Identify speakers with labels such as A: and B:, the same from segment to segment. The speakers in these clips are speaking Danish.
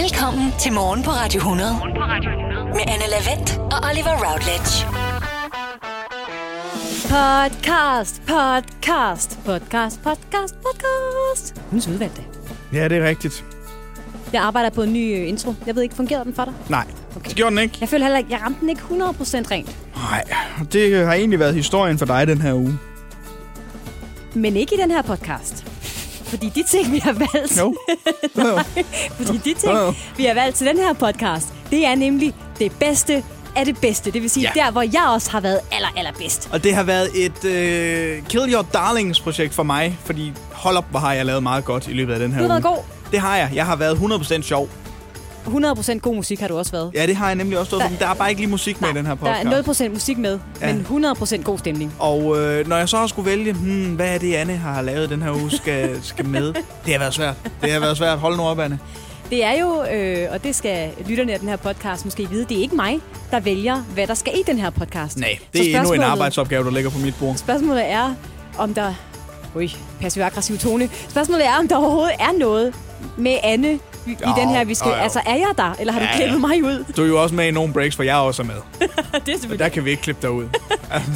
A: Velkommen til Morgen på Radio 100. Med Anne Lavendt og Oliver Routledge.
B: Podcast, podcast, podcast, podcast, podcast. Hendes udvalgte.
C: Ja, det er rigtigt.
B: Jeg arbejder på en ny øh, intro. Jeg ved ikke, fungerede den for dig?
C: Nej, okay. det gjorde den ikke.
B: Jeg føler heller ikke, jeg ramte den ikke 100% rent.
C: Nej, det har egentlig været historien for dig den her uge.
B: Men ikke i den her podcast. Fordi de ting, vi har valgt,
C: Jo. Jo.
B: fordi de ting,
C: Jo.
B: vi har valgt til den her podcast, det er nemlig det bedste af det bedste. Det vil sige,
C: Ja.
B: der hvor jeg også har været aller, allerbedst.
C: Og det har været et øh, Kill Your Darlings-projekt for mig, fordi hold op, hvor har jeg lavet meget godt i løbet af den her
B: Du har
C: uge.
B: været god.
C: Det har jeg. Jeg har været 100% sjov.
B: 100% god musik har du også været.
C: Ja, det har jeg nemlig også stået for,
B: Der-
C: men der er bare ikke lige musik med i den her
B: Der
C: podcast.
B: er 0% musik med,
C: Ja.
B: men 100% god stemning.
C: Og øh, når jeg så har skulle vælge, hmm, hvad er det, Anne har lavet den her uge, skal, skal med? Det har været svært. Det har været svært. Hold nu op, Anne.
B: Det er jo, øh, og det skal lytterne af den her podcast måske vide, det er ikke mig, der vælger, hvad der skal i den her podcast.
C: Nej,
B: Så
C: det er endnu en
B: spørgsmålet-
C: arbejdsopgave, der ligger på mit bord.
B: Spørgsmålet er, om der... Ui, passiv-aggressiv tone. Spørgsmålet er, om der overhovedet er noget med Anne i, i
C: Jo,
B: den her, vi skal...
C: jo, jo.
B: Altså, er jeg der, eller har du
C: Ja, ja.
B: klippet mig ud?
C: Du er jo også med i nogle breaks, for jeg er også med.
B: det er
C: Og der
B: selvfølgelig...
C: kan vi ikke klippe dig ud.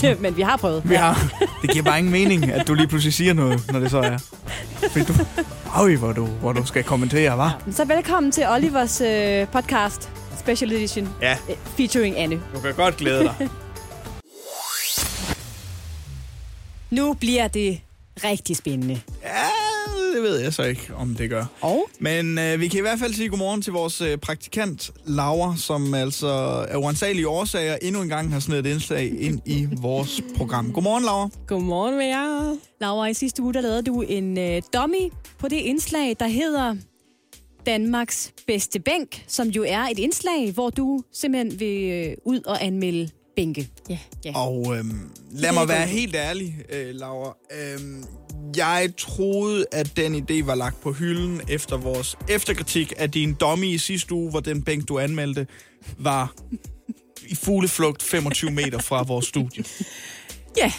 B: ikke, Men vi har prøvet.
C: Vi har. Det giver bare ingen mening, at du lige pludselig siger noget, når det så er. Fordi du... Øj, hvor du, hvor du skal kommentere, var.
B: Så velkommen til Olivers øh, podcast, Special Edition,
C: Ja,
B: øh, featuring Anne.
C: du kan godt glæde dig.
B: Nu bliver det rigtig spændende.
C: Ja, det ved jeg så ikke, om det gør.
B: Og?
C: Men øh, vi kan i hvert fald sige godmorgen til vores øh, praktikant, Laura, som altså af uansagelige årsager endnu en gang har snedet et indslag ind i vores program. Godmorgen, Laura.
D: Godmorgen med jer.
B: Laura, i sidste uge der lavede du en øh, dummy på det indslag, der hedder Danmarks bedste bænk, som jo er et indslag, hvor du simpelthen vil øh, ud og anmelde bænke.
D: Ja, ja.
C: Og øhm, lad mig være helt ærlig, øh, Laura. Øhm, jeg troede, at den idé var lagt på hylden efter vores efterkritik af din dummy i sidste uge, hvor den bænk, du anmeldte, var i fugleflugt 25 meter fra vores studie.
D: ja.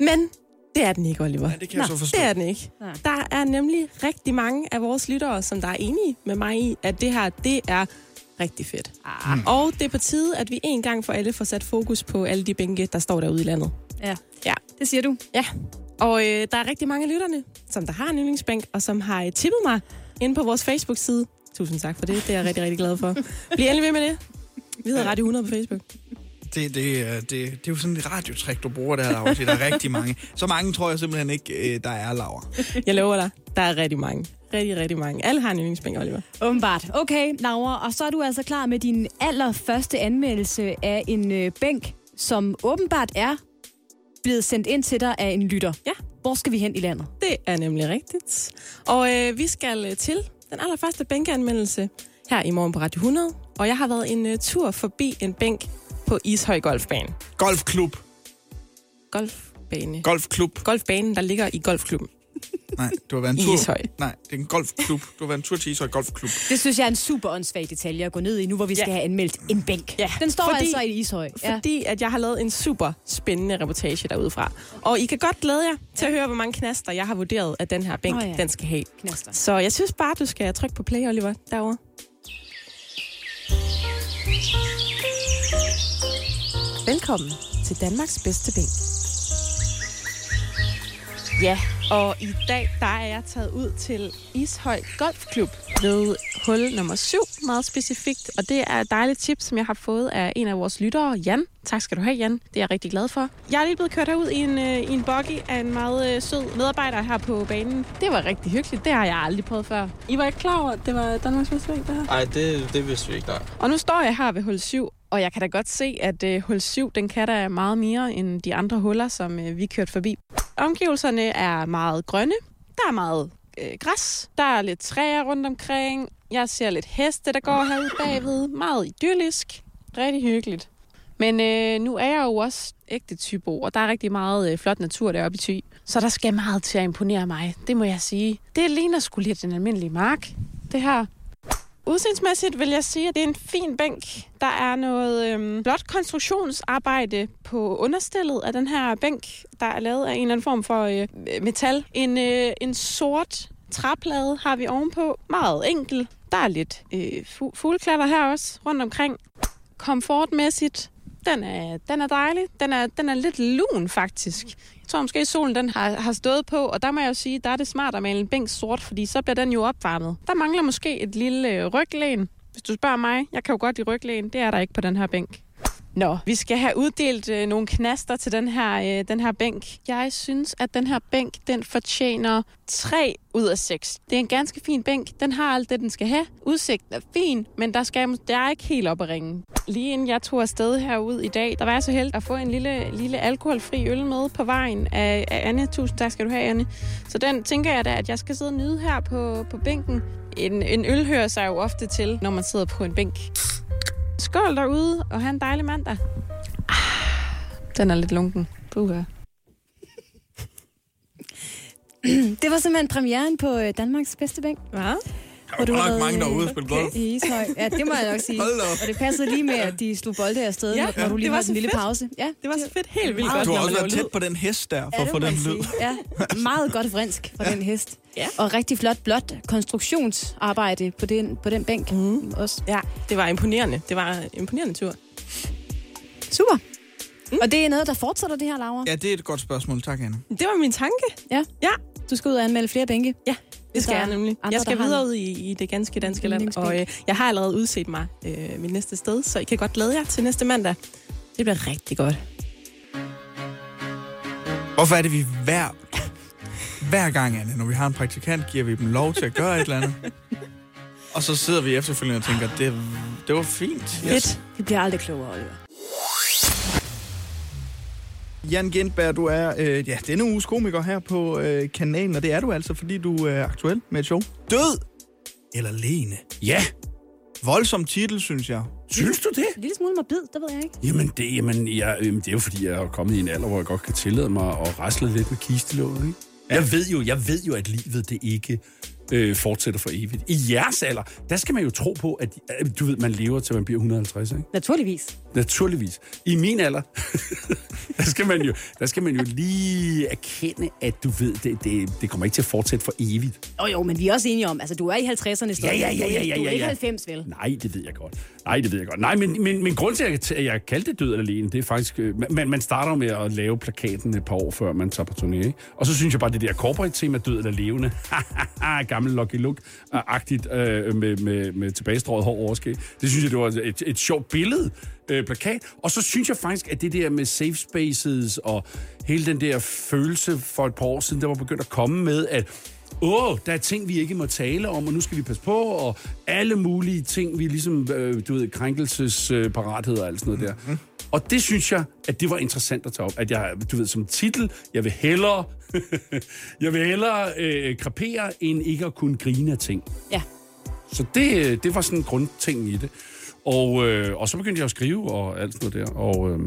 D: Men det er den ikke, Oliver.
C: Ja, det kan jeg så forstå.
D: Det er den ikke.
B: Nej.
D: Der er nemlig rigtig mange af vores lyttere, som der er enige med mig i, at det her, det er rigtig fedt. Ah.
C: Mm.
D: Og det er på tide, at vi en gang for alle får sat fokus på alle de bænke, der står derude i landet.
B: Ja,
D: Ja.
B: det siger du.
D: Ja, og øh, der er rigtig mange af lytterne, som der har en yndlingsbænk, og som har øh, tippet mig inde på vores Facebook-side. Tusind tak for det, det er jeg rigtig, rigtig glad for. Bliv endelig ved med det. Vi hedder Radio 100 på Facebook.
C: Det, det, øh, det, det er jo sådan et radiotrik, du bruger der, Laura. Der er rigtig mange. Så mange tror jeg simpelthen ikke, øh, der er, Laura.
D: Jeg lover dig, der er rigtig mange. Rigtig, rigtig mange. Alle har en yndlingsbænk, Oliver.
B: Åbenbart. Okay, Laura, og så er du altså klar med din allerførste anmeldelse af en øh, bænk, som åbenbart er blevet sendt ind til dig af en lytter.
D: Ja.
B: Hvor skal vi hen i landet?
D: Det er nemlig rigtigt. Og øh, vi skal øh, til den allerførste bænkeanmeldelse her i morgen på Radio 100. Og jeg har været en øh, tur forbi en bænk på Ishøj Golfbane.
C: Golfklub.
D: Golfbane.
C: Golfklub.
D: Golfbanen, der ligger i golfklubben.
C: Nej, du har været en tur.
D: Ishøj.
C: Nej, det er en golfklub. Du har været en tur til Ishøj Golfklub.
B: Det synes jeg er en super åndssvag detalje at gå ned i, nu hvor vi
D: Ja.
B: skal have anmeldt en bænk.
D: Ja,
B: Den står
D: fordi-
B: altså i Ishøj. Ja.
D: Fordi at jeg har lavet en super spændende reportage derudefra. Og I kan godt glæde jer til at høre, hvor mange knaster jeg har vurderet, at den her bænk,
B: Nå ja.
D: oh, ja. den skal have.
B: Knaster.
D: Så jeg synes bare, du skal trykke på play, Oliver, derovre. Velkommen til Danmarks bedste bænk. Ja, og i dag der er jeg taget ud til Ishøj Golfklub ved hul nummer 7, meget specifikt. Og det er et dejligt tip, som jeg har fået af en af vores lyttere, Jan. Tak skal du have, Jan. Det er jeg rigtig glad for. Jeg er lige blevet kørt herud i en, øh, i en buggy af en meget øh, sød medarbejder her på banen. Det var rigtig hyggeligt. Det har jeg aldrig prøvet før. I var ikke klar over, at det var Danmarks bedste bænk, det her?
E: Nej, det, det vidste vi ikke, nej.
D: Og nu står jeg her ved hul 7, og jeg kan da godt se, at øh, hul 7, den kan da meget mere end de andre huller, som øh, vi kørte forbi. Omgivelserne er meget grønne. Der er meget øh, græs. Der er lidt træer rundt omkring. Jeg ser lidt heste, der går herude bagved. Meget idyllisk. Rigtig hyggeligt. Men øh, nu er jeg jo også ægte tybo, og der er rigtig meget øh, flot natur deroppe i Thy. Så der skal meget til at imponere mig, det må jeg sige. Det ligner sgu lidt den almindelige mark, det her. Udseendemæssigt vil jeg sige, at det er en fin bænk. Der er noget øhm, blot konstruktionsarbejde på understillet af den her bænk, der er lavet af en eller anden form for øh, metal. En, øh, en sort træplade har vi ovenpå. Meget enkel.
F: Der er lidt øh, fu- fugleklatter her også rundt omkring. Komfortmæssigt, den er, den er dejlig. Den er, den er lidt lun, faktisk. Jeg tror måske, solen den har, har stået på, og der må jeg jo sige, der er det smart at male en bænk sort, fordi så bliver den jo opvarmet. Der mangler måske et lille øh, ryglæn. Hvis du spørger mig, jeg kan jo godt lide ryglæn. Det er der ikke på den her bænk. Nå, vi skal have uddelt øh, nogle knaster til den her, øh, den her bænk. Jeg synes, at den her bænk, den fortjener 3 ud af 6. Det er en ganske fin bænk. Den har alt det, den skal have. Udsigten er fin, men der, skal, der er ikke helt op at ringe. Lige inden jeg tog afsted herud i dag, der var jeg så heldig at få en lille, lille alkoholfri øl med på vejen af, af Anne. Tusind tak skal du have, Anne. Så den tænker jeg da, at jeg skal sidde og nyde her på, på bænken. En, en øl hører sig jo ofte til, når man sidder på en bænk. Skål derude, og have en dejlig mandag. Ah, den er lidt lunken. Puha.
B: Det var simpelthen premieren på øh, Danmarks bedste bænk.
F: Ja.
C: Der er
B: du
C: jo
B: har været,
C: nok mange, der er ude og spille golf.
B: I Ishøj. Ja, det må jeg nok sige.
C: Hold da op.
B: Og det passede lige med, at de slog bolde afsted,
F: Ja,
B: ja, når du lige
F: det var
B: var
F: så
B: en lille
F: fedt.
B: pause. Ja,
F: Det var så fedt. Helt vildt godt,
B: Meget
C: Du har
F: når man
C: også
F: laver
C: været tæt
F: lyd.
C: på den hest der, for
B: ja,
C: at
B: det
C: få
B: må
C: den
B: man
C: lyd.
B: sige. Ja, meget godt vrinsk fra den hest.
F: Ja.
B: Og rigtig flot, blot konstruktionsarbejde på den, på den bænk. Mm. Også.
D: Ja, det var imponerende. Det var en imponerende tur.
B: Super. Mm. Og det er noget, der fortsætter det her, Laura.
C: Ja, det er et godt spørgsmål. Tak, Anna.
D: Det var min tanke.
B: Ja.
D: Ja.
B: Du skal ud og anmelde flere bænke.
D: Ja,
B: Hvis
D: det skal
B: der
D: jeg
B: er
D: nemlig.
B: andre,
D: Jeg skal
B: der har
D: videre ud i, i det ganske danske
B: en
D: land,
B: yndlingsbænk.
D: og øh, jeg har allerede udset mig øh, mit næste sted, så I kan godt glæde jer til næste mandag. Det bliver rigtig godt.
C: Hvorfor er det, vi hver, hver gang, Anne, når vi har en praktikant, giver vi dem lov til at gøre et eller andet? Og så sidder vi efterfølgende og tænker, det, det var fint.
D: Fedt.
B: Vi bliver aldrig klogere, Oliver.
C: Jan Gentberg, du er øh, ja, denne uges komiker her på øh, kanalen, og det er du altså, fordi du er aktuel med et show. Død eller lene?
G: Ja,
C: Voldsom titel, synes jeg.
G: synes du det?
B: En lille smule morbid, det ved jeg ikke.
G: Jamen det, jamen, jeg, jamen, det er jo fordi, jeg er kommet i en alder, hvor jeg godt kan tillade mig at rasle lidt med kistelåget, ikke? Jeg ved jo, jeg ved jo, at livet det ikke øh, fortsætter for evigt. I jeres alder, der skal man jo tro på, at øh, du ved, man lever til man bliver 150, ikke?
B: Naturligvis.
G: Naturligvis. I min alder, der, skal man jo, der skal man jo lige erkende, at du ved, det, det, det kommer ikke til at fortsætte for evigt.
B: Jo, jo, men vi er også enige om, altså du er i 50'erne stadig.
G: ja, ja,
B: Du er
G: ja,
B: ikke-
G: ja,
B: Du er
G: ja,
B: ikke
G: ja.
B: 90, vel?
G: Nej, det ved jeg godt. Nej, det ved jeg godt. Nej, men, men, men grund til, at jeg- til, at jeg kaldte det død alene, det er faktisk... øh, Man, man starter jo med at lave plakaten et par år, før man tager på turné. ikke? Og så synes jeg bare, det der corporate tema, død eller levende, gammel Lucky Luke-agtigt øh, med, med, med tilbagestrøget hår overskæg, det synes jeg, det var et, et sjovt billede, øh, plakat. Og så synes jeg faktisk, at det der med safe spaces og hele den der følelse for et par år siden, der var begyndt at komme med, at åh, oh, der er ting, vi ikke må tale om, og nu skal vi passe på, og alle mulige ting, vi ligesom, øh, du ved, krænkelsesparathed og alt sådan noget der. Og det synes jeg, at det var interessant at tage op, at jeg, du ved, som titel, jeg vil hellere, jeg vil hellere øh, krepere, end ikke at kunne grine af ting.
B: Ja.
G: Så det, øh, det var sådan grundtingen i det. Og, øh, og så begyndte jeg at skrive og alt sådan noget der, og, øh,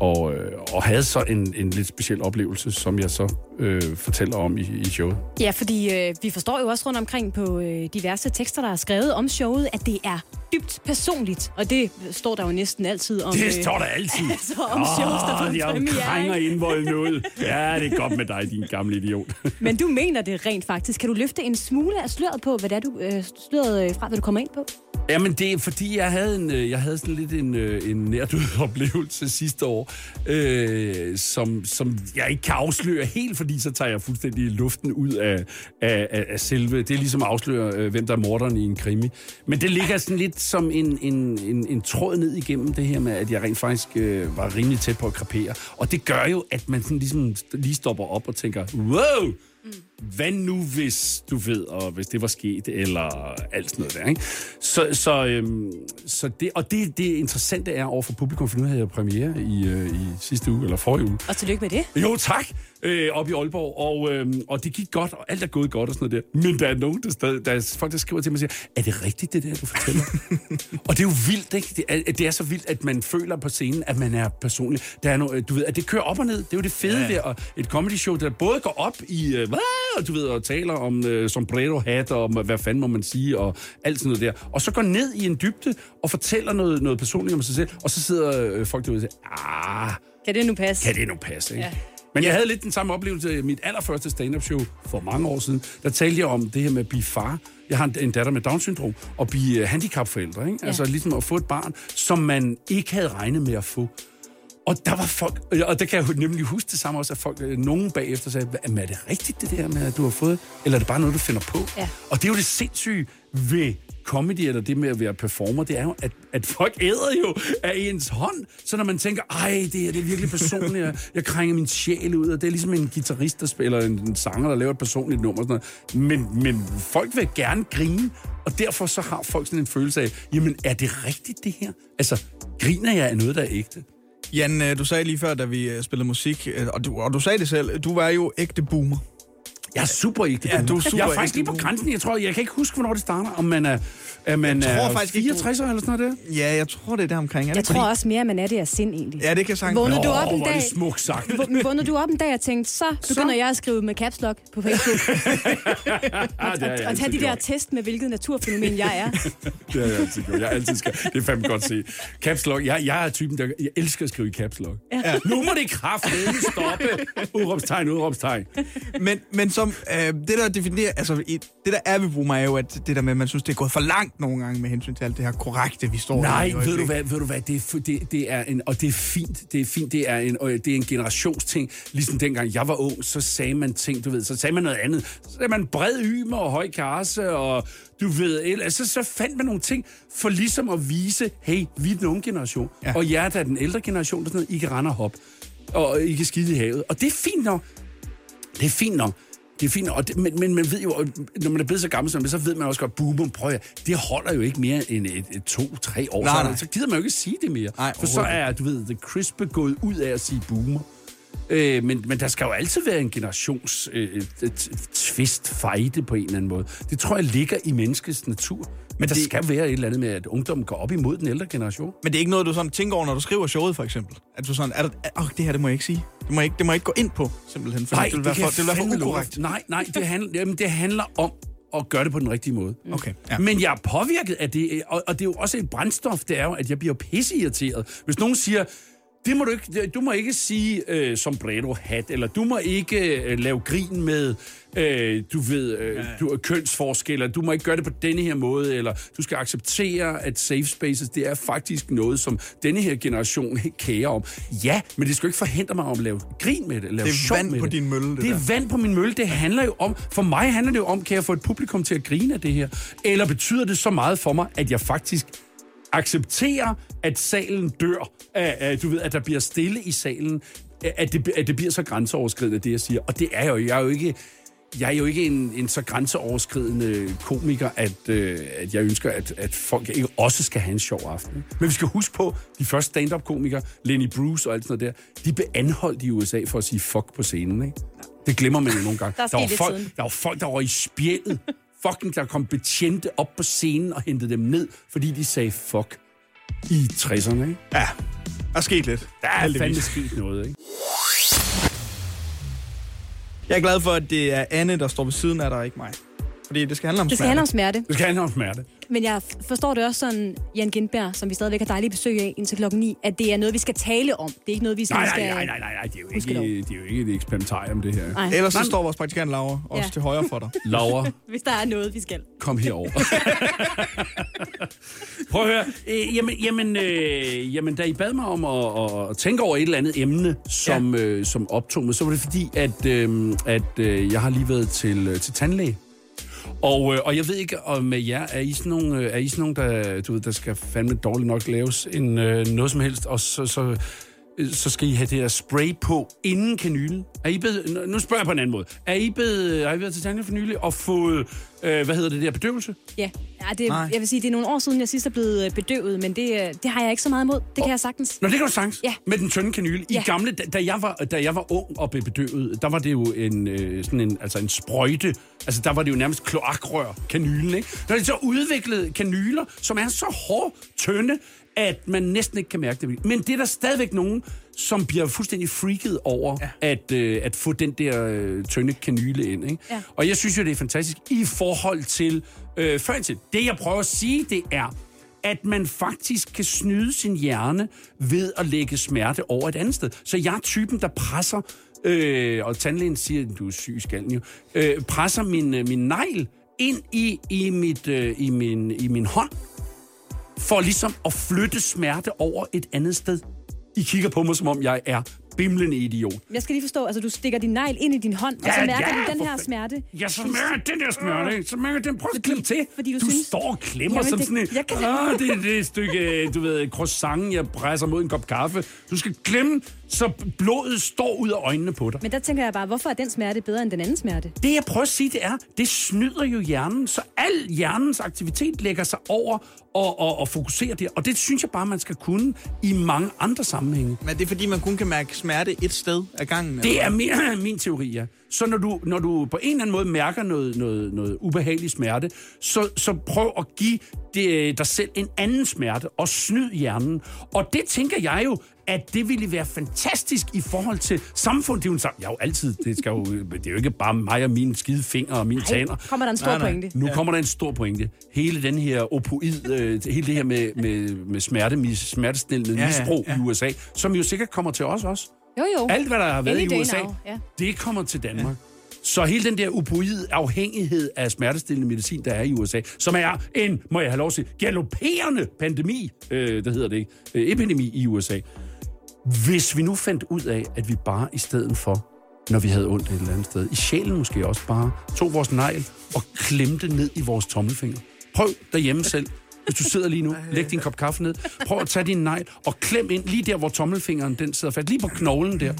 G: og, øh, og havde så en, en lidt speciel oplevelse, som jeg så øh, fortæller om i, i showet.
B: Ja, fordi øh, vi forstår jo også rundt omkring på øh, diverse tekster, der er skrevet om showet, at det er dybt personligt. Og det står der jo næsten altid om. øh,
G: Det står Ah, der altid.
B: altså, om shows, der får
G: Åh,
B: premiere,
G: Jeg krænger
B: ikke?
G: indvolden ud. Ja, det er godt med dig, din gamle idiot.
B: Men du mener det rent faktisk. Kan du løfte en smule af sløret på, hvad det er, du øh, sløret øh, fra, hvad du kommer ind på?
G: Jamen, det er fordi, jeg havde, en, øh, jeg havde sådan lidt en, øh, en nærdød oplevelse sidste år, øh, som, som jeg ikke kan afsløre helt, fordi så tager jeg fuldstændig luften ud af, af, af, af selve... Det er ligesom at afsløre, øh, hvem der er morderen i en krimi. Men det ligger sådan lidt som en, en, en, en tråd ned igennem det her med, at jeg rent faktisk øh, var rimelig tæt på at krepere. Og det gør jo, at man sådan ligesom st- lige stopper op og tænker, wow! hvad nu hvis du ved, og hvis det var sket, eller alt sådan noget der, ikke? Så, så, øhm, så det, og det, det interessante er over for publikum, for nu havde jeg premiere i, øh, i sidste uge, eller forrige uge.
B: Og tillykke med det.
G: Jo tak, øh, op i Aalborg, og, øhm, og det gik godt, og alt er gået godt og sådan noget der. Men der er nogen, der, stadig, der er folk, der skriver til mig og siger, er det rigtigt det der, du fortæller? og det er jo vildt, ikke? Det er, det er så vildt, at man føler på scenen, at man er personlig. Der er no, du ved, at det kører op og ned, det er jo det fede ja. ved at- et comedy show, der både går op i, øh, "Hvad?" og du ved, og taler om øh, sombrero hat, og om, hvad fanden må man sige, og alt sådan noget der. Og så går ned i en dybde, og fortæller noget, noget personligt om sig selv, og så sidder øh, folk derude og siger, ah,
B: Kan det nu passe?
G: kan det nu passe, ikke? Ja. Men jeg havde lidt den samme oplevelse i mit allerførste stand-up show for mange år siden. Der talte jeg om det her med at blive far. Jeg har en, en datter med Down-syndrom, og blive øh, handicapforældre. Ikke? Ja. Altså ligesom at få et barn, som man ikke havde regnet med at få. Og der var folk, øh, og der kan jeg nemlig huske det samme også, at folk, øh, nogen bagefter sagde, "Hva- men er det rigtigt det der med, at du har fået, eller er det bare noget, du finder på?
B: Ja.
G: Og det er jo det sindssyge ved comedy, eller det med at være performer, det er jo, at, at folk æder jo af ens hånd, så når man tænker, ej, det her det er virkelig personligt, jeg, jeg krænger min sjæl ud, og det er ligesom en guitarist, der spiller, en, en sanger, der laver et personligt nummer, og sådan noget. Men, men folk vil gerne grine, og derfor så har folk sådan en følelse af, jamen, er det rigtigt det her? Altså, griner jeg af noget, der er ægte?
C: Jan, øh, du sagde lige før, da vi øh, spillede musik, øh, og du, og du sagde det selv, du var jo ægte boomer.
G: Jeg er super ægte
C: Ja,
G: boomer.
C: du er super
G: Jeg er faktisk
C: ægte
G: lige på
C: boomer.
G: grænsen. Jeg tror, jeg kan ikke huske, hvornår det starter. Om man er, er man
C: Jeg tror
G: er
C: faktisk ikke, du-
G: 64 eller sådan noget der.
C: Ja, jeg tror, det er der omkring.
B: Jeg tror også mere, man er det af sind egentlig.
C: Ja, det kan sagtens
B: Vågnede
C: være.
B: du
G: Åh,
B: op en
G: hvor er
B: dag?
G: det smukt sagt.
B: Vågnede du op en dag og tænkte, så begynder jeg at skrive med caps lock på Facebook.
G: Ah, det er jeg
B: og tage
G: altid
B: de der
G: gjort.
B: test med, hvilket naturfænomen jeg er.
G: Det har jeg altid gjort. Jeg har altid skal. Det er fandme godt set. Caps lock. Jeg, jeg er typen, der jeg elsker at skrive i caps lock. Ja. Nu må det kraftedeme stoppe. Udropstegn, udropstegn.
C: Men, men som øh, det, der definerer, altså i, det, der er ved boomer, er jo, at det der med, at man synes, det er gået for langt nogle gange med hensyn til alt det her korrekte, vi står i
G: Nej,
C: i
G: ved du
C: øjeblikket.
G: hvad, ved du hvad det, er, fu- det, det er en, og det er fint, det er fint, det er en, og det er en generationsting. Ligesom dengang jeg var ung, så sagde man ting, du ved, så sagde man noget andet. Så sagde man bred ymer og høj karse, og du ved, eller- altså, så fandt man nogle ting for ligesom at vise, hey, vi er den unge generation,
C: Ja.
G: ja. og jer, der er den ældre generation, der sådan noget, I kan rende og hoppe, og I kan skide i havet. Og det er fint nok, det er fint nok. Det er fint, nok. og det, men, men man ved jo, at når man er blevet så gammel som man er, så ved man også godt, boomer, prøv at, høre, det holder jo ikke mere end et, et to-tre år.
C: Nej,
G: så, er
C: nej.
G: det- så gider man jo ikke sige det mere.
C: Nej,
G: for så er, du ved, The Crisp er gået ud af at sige boomer. Øh, men, men der skal jo altid være en generations øh, t- t- tvist, fejde på en eller anden måde. Det tror jeg ligger i menneskets natur. Men der
C: det-
G: skal være et eller andet med, at ungdommen går op imod den ældre generation.
C: Men det er ikke noget, du sådan tænker over, når du skriver showet, for eksempel. At du sådan, er der, åh, det her, det må jeg ikke sige. Det må jeg ikke, det må jeg ikke gå ind på, simpelthen. Fordi
G: Nej,
C: det vil være
G: kan
C: for, det vil være
G: jeg fandme
C: for
G: love
C: ukorrekt.
G: dig. Nej, nej, det handler, jamen, det handler om at gøre det på den rigtige måde.
C: Mm. Okay, ja.
G: Men jeg er påvirket af det, og, og det er jo også et brændstof, det er jo, at jeg bliver pisseirriteret. Hvis nogen siger, det må du ikke, du må ikke sige øh, sombrero hat, eller du må ikke øh, lave grin med, øh, du ved, øh, du, kønsforskel, eller du må ikke gøre det på denne her måde, eller du skal acceptere, at safe spaces, det er faktisk noget, som denne her generation kærer om. Ja, men det skal jo ikke forhindre mig om at lave grin med det, lave
C: Det er
G: sjov
C: vand
G: med
C: på
G: det.
C: din mølle, det
G: Det er
C: der.
G: vand på min mølle, det handler jo om, for mig handler det jo om, kan jeg få et publikum til at grine af det her? Eller betyder det så meget for mig, at jeg faktisk accepterer, at salen dør, at, at, du ved, at der bliver stille i salen, at det, at det bliver så grænseoverskridende, det jeg siger. Og det er jo, jeg er jo ikke, jeg er jo ikke en, en så grænseoverskridende komiker, at, øh, at jeg ønsker, at, at folk ikke også skal have en sjov aften. Men vi skal huske på, de første stand-up-komikere, Lenny Bruce og alt sådan noget der, de blev anholdt i USA for at sige fuck på scenen, ikke? Det glemmer man jo nogle gange.
B: Der er sket
G: var
B: lidt
G: folk,
B: siden.
G: der var folk, der var i spjældet. Fucking, der kom betjente op på scenen og hentede dem ned, fordi de sagde fuck i 60'erne, ikke?
C: Ja, der er sket lidt.
G: Der er
C: Heldigvis.
G: fandme sket noget, ikke?
C: Jeg er glad for, at det er Anne, der står ved siden af dig, og ikke mig. Fordi det skal handle om
B: Det skal handle om smerte.
G: Det skal handle om smerte.
B: Men jeg forstår det også sådan, Jan Gindberg, som vi stadigvæk har dejlige besøg af indtil klokken 9, at det er noget, vi skal tale om. Det er ikke noget, vi sådan
G: Nej, nej,
B: skal...
G: nej, nej, nej, nej, det er jo
B: Husk
G: ikke, det er jo ikke et eksperimentarium, det her.
B: Nej.
C: Ellers så står vores praktikant Laura også
B: Ja.
C: til højre for dig.
G: Laura,
B: Hvis der er noget, vi skal.
G: kom herover. Prøv at høre. Øh, jamen, jamen, øh, jamen, da I bad mig om at, at, at tænke over et eller andet emne, som, ja. øh, som optog mig, så var det fordi, at, øh, at øh, jeg har lige været til, øh, til tandlæge. Og, øh, og jeg ved ikke, om med jer, er I sådan nogle, øh, er I sådan nogle der, du ved, der skal fandme dårligt nok laves en, øh, noget som helst, og så, så, øh, så skal I have det der spray på inden kanylen. Er I blevet, nu- nu spørger jeg på en anden måde. Er I blevet, har I været til tandlæge for nylig og fået, øh, hvad hedder det der, bedøvelse?
B: Ja, ja det,
C: Nej.
B: jeg vil sige, det er nogle år siden, jeg sidst er blevet øh, bedøvet, men det, øh, det har jeg ikke så meget imod. Det kan jeg sagtens.
G: Nå, det kan du sagtens.
B: Ja.
G: Med den tynde kanyle. I
B: Ja.
G: gamle, da, da, jeg var, da jeg var ung og blev bedøvet, der var det jo en, øh, sådan en, altså en sprøjte. Altså, der var det jo nærmest kloakrør, kanylen, ikke? Når de så udviklede kanyler, som er så hård tynde, at man næsten ikke kan mærke det. Men det er der stadigvæk nogen, som bliver fuldstændig freaket over, ja. at, øh, at få den der øh, tynde kanyle ind. Ikke?
B: Ja.
G: Og jeg synes jo, det er fantastisk i forhold til øh, før i tiden. Det, jeg prøver at sige, det er, at man faktisk kan snyde sin hjerne ved at lægge smerte over et andet sted. Så jeg er typen, der presser øh, og tandlægen siger, du er syg i skallen jo, øh, presser min, øh, min negl ind i, i, mit, øh, i, min, i min hånd, for ligesom at flytte smerte over et andet sted. I kigger på mig, som om jeg er bimlende idiot.
B: Jeg skal lige forstå, altså du stikker din negl ind i din hånd, ja, og så
G: Ja,
B: mærker
G: ja,
B: du den
G: for
B: her
G: fa-
B: smerte.
G: Ja, så mærker den der smerte, ikke? Så mærker den, prøv at klemme til.
B: fordi du
G: du
B: synes-
G: står og klemmer
B: Jamen,
G: som
B: det-
G: sådan en...
B: jeg kan-
G: Åh, det er det er et stykke, øh, du ved, croissant, jeg presser mod en kop kaffe. Du skal klemme, så blodet står ud af øjnene på dig.
B: Men der tænker jeg bare, hvorfor er den smerte bedre end den anden smerte?
G: Det, jeg prøver at sige, det er, det snyder jo hjernen, så al hjernens aktivitet lægger sig over og, og, og fokuserer der. Og det synes jeg bare, man skal kunne i mange andre sammenhænge.
C: Men det er fordi, man kun kan mærke smerte et sted ad gangen.
G: Det er mere min teori, ja. Så når du, når du på en eller anden måde mærker noget, noget, noget ubehagelig smerte, så, så prøv at give det, øh, dig selv en anden smerte, og snyd hjernen. Og det tænker jeg jo, at det ville være fantastisk i forhold til samfundet. Det er jo, en sam- jeg er jo altid, det, skal jo, det er jo ikke bare mig og mine skide fingre og mine taner.
B: Kommer der en stor nej,
C: nej.
B: pointe?
G: Nu kommer der en stor pointe. Hele den her opoid, øh, hele det her med, med, med smerte, mis, smertestillende
C: Ja, ja,
G: misbrug
C: ja.
G: i USA, som jo sikkert kommer til os også.
B: Jo, jo.
G: Alt, hvad der har været
B: Any
G: i
B: day
G: USA,
B: now, ja.
G: det kommer til Danmark. Så hele den der upoid afhængighed af smertestillende medicin, der er i USA, som er en, må jeg have lov til, galopperende pandemi, øh, det hedder det ikke, øh, epidemi i USA. Hvis vi nu fandt ud af, at vi bare i stedet for, når vi havde ondt et eller andet sted, i sjælen måske også bare, tog vores negl og klemte ned i vores tommelfinger. Prøv derhjemme selv. Hvis du sidder lige nu, læg din kop kaffe ned, prøv at tage din negl og klem ind lige der, hvor tommelfingeren den sidder fast, lige på knoglen der.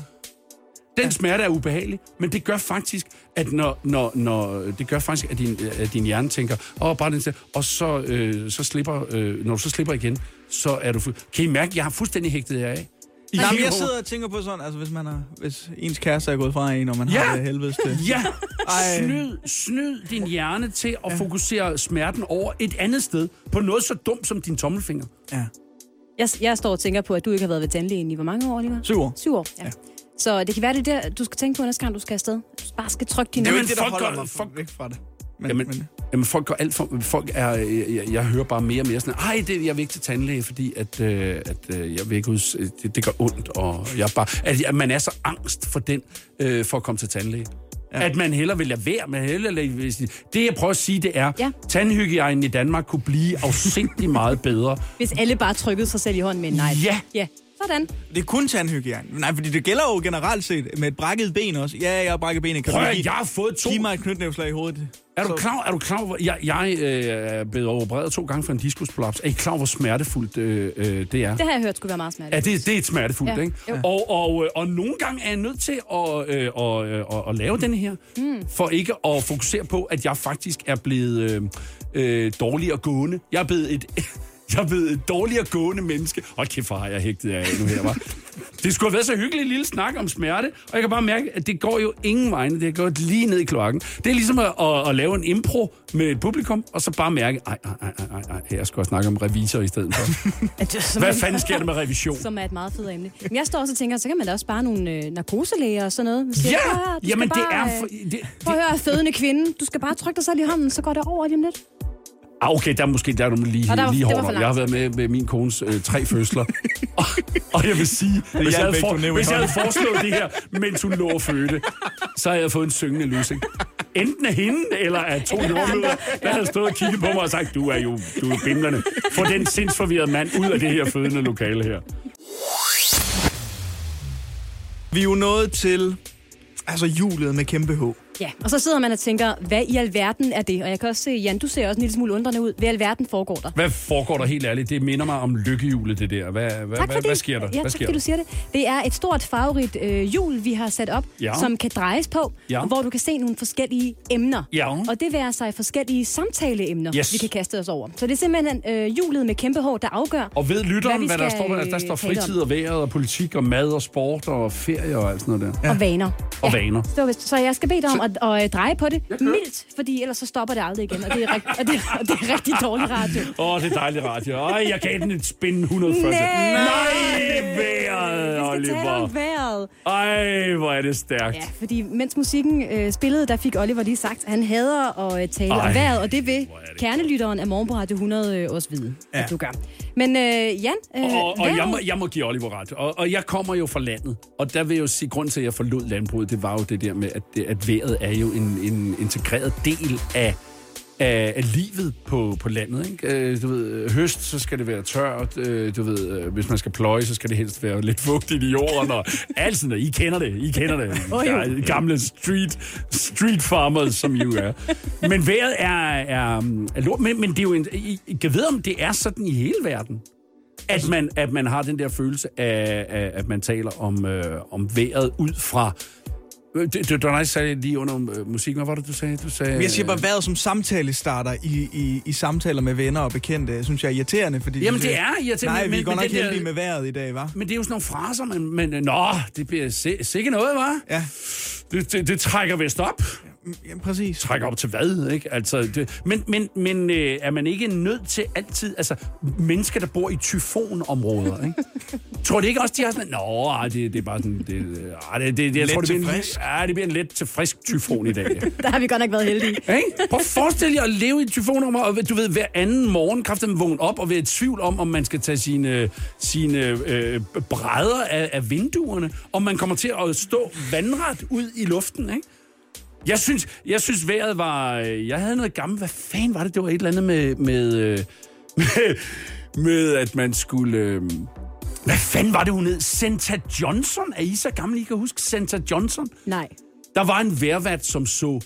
G: Den smerte er ubehagelig, men det gør faktisk, at når, når, når det gør faktisk, at din, at din hjerne tænker, åh, bare den smerte." og så, øh, så slipper, øh, når du så slipper igen, så er du... fu- Kan I mærke, at jeg har fuldstændig hægtet jer af? I
C: Nej, men
G: kigger
C: jeg
G: på mig.
C: sidder og tænker på sådan, altså hvis, man har, hvis ens kæreste er gået fra en, og man
G: Ja!
C: har det helvedes til.
G: Ja,
C: Ej.
G: snyd, snyd din hjerne til at fokusere smerten over et andet sted, på noget så dumt som din tommelfinger.
C: Ja.
B: Jeg, jeg står og tænker på, at du ikke har været ved tandlægen i hvor mange år, Oliver?
C: Syv år.
B: Syv år, ja. ja. Så det kan være, det er der, du skal tænke på næste gang, du skal afsted. Du bare skal trykke din
C: Det er jo ikke
G: Jamen,
C: det, der
G: folk
C: holder
G: gør-
C: mig
G: folk-
C: væk fra det. Men,
G: Jamen,
C: men,
G: jamen folk går alt for... Folk er, jeg, jeg, jeg hører bare mere og mere sådan, ej, det, jeg vil ikke til tandlæge, fordi at, øh, at øh, jeg vil ikke uds, øh, det, det gør ondt, og jeg er bare... At, at man er så angst for den, øh, for at komme til tandlæge. Ja. At man hellere vil lade være, man hellere lade, vil sige- Det, jeg prøver at sige, det er, ja.
B: Ja.
G: tandhygiejnen i Danmark kunne blive afsindelig meget bedre.
B: Hvis alle bare trykkede sig selv i hånden med en nej.
G: Ja.
B: Ja, sådan.
C: det er kun tandhygiejne. Nej, fordi det gælder jo generelt set med et brækket ben også. Ja, jeg har brækket benet. Kan
G: Prøv
C: du
G: at,
C: give,
G: jeg har fået to
C: give mig et knytnævslag i hovedet?
G: Er du
C: Så-
G: klar, er du klar over, jeg, jeg øh, er blevet opereret to gange for en diskusprolaps. Er I klar over, hvor smertefuldt øh, øh, det er?
B: Det har jeg hørt skulle være meget smert.
G: Ja, det, det er et smertefuldt,
B: Ja,
G: ja. ikke?
B: jo.
G: Og, og, øh, og nogle gange er jeg nødt til at, øh, og, øh, og, at lave den her, mm. for ikke at fokusere på, at jeg faktisk er blevet øh, øh, dårligere gående. Jeg er blevet et... Jeg er blevet et dårligere gående menneske. Og kæft, hvor har jeg hægtet jer af nu her, var. Det skulle have været så hyggeligt en lille snak om smerte, og jeg kan bare mærke, at det går jo ingen vegne. Det er gået lige ned i kloakken. Det er ligesom at, at, at lave en impro med et publikum, og så bare mærke, ej, ej, ej, ej, ej, her skal jeg snakke om revisor i stedet for. Hvad fanden sker der med revision?
B: Som er et meget fedt emne. Men jeg står også og tænker, så kan man da også bare nogle øh, narkoselæger og sådan noget. Man "Prøv
G: Ja!
B: at høre, du skal
G: Jamen, det
B: bare,
G: er... For,
B: øh,
G: det, det,
B: Prøv at høre, fødende kvinde. Du skal bare trykke dig selv i hånden, så går det over lige om lidt.
G: ah, okay, der er måske der er du lige,
B: Og der var-
G: lige
B: det var
G: hårdt
B: for
G: nok. Jeg har været med med min kones øh, tre fødsler. og, og jeg vil sige, hvis jeg, havde
C: ikke, du
G: for,
C: nævnte
G: hvis jeg havde
C: hånden.
G: foreslået det her, mens hun lå og fødte, så havde jeg fået en syngende lussing. Enten af hende, eller af to jordmøder, der havde stået og kigget på mig og sagt, du er jo du er bimlerne. Få den sindsforvirrede mand ud af det her fødende lokale her.
C: Vi er jo nået til altså julet med kæmpe H.
B: Ja, og så sidder man og tænker, hvad i alverden er det? Og jeg kan også se, Jan, du ser også en lille smule undrende ud. Hvad i alverden foregår der?
G: Hvad foregår der helt ærligt? Det minder mig om lykkehjulet, det der. Hvad, hvad,
B: Tak
G: hvad,
B: fordi,
G: hvad sker der?
B: Ja, tak
G: hvad sker
B: fordi
G: der?
B: du siger det. Det er et stort farverigt øh, hjul, vi har sat op,
G: Ja.
B: ja. som kan drejes på,
G: Ja.
B: og hvor du kan se nogle forskellige emner.
G: Ja.
B: Og det være sig forskellige samtaleemner,
G: Yes.
B: vi kan kaste os over. Så det er simpelthen øh, hjulet med kæmpe hår, der afgør.
G: Og ved lytteren,
B: Hvad vi
G: hvad, hvad der
B: skal,
G: står der? Altså, Der står
B: øh, tale om.
G: fritid og vejret og politik og mad og sport og ferie og alt sådan noget der.
B: og vaner.
G: Og vaner.
B: Så, det var vist- så jeg skal bede dig om at, at, øh, dreje på det mildt, fordi ellers så stopper det aldrig igen, og det er, rigt- og det, og det er rigtig dårlig radio.
G: Åh, oh, det er dejligt radio. Ej, jeg gav den et spin 140.
B: Nej!
G: Nej, vejret.
B: Vi skal tale
G: Oliver.
B: om vejret.
G: Ej, hvor er det stærkt.
B: Ja, fordi mens musikken øh, spillede, der fik Oliver lige sagt, at han hader at øh, tale
G: Ej,
B: om vejret, og det vil
G: hvor er det
B: kernelytteren af Morgen på Radio 100 øh, også vide, ja. at du gør. Men øh, Jan, øh,
G: Og, og
B: vejret-
G: jeg, må, jeg må give Oliver ret. Og, og jeg kommer jo fra landet. Og der vil jeg jo sige, grund til, at jeg forlod landbruget, det var jo det der med, at, det- at vejret er jo en, en integreret del af, af, af livet på, på landet. Ikke? Øh, Du ved, øh, høst, så skal det være tørt. øh, Du ved, øh, hvis man skal pløje, så skal det helst være lidt fugtigt i jorden. Og alt sådan noget. I kender det. I kender det. Ja, Gamle street, street farmers, som I jo er. Men vejret er, er, mm, er lort. Men, men det er jo en... I, I, kan vide, om det er sådan i hele verden? At man, at man har den der følelse af, af at man taler om, øh, om vejret ud fra... Øh, Det, det, det var nice, sagde lige under øh, musikken. Hvad var det, du sagde? Du sagde øh,
C: Men jeg siger bare, vejret som samtale starter i, i, i samtaler med venner og bekendte, synes jeg er irriterende, fordi... de
G: Jamen, det
C: siger,
G: er irriterende,
C: Nej,
G: men-
C: vi er
G: men
C: godt nok
G: den der-
C: heldige med vejret i dag, var.
G: Men det er jo sådan nogle fraser, man... man øh, nå, det bliver si- sikkert noget, hva'?
C: Ja,
G: Det, det, det trækker vist op.
C: mm, jamen, præcis.
G: Trækker op til hvad, ikke? Altså, det, men men, men øh, er man ikke nødt til altid... Altså, mennesker, der bor i tyfonområder, ikke? tror det ikke også, de har sådan... Nå, ej, det, det er bare sådan... Det, øh, ej, det, det, jeg
C: Let
G: tror, det
C: til
G: bliver en,
C: frisk.
G: ja, det bliver en let til frisk tyfon i dag.
B: der har vi godt nok været heldige.
G: Ikke? Prøv at forestille jer at leve i et tyfonnummer, og du ved, hver anden morgen kraften vågne op og være i tvivl om, om man skal tage sine, sine øh, brædder af, af vinduerne, om man kommer til at stå vandret ud i luften, ikke? Jeg synes, jeg synes vejret var... øh, Jeg havde noget gammelt... Hvad fanden var det? Det var et eller andet med... Med, øh, med, med at man skulle... Øh, hvad fanden var det, hun hed? Senta Johnson? Er I så gamle, I kan huske Senta Johnson?
B: Nej.
G: Der var en værvat, som så,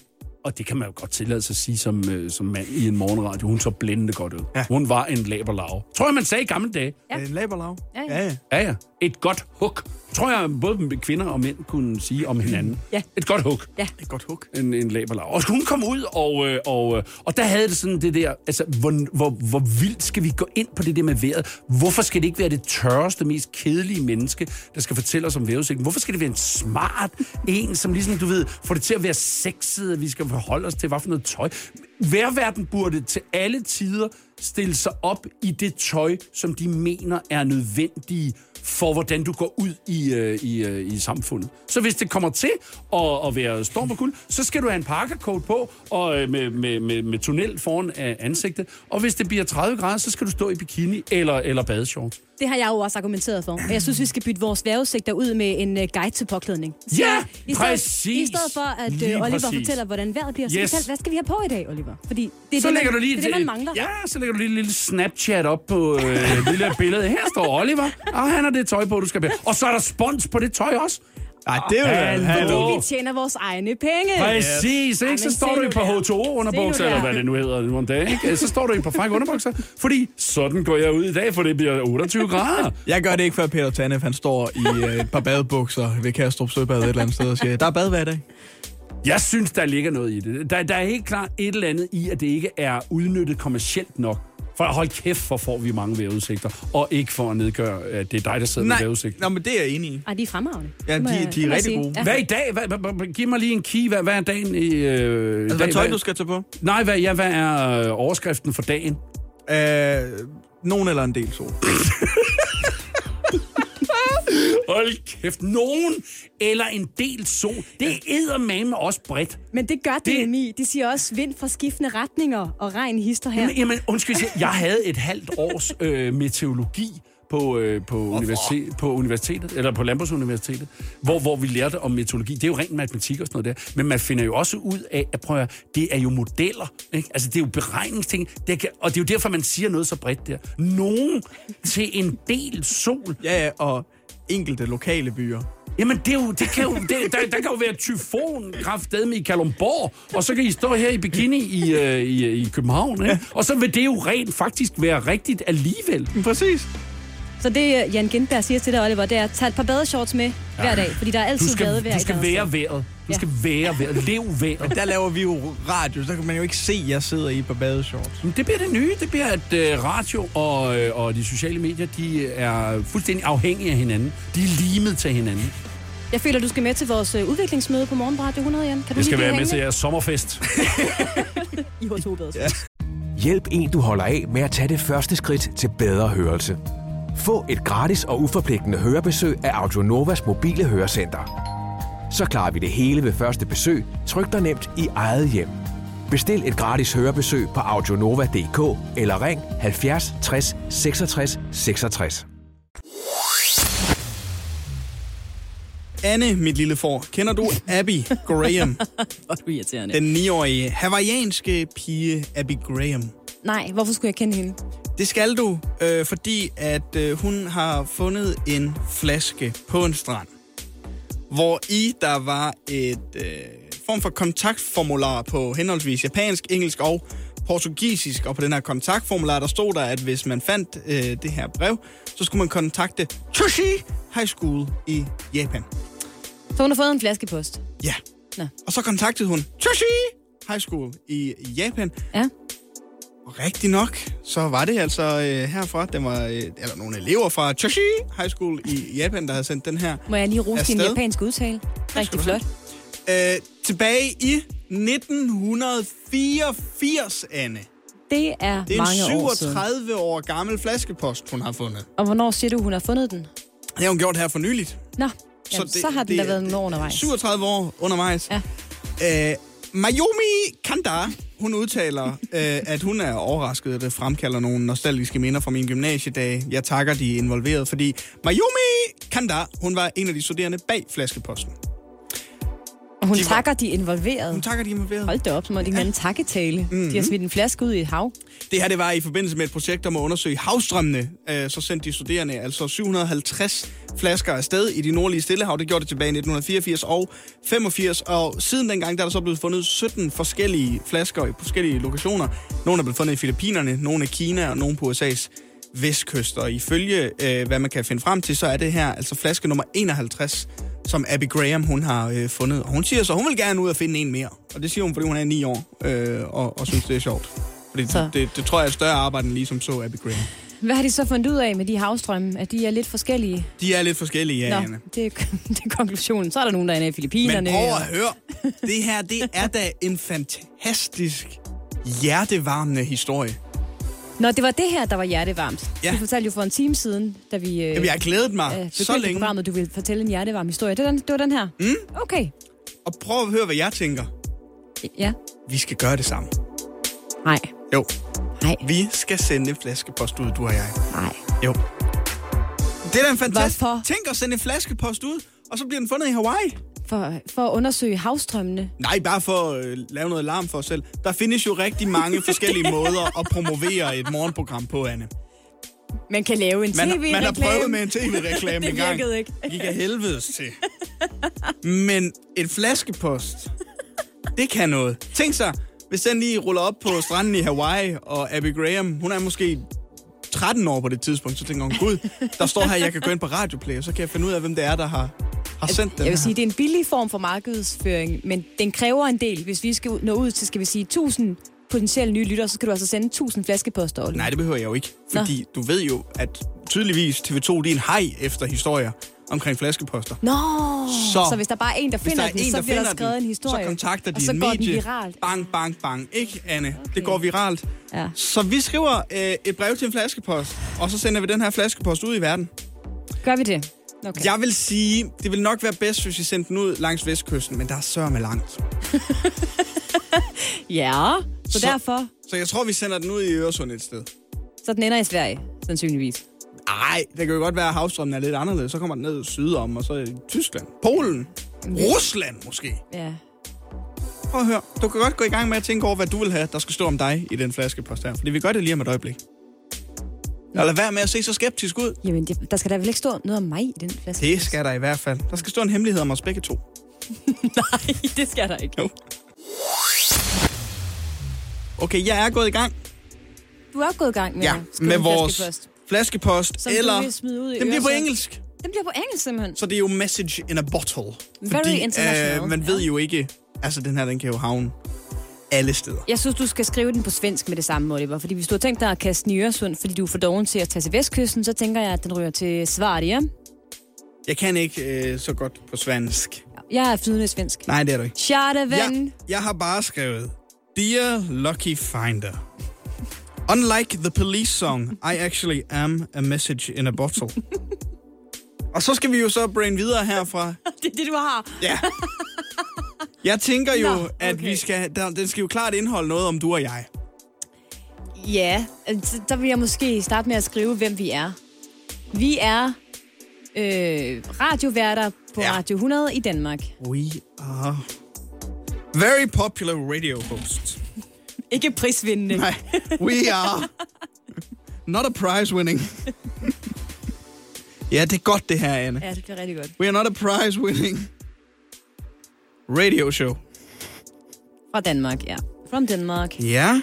G: og det kan man jo godt tillade sig at sige som, øh, som mand i en morgenradio, hun så blændende godt ud. Ja.
C: Ja.
G: Hun var en laberlav. Tror jeg, man sagde i gamle dage.
B: Ja.
C: Ja. Er det en laberlav?
B: Ja, ja.
C: Øh, ja. ja.
G: Ja, ja. Et godt hug. Tror jeg, både kvinder og mænd kunne sige om hinanden.
B: Ja.
G: Et godt hug.
B: Ja.
C: Et godt hug.
G: En, en laberlav. Og hun kom ud, og, øh, og, øh, og der havde det sådan det der, altså, hvor, hvor, hvor vildt skal vi gå ind på det der med vejret? Hvorfor skal det ikke være det tørreste, mest kedelige menneske, der skal fortælle os om vejrudsigten? Hvorfor skal det være en smart en, som ligesom, du ved, får det til at være sexet, at vi skal forholde os til, hvad for noget tøj? Vejrverden burde til alle tider stille sig op i det tøj, som de mener er nødvendige for, hvordan du går ud i, øh, i, øh, i samfundet. Så hvis det kommer til at, at være storm og kul, så skal du have en parkercoat på og øh, med, med, med, med tunnel foran af ansigtet. Og hvis det bliver 30 grader, så skal du stå i bikini eller, eller badeshorts.
B: Det har jeg jo også argumenteret for. Og Jeg synes, vi skal bytte vores vejrudsigter ud med en øh, guide til påklædning. Så
G: Ja,
B: i stedet,
G: præcis.
B: I stedet for, at
G: Lige
B: øh, Oliver
G: præcis.
B: præcis. fortæller, hvordan vejret bliver, så
G: Yes.
B: yes. hvad skal vi have på i dag, Oliver? Fordi det er,
G: så
B: det,
G: lægger
B: man,
G: du lige
B: det, er det, man mangler.
G: Ja, så lægger du lige et lille Snapchat op på øh, et lille billede. Her står Oliver, og han har det tøj på, du skal bære. Og så er der spons på det tøj også.
C: Ej, det er jo...
G: Hallo.
C: Hallo.
B: Vi tjener vores egne penge.
G: Præcis, ikke?
B: Ej,
G: Så
B: men
G: står
B: se
G: du i
B: nu
G: et par
B: der. Se
G: H2O-underbukser,
B: nu
G: eller
B: der.
G: hvad det nu hedder nu om dagen, ikke? Så står du i et par frække underbukser, fordi sådan går jeg ud i dag, for det bliver 28 grader.
C: Jeg gør det ikke, før Peter Tanef, han står i øh, et par badebukser ved Kastrup Søbad et eller andet sted og siger, der er bad hver dag.
G: Jeg synes, der ligger noget i det. Der, der er helt klart et eller andet i, at det ikke er udnyttet kommercielt nok. For hold kæft, hvor får vi mange vejrudsigter. Og ikke for at nedgøre, at det er dig, der sidder med vejrudsigter.
C: Nå, men det er jeg enig i.
B: Ej, de er fremragende.
C: Ja,
B: Det må
C: de-
B: jeg-
C: de
B: det
C: er
B: må jeg
C: rigtig
B: sige.
C: gode.
B: Ja.
G: Hvad i dag? Hvad, hvad, hvad, giv mig lige en key. Hvad, hvad er dagen i... Øh,
C: Altså,
G: dag?
C: hvad tøj,
G: Hvad-
C: du skal tage på?
G: Nej, hvad, ja, hvad er øh, overskriften for dagen?
C: Øh, nogen eller en del sol.
G: Hold kæft, nogen eller en del sol. Det æder med også bredt.
B: Men det gør
G: Det-
B: DMI. De siger også vind fra skiftende retninger og regn hister her.
G: Men, jamen, undskyld, jeg- jeg havde et halvt års øh, meteorologi på, øh, på, universitet, på universitetet, eller på Landbrugsuniversitetet, hvor, hvor vi lærte om meteorologi. Det er jo rent matematik og sådan noget der, men man finder jo også ud af, at prøv at høre, det er jo modeller, ikke? altså det er jo beregningsting, det kan, og det er jo derfor, man siger noget så bredt der. Nogen til en del sol,
C: Ja, ja, og enkelte lokale byer.
G: Jamen, det, er jo, det kan jo, det, der, der kan jo være tyfon kraftedme i Kalumborg, og så kan I stå her i bikini i, øh, i, i København, ikke? og så vil det jo rent faktisk være rigtigt alligevel.
C: Præcis.
B: Så det, øh, Jan Gindberg siger til dig, Oliver, det er, tag et par badeshorts med hver dag, fordi der er altid
G: Du skal,
B: badevejr
G: du
B: i
G: skal
B: Græsted.
G: være vejret. Du
B: Ja.
G: skal være vejret. Lev vejret.
C: Der laver vi jo radio, så der kan man jo ikke se, at jeg sidder i på badeshorts.
G: Men Det bliver det nye. Det bliver, at øh, radio og, øh, og de sociale medier, de er fuldstændig afhængige af hinanden. De er limet til hinanden.
B: Jeg føler, du skal med til vores øh, udviklingsmøde på Morgen på Radio 100, Jan. Kan du lige blive hængende?
G: jeres sommerfest.
B: I hos Hovedbadeshorts.
H: Hjælp en, du holder af med at tage det første skridt til bedre hørelse. Få et gratis og uforpligtende hørebesøg af Audionovas mobile hørecenter. Så klarer vi det hele ved første besøg, tryk dig nemt i eget hjem. Bestil et gratis hørebesøg på audionova.dk eller ring 70 60 66 66.
C: Anne, mit lille får, kender du Abby Graham?
B: Hvor er du irriterende.
C: den 9-årige hawaiianske pige Abby Graham.
B: Nej, hvorfor skulle jeg kende hende?
C: Det skal du, øh, fordi at øh, hun har fundet en flaske på en strand, hvor i der var et øh, form for kontaktformular på henholdsvis japansk, engelsk og portugisisk. Og på den her kontaktformular, der stod der, at hvis man fandt øh, det her brev, så skulle man kontakte Toshi High School i Japan.
B: Så hun har fået en flaskepost.
C: Ja.
B: Nå.
C: Og så kontaktede hun Toshi High School i Japan,
B: Ja.
C: Og Rigtig nok, så var det altså øh, herfra, den var, øh, eller nogle elever fra Choshi High School i Japan, der havde sendt den her.
B: Må jeg lige rose din
C: Afsted.
B: japanske udtale? Rigtig
C: du
B: flot.
C: Øh, tilbage i 1984, Anne.
B: Det er,
C: Det er
B: mange år
C: en
B: siden.
C: 37 år gammel flaskepost, hun har fundet.
B: Og hvornår siger du, hun har fundet den?
C: Det har hun gjort her for nyligt.
B: Nå, jamen, så, så har den da været nogle år undervejs.
C: 37 år undervejs.
B: Ja.
C: Øh, Mayumi Kanda, hun udtaler, øh, at hun er overrasket, at det fremkalder nogle nostalgiske minder fra min gymnasiedage. Jeg takker de involverede, fordi Mayumi Kanda, hun var en af de studerende bag flaskeposten.
B: Og hun
C: de var-
B: takker de involverede.
C: Hun takker de involverede.
B: Hold da op, som om det er en eller anden takketale. Mm-hmm. De
C: Mhm.
B: har smidt en flaske ud i et hav.
C: Det her det var i forbindelse med et projekt om at undersøge havstrømmene. Øh, så sendte de studerende altså 750 flasker afsted i de nordlige Stillehav. Det gjorde det tilbage i 1984 og 85. Og siden dengang der er der så blevet fundet 17 forskellige flasker i forskellige lokationer. Nogle er blevet fundet i Filippinerne, nogle i Kina og nogle på USA's vestkyst. Og ifølge øh, hvad man kan finde frem til, så er det her altså flaske nummer 51 som Abby Graham, hun har øh, fundet. Og hun siger så, hun vil gerne ud og finde en mere. Og det siger hun, fordi hun er 9 år øh, og, og synes, det er sjovt. Fordi
B: Så.
C: det, det, det tror jeg er et større arbejde end lige som så Abby Graham.
B: Hvad har de så fundet ud af med de havstrømme? At de er lidt forskellige?
C: De er lidt forskellige, ja, Anna.
B: det, er, det er konklusionen. Så er der nogen, der er i Filippinerne.
C: Men prøv
B: og-
C: at høre. Det her, det er da en fantastisk hjertevarmende historie.
B: Nå, det var det her, der var hjertevarmt.
C: Ja.
B: Du fortalte jo for en time siden, da vi øh,
C: Jamen, jeg har glædet
B: øh,
C: mig
B: begyndte
C: så længe.
B: programmet, du ville fortælle en hjertevarm historie. Det var den, det var den her? Mm. Okay.
C: Og prøv at høre, hvad jeg tænker.
B: Ja.
C: Vi skal gøre det sammen.
B: Nej.
C: Jo,
B: Nej.
C: vi skal sende en flaskepost ud, du og jeg.
B: Nej.
C: Jo. Det er da en fantastisk...
B: Hvorfor?
C: Tænk at sende en flaskepost ud, og så bliver den fundet i Hawaii.
B: For, for at undersøge havstrømmene.
C: Nej, bare for at øh, lave noget larm for os selv. Der findes jo rigtig mange forskellige måder at promovere et morgenprogram på, Anne.
B: Man kan lave en
C: Man,
B: tv-reklame.
C: man har prøvet med en tv-reklame
B: Det
C: engang.
B: virkede ikke.
C: Gik af helvedes til. Men en flaskepost, det kan noget. Tænk sig, hvis den lige ruller op på stranden i Hawaii, og Abby Graham, hun er måske 13 år på det tidspunkt, så tænker hun, gud, der står her, jeg kan gå ind på Radioplay, og så kan jeg finde ud af, hvem det er, der har, har sendt den
B: Jeg
C: her.
B: vil sige, det er en billig form for markedsføring, men den kræver en del. Hvis vi skal ud- nå ud til, skal vi sige, 1000 potentielle nye lyttere, så skal du altså sende 1000 flaskeposter. Ole.
C: Nej, det behøver jeg jo ikke. Fordi Nå. du ved jo, at tydeligvis TV2 de er en hej efter historier omkring flaskeposter.
B: Nå,
C: Så-
B: så, så hvis der bare er en, der
C: Hvis
B: finder
C: der er
B: den,
C: en,
B: så
C: der
B: bliver
C: finder
B: der skrevet
C: den,
B: en historie.
C: så kontakter de
B: og så
C: en
B: går
C: medie.
B: den viralt.
C: Bang, bang, bang. Ikke, Anne? Okay. Det går viralt.
B: Ja.
C: Så vi skriver øh, et brev til en flaskepost, og så sender vi den her flaskepost ud i verden.
B: Gør vi det? Okay.
C: Jeg vil sige, det vil nok være bedst, hvis vi sendte den ud langs vestkysten, men der er sørme langt.
B: Ja, så,
C: Så-
B: så derfor,
C: Så jeg tror, vi sender den ud i Øresund et sted.
B: så den ender i Sverige, sandsynligvis.
C: Nej, det kan jo godt være, at havstrømmen er lidt anderledes. Så kommer den ned sydom, og så i Tyskland, Polen, Rusland måske.
B: Ja.
C: Prøv at høre. Du kan godt gå i gang med at tænke over, hvad du vil have, der skal stå om dig i den flaskepost her. Fordi vi gør det lige om et øjeblik. Og lad være med at se så skeptisk ud.
B: Jamen, det, der skal da vel ikke stå noget om mig i den flaske.
C: Det skal der i hvert fald. Der skal stå en hemmelighed om os begge to.
B: Nej, det skal der ikke.
C: Jo. Okay, jeg er gået i gang
B: Du er gået i gang med
C: ja,
B: at skrive
C: med
B: en
C: vores
B: flaskepost,
C: flaskepost.
B: som
C: eller
B: du vil smide ud i
C: den bliver på
B: Øresund.
C: engelsk,
B: Den bliver på engelsk, simpelthen.
C: så det er jo message in a bottle. øh,
B: Very international,
C: man ved
B: ja.
C: jo ikke, altså den her, den kan jo havne alle steder.
B: Jeg synes, du skal skrive den på svensk med det samme, Oliver. Fordi hvis du har tænkt dig at kaste den i Øresund, fordi du er for doven til at tage til vestkysten, så tænker jeg, at den ryger til Sverige.
C: Jeg kan ikke øh, så godt på svensk.
B: Jeg er flydende i svensk.
C: Nej, det er du ikke.
B: Tjata, ven.
C: Jeg, jeg har bare skrevet, Dear Lucky Finder, Unlike the police song, I actually am a message in a bottle. Og så skal vi jo så brain videre herfra.
B: Det er det, du har.
C: Ja. Jeg tænker jo,
B: Nå,
C: Nå, okay. at
B: okay.
C: vi skal, der, den skal jo klart indeholde noget om du og jeg.
B: Ja, altså, der vil jeg måske starte med at skrive, hvem vi er. Vi er øh, radioværter på ja.
C: Ja.
B: Radio 100 i Danmark.
C: We are very popular radio hosts.
B: Ikke prisvindende.
C: Nej, we are not a prize winning. ja, det er godt det her, Anne.
B: Ja, det bliver rigtig godt.
C: We are not a prize winning radio show.
B: Fra Danmark, ja. From Denmark.
C: Ja,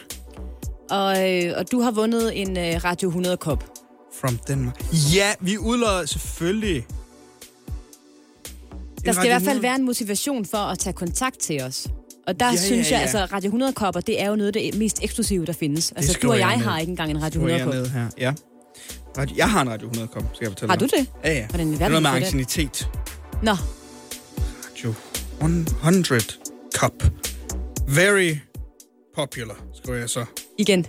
B: Og, øh, og du har vundet en øh, Radio 100-kop.
C: from Denmark. Ja, vi udlodder selvfølgelig.
B: Der skal i hvert fald være en motivation for at tage kontakt til os. Og der ja,
C: Ja,
B: synes
C: ja,
B: jeg,
C: ja.
B: altså Radio 100-kopper, det er jo noget af det mest eksklusive, der findes. Altså, du
C: skriver
B: og
C: jeg
B: jeg
C: ned.
B: har ikke engang en Radio
C: Radio
B: 100-kop.
C: 100 ned her. Ja. Radio, jeg har en Radio 100 kom, skal jeg fortælle
B: Har
C: dig.
B: du det?
C: Ja, ja.
B: Hvordan i
C: det er
B: verden
C: noget med
B: får den?
C: angstinitet.
B: Nå,
C: Radio 100 Cup. Very popular, skriver jeg så.
B: igen.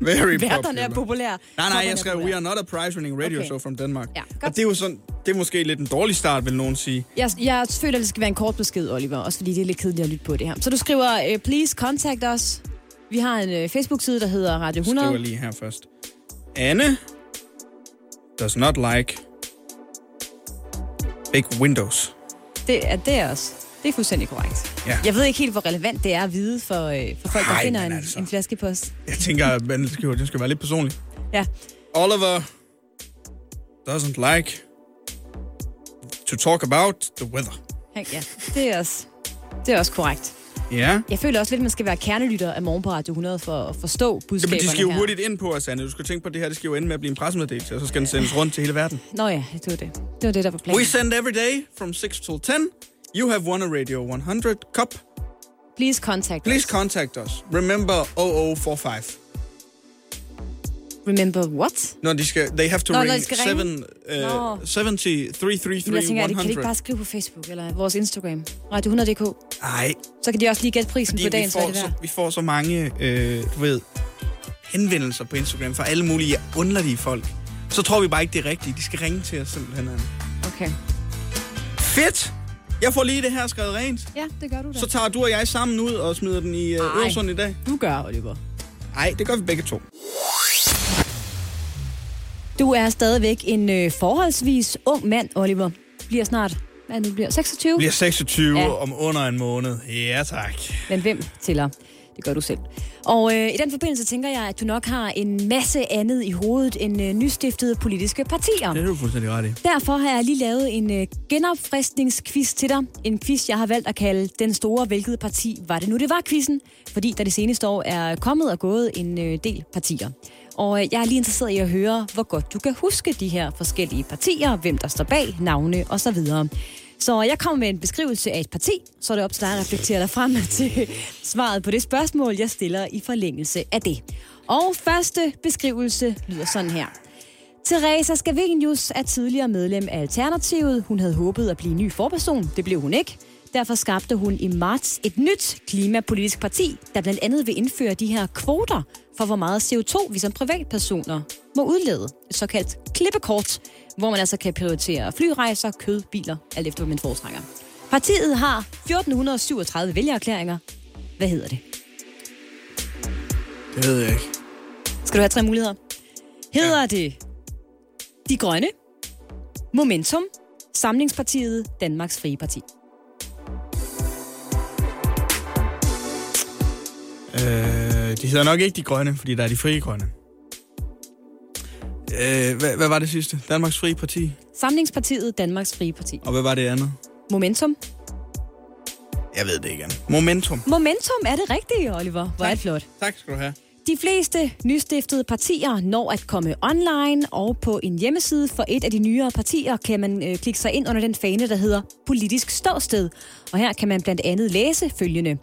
C: Very
B: Værterne er
C: popular.
B: populære.
C: Nej, nej,
B: Kopperne er
C: jeg skrev,
B: populære.
C: we are not a prize-winning radio
B: Okay.
C: okay. show from Denmark.
B: Ja, godt.
C: og det er jo sådan, det er måske lidt en dårlig start, vil nogen sige.
B: Jeg, jeg føler, det skal være en kort besked, Oliver, også fordi det er lidt kedeligt at lytte på det her. Så du skriver, øh, please contact us. Vi har en øh, Facebook-side, der hedder Radio
C: Skriver
B: 100.
C: jeg lige her først. Anne does not like big windows.
B: Det er det er også. Det er fuldstændig korrekt.
C: Ja.
B: Jeg ved ikke helt, hvor relevant det er at vide for, øh, for folk, der
C: Ej,
B: finder
C: men
B: en,
C: altså.
B: en flaskepost.
C: Jeg tænker, at man skal, jo- det skal være lidt personligt.
B: Ja.
C: Oliver doesn't like to talk about the weather.
B: Han- ja, det er også, det er også korrekt.
C: Ja. Yeah.
B: Jeg føler også lidt, at man skal være kernelytter af morgen på Radio 100 for at forstå budskaberne
C: Jamen, de skal jo
B: her.
C: hurtigt ind på os, Anne. Du skal tænke på, at det her det skal jo ende med at blive en pressemeddelelse, og så skal den sendes rundt til hele verden.
B: Nå ja, det var det. Det var det, der var planen.
C: We send every day from 6 till 10. You have won a Radio 100 cup.
B: Please contact
C: Please
B: us.
C: contact us. Remember 0045.
B: Remember what?
C: Når de skal, they have to
B: Nå, når
C: ring
B: de skal ringe.
C: 7,
B: Nå.
C: uh, 70
B: Men jeg
C: 333
B: tænker, er det, kan de ikke
C: 100.
B: bare skrive på Facebook eller vores Instagram? Radio 100.dk.
C: Nej,
B: Så kan de også lige gætte prisen på
C: vi
B: dagen, så er
C: får,
B: det
C: så,
B: værd.
C: vi får så mange, øh, du ved, henvendelser på Instagram fra alle mulige underlige folk. Så tror vi bare ikke, det er rigtigt. De skal ringe til os simpelthen. Anne.
B: Okay.
C: Fedt! Jeg får lige det her skrevet rent.
B: Ja, det gør du da.
C: Så tager du og jeg sammen ud og smider den i øh,
B: Ej.
C: Øresund i dag.
B: du gør, Oliver.
C: Nej, det gør vi begge to.
B: Uh. Du er stadigvæk en øh, forholdsvis ung mand, Oliver. Bliver snart, hvad er det nu bliver, 26?
C: Bliver 26
B: Ja.
C: ja. om under en måned. Ja, tak.
B: Men hvem tæller? Det gør du selv. Og øh, i den forbindelse tænker jeg, at du nok har en masse andet i hovedet end øh, nystiftede politiske partier.
C: Det er du fuldstændig ret i.
B: Derfor har jeg lige lavet en øh, genopfriskningsquiz til dig. En quiz, jeg har valgt at kalde Den Store Hvilket Parti Var det nu, det var quizzen? Fordi der det seneste år er kommet og gået en øh, del partier. Og øh, jeg er lige interesseret i at høre, hvor godt du kan huske de her forskellige partier, hvem der står bag, navne osv. Så jeg kommer med en beskrivelse af et parti, så er det op til dig at reflektere dig frem til svaret på det spørgsmål, jeg stiller i forlængelse af det. Og første beskrivelse lyder sådan her. Teresa Scavenius er tidligere medlem af Alternativet. Hun havde håbet at blive ny forperson. Det blev hun ikke. Derfor skabte hun i marts et nyt klimapolitisk parti, der blandt andet vil indføre de her kvoter for, hvor meget CO2 vi som privatpersoner må udlede. Et såkaldt klippekort, hvor man altså kan prioritere flyrejser, kød, biler, alt efter, hvad man foretrækker. Partiet har 1437 vælgererklæringer. Hvad hedder det?
C: Det ved jeg ikke.
B: Skal du have tre muligheder? Hedder ja. det De Grønne, Momentum, Samlingspartiet, Danmarks Frie Parti?
C: Øh, de hedder nok ikke de grønne, fordi der er de frie grønne. Øh, hvad, hvad var det sidste? Danmarks Frie Parti.
B: Samlingspartiet, Danmarks Frie Parti.
C: Og hvad var det andet?
B: Momentum.
C: Jeg ved det ikke, Anne. Momentum.
B: Momentum er det rigtige, Oliver. Hvor er det flot.
C: Tak skal du have.
B: De fleste nystiftede partier når at komme online, og på en hjemmeside for et af de nyere partier kan man øh, klikke sig ind under den fane, der hedder Politisk Ståsted. Og her kan man blandt andet læse følgende.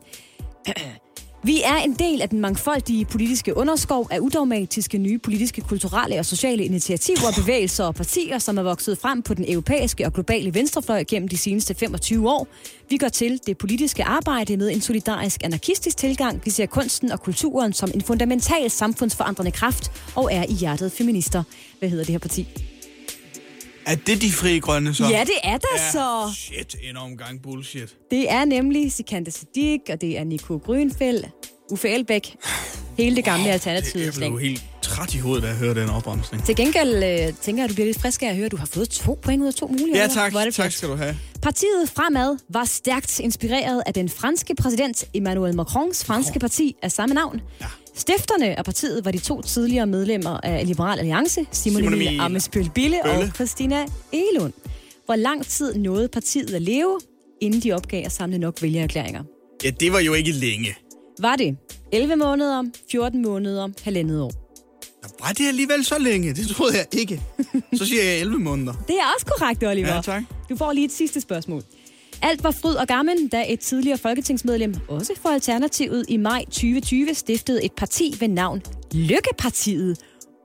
B: Vi er en del af den mangfoldige politiske underskov af udogmatiske nye politiske, kulturelle og sociale initiativer, bevægelser og partier, som er vokset frem på den europæiske og globale venstrefløj gennem de seneste 25 år. Vi går til det politiske arbejde med en solidarisk anarkistisk tilgang. Vi ser kunsten og kulturen som en fundamental samfundsforandrende kraft og er i hjertet feminister. Hvad hedder det her parti?
C: Er det de frie grønne så?
B: Ja, det er der ja. så!
C: Shit, en omgang bullshit.
B: Det er nemlig Sikanda Sadik, og det er Nico Grønfeldt, Uffe Elbæk, hele det gamle
C: Det
B: alternativ.
C: er jo helt træt i hovedet, da jeg hører den opremsning.
B: Til gengæld øh, tænker jeg, at du bliver lidt frisk af at høre, at du har fået to point ud af to mulige.
C: Ja
B: Oliver.
C: tak,
B: Hvor er det
C: tak
B: flot.
C: skal du have.
B: Partiet Fremad var stærkt inspireret af den franske præsident Emmanuel Macrons franske parti af samme navn. Ja. Stifterne af partiet var de to tidligere medlemmer af Liberal Alliance, Simon
C: Simon
B: Emil
C: Emil
B: Amesbøl Bille og
C: Bølle.
B: Christina Elund. Hvor lang tid nåede partiet at leve, inden de opgav at samle nok vælgererklæringer?
C: Ja, det var jo ikke længe.
B: Var det 11 måneder, 14 måneder, halvandet år?
C: Ja, Var det alligevel så længe? Det troede jeg ikke. Så siger jeg 11 måneder.
B: Det er også korrekt, Oliver.
C: Ja, tak.
B: Du får lige et sidste spørgsmål. Alt var fryd og gammel, da et tidligere folketingsmedlem, også for Alternativet, i maj 2020 stiftede et parti ved navn Lykkepartiet.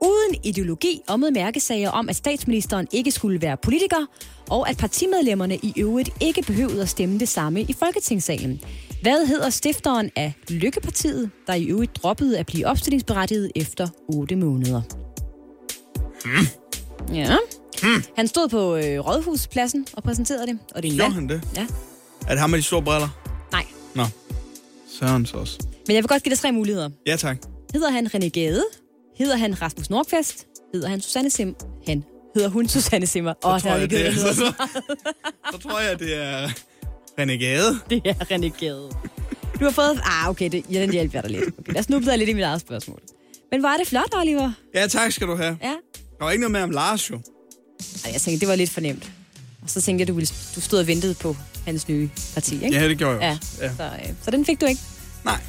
B: Uden ideologi og med mærkesager om, at statsministeren ikke skulle være politiker, og at partimedlemmerne i øvrigt ikke behøvede at stemme det samme i Folketingssalen. Hvad hedder stifteren af Lykkepartiet, der i øvrigt droppede at blive opstillingsberettiget efter 8 måneder? Ja.
C: Hmm.
B: Han stod på øh, Rådhuspladsen og præsenterede det. Og det er en
C: Gjorde
B: mand.
C: han det?
B: Ja.
C: Er det ham med de store briller?
B: Nej.
C: Nå. Søren så også.
B: Men jeg vil godt give dig tre muligheder.
C: Ja tak.
B: Hedder han René Gade? Hedder han Rasmus Nordqvist? Hedder han Susanne Sim? Han. Hedder hun Susanne Simmer? Åh, oh, der
C: tror
B: er
C: jeg,
B: ikke
C: det er,
B: det,
C: så, så, så tror jeg, det er Renegade.
B: det er René Gade. Du har fået... Ah, okay, det, ja, den hjælper jeg dig lidt. Okay, der snublede jeg lidt i mit eget spørgsmål. Men var det flot, Oliver?
C: Ja, tak skal du have.
B: Ja.
C: Der var ikke noget med om Lars, jo.
B: Ej, jeg tænkte, det var lidt for nemt. Og så tænkte jeg, du, ville, du stod og ventede på hans nye parti, ikke?
C: Ja, det gjorde jeg
B: ja.
C: også.
B: ja. Så, øh, så den fik du ikke?
C: Nej.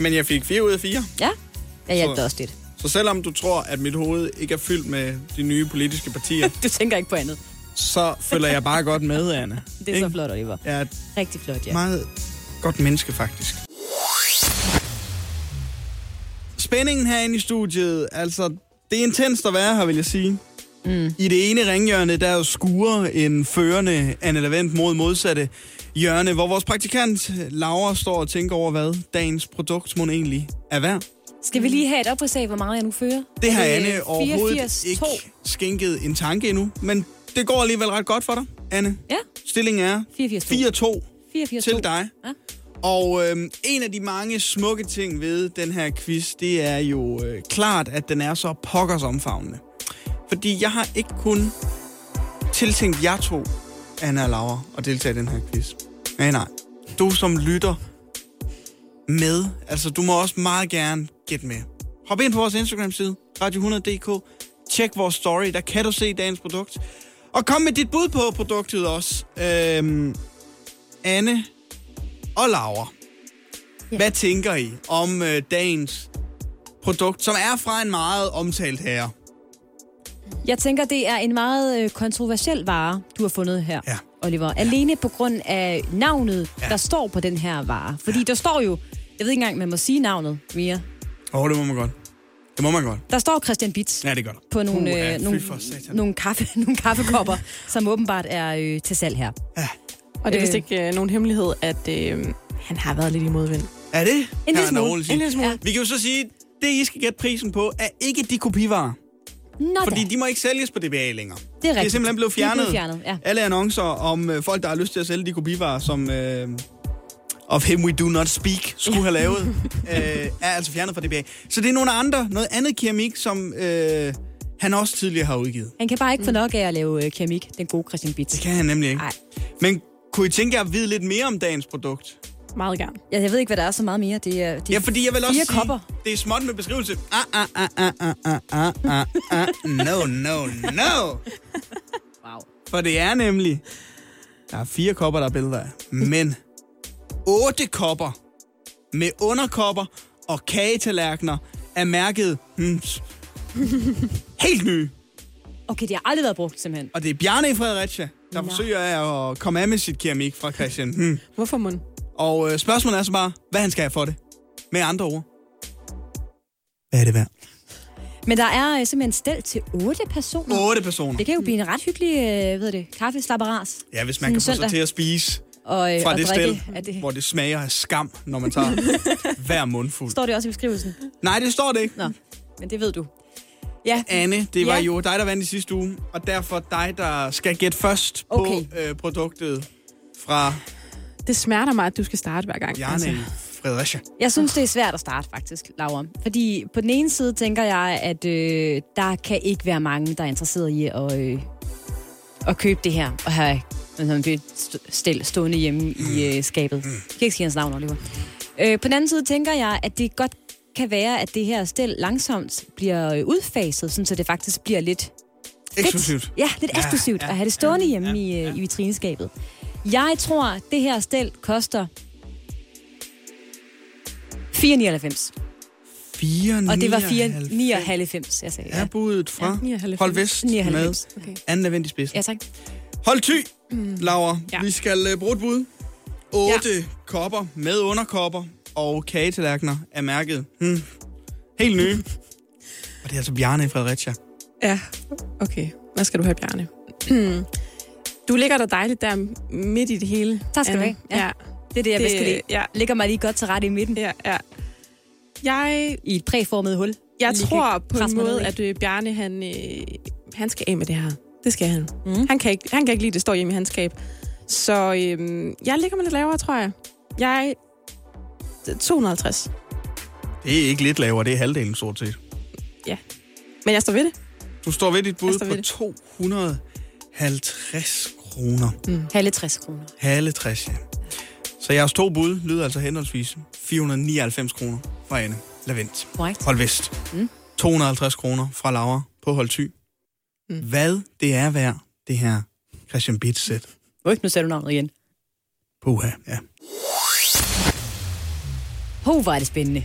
C: Men jeg fik 4 ud af 4.
B: Ja. Jeg hjalp
C: Så-
B: dig også lidt.
C: Så selvom du tror, at mit hoved ikke er fyldt med de nye politiske partier,
B: Du tænker ikke på andet.
C: så følger jeg bare godt med, Anne.
B: Det er så flot, Oliver.
C: Jeg er et
B: Rigtig flot, ja.
C: meget godt menneske, faktisk. Spændingen herinde i studiet, altså, det er intenst at være her, vil jeg sige. Mm. I det ene ringhjørne, der er jo skuer en førende Anne Lavent mod modsatte hjørne, hvor vores praktikant Laura står og tænker over, hvad dagens produkt må egentlig er værd.
B: Skal vi lige have et opris af, hvor meget jeg nu fører?
C: Det har
B: Øh,
C: Anne overhovedet
B: 84,
C: ikke
B: to.
C: skænket en tanke endnu, men det går alligevel ret godt for dig, Anne.
B: Ja,
C: Stillingen er
B: 84 to.
C: 4-2
B: 84
C: til dig.
B: Ja.
C: Og øhm, en af de mange smukke ting ved den her quiz, det er jo øh, klart, at den er så pokkers omfavnende. Fordi jeg har ikke kun tiltænkt jer to, Anna og Laura, at deltage i den her quiz. Nej, nej. Du som lytter med, altså du må også meget gerne gætte med. Hop ind på vores Instagram-side, radio100.dk. Tjek vores story, der kan du se dagens produkt. Og kom med dit bud på produktet også. Øhm, Anne og Laura. Ja. Hvad tænker I om øh, dagens produkt, som er fra en meget omtalt herre?
B: Jeg tænker, det er en meget øh, kontroversiel vare, du har fundet her,
C: Ja.
B: Oliver. Alene på grund af navnet, ja. der står på den her vare. Fordi ja. der står jo, jeg ved ikke engang, man må sige navnet mere.
C: Åh, oh, det må man godt. Det må man godt.
B: Der står Christian Bitz
C: Ja, det gør der.
B: på nogle,
C: Puh, ja,
B: øh,
C: fy
B: nogle,
C: for satan.
B: nogle, kaffe, nogle kaffekopper, som åbenbart er øh, til salg her.
D: Og det er vist
B: Øh.
D: ikke øh, nogen hemmelighed, at øh, han har været lidt i modvind.
C: Er det?
B: En lille
C: Herre
B: smule.
C: Norge siger.
D: En lille smule.
C: Vi kan jo så sige, det I skal gætte prisen på, er ikke de kopivarer.
B: Nå
C: Fordi
B: da.
C: de må ikke sælges på DBA længere.
B: Det er
C: De er
B: rigtigt.
C: simpelthen blevet
B: De er
C: fjernet.
B: blevet fjernet, ja.
C: Alle annoncer om øh, folk, der har lyst til at sælge de kopivarer, som øh, Of Him We Do Not Speak skulle have lavet, øh, er altså fjernet fra DBA. Så det er nogle andre, noget andet keramik, som øh, han også tidligere har udgivet.
B: Han kan bare ikke få nok af at lave øh, keramik, den gode Christian Bitz.
C: Det kan han nemlig ikke.
B: Nej.
C: Men kunne I tænke jer at vide lidt mere om dagens produkt?
D: Meget gerne.
B: Jeg, jeg ved ikke, hvad der er så meget mere. Det er, det er
C: Ja, fordi jeg vil også
B: fire
C: sige,
B: kopper.
C: det er småt med beskrivelse. Ah, ah, ah, ah, ah, ah, ah, ah, ah, no, no, no.
B: Wow.
C: For det er nemlig, der er fire kopper, der er billeder af, men otte kopper med underkopper og kagetallerkener er mærket hmm, helt nye.
B: Okay, det har aldrig været brugt, simpelthen.
C: Og det er Bjarne i Fredericia, der forsøger at komme af med sit keramik fra Christian. Hmm.
D: Hvorfor mund?
C: Og øh, spørgsmålet er så bare, hvad han skal have for det. Med andre ord. Hvad er det værd?
B: Men der er øh, simpelthen stel til otte personer.
C: Otte personer.
B: Det kan jo blive en ret hyggelig, øh, ved det, kaffeslapperas.
C: Ja, hvis man kan få
B: Sådan en
C: sig til at spise
B: Og, øh,
C: fra
B: og
C: det
B: drikke.
C: sted,
B: Er det,
C: hvor det smager af skam, når man tager hver mundfuld.
B: står det også i beskrivelsen.
C: Nej, det står det ikke.
B: Nå, men det ved du. Ja,
C: Anne, det var
B: Ja.
C: jo dig, der vandt i sidste uge, og derfor dig, der skal gætte først
B: Okay.
C: på øh, produktet fra
F: Det smerter mig, at du skal starte hver gang.
C: Bjarne
D: Altså.
C: i
B: Altså.
C: Fredericia.
B: jeg synes, det er svært at starte faktisk, Laura. Fordi på den ene side tænker jeg, at øh, der kan ikke være mange, der er interesseret i at, øh, at købe det her. Og have sådan det st- stel stående hjemme i øh, skabet. Jeg kan ikke sige hans navn, Oliver. Øh, på den anden side tænker jeg, at det godt kan være, at det her stel langsomt bliver øh, udfaset, sådan så det faktisk bliver lidt
C: Eksklusivt.
B: Fedt. Ja, lidt
C: Ja,
B: eksklusivt
C: ja,
B: at have det stående
C: ja,
B: hjemme
C: ja,
B: i, øh,
C: ja.
B: i vitrineskabet. Jeg tror, det her stel koster 4,99.
C: 4,
B: Og det var 4,99, jeg sagde.
C: Er
B: Ja,
C: budet fra ja,
F: 99.
C: Hold Vest med
B: 99.
F: Okay.
C: Anne Lavendt i spidsen.
B: ja tak.
C: Hold ty, Laura. Ja.
F: Ja.
C: Vi skal øh, bruge et bud. 8 ja. kopper med underkopper og kagetallerkener er mærket. Hmm. Helt nye. og det er altså Bjarne i Fredericia.
D: Ja, okay. Hvad skal du have, Bjarne? du ligger der dejligt der midt i det hele.
B: Tak skal du
D: Anne.
B: have. Ja.
D: Ja,
B: Det er det, jeg
D: Det-
B: bedst kan lide.
D: ja.
B: Ligger mig lige godt til rette i midten
D: ja, ja. Jeg,
B: i et præformet hul.
D: jeg
B: Lige
D: tror
B: kan
D: på en
B: presse mig ned
D: måde,
B: i.
D: at øh, Bjarne, han, øh, han skal af med det her. Det skal han. Mm. Han, kan ikke, han kan ikke lide, at det står hjemme i hans skab. Så øh, jeg ligger mig lidt lavere, tror jeg. Jeg... 250.
C: Det er ikke lidt lavere, det er halvdelen stort set.
D: Men jeg står ved det.
C: Du står ved dit bud
D: Jeg står ved
C: på
D: det.
C: 250 kroner.
B: Halve 60 kroner.
C: Halve 60, ja. Så jeres to bud lyder altså henholdsvis 499 kroner fra Anne Lavendt.
B: Korrekt.
C: Hold Vest. Mm. 250 kroner fra Laura på Hold Thy. Mm.
D: Mm.
C: Hvad det er værd, det her Christian Bitz sæt.
B: Øj, nu sagde du navnet igen.
C: Puha, ja.
B: Ho, hvor er det spændende.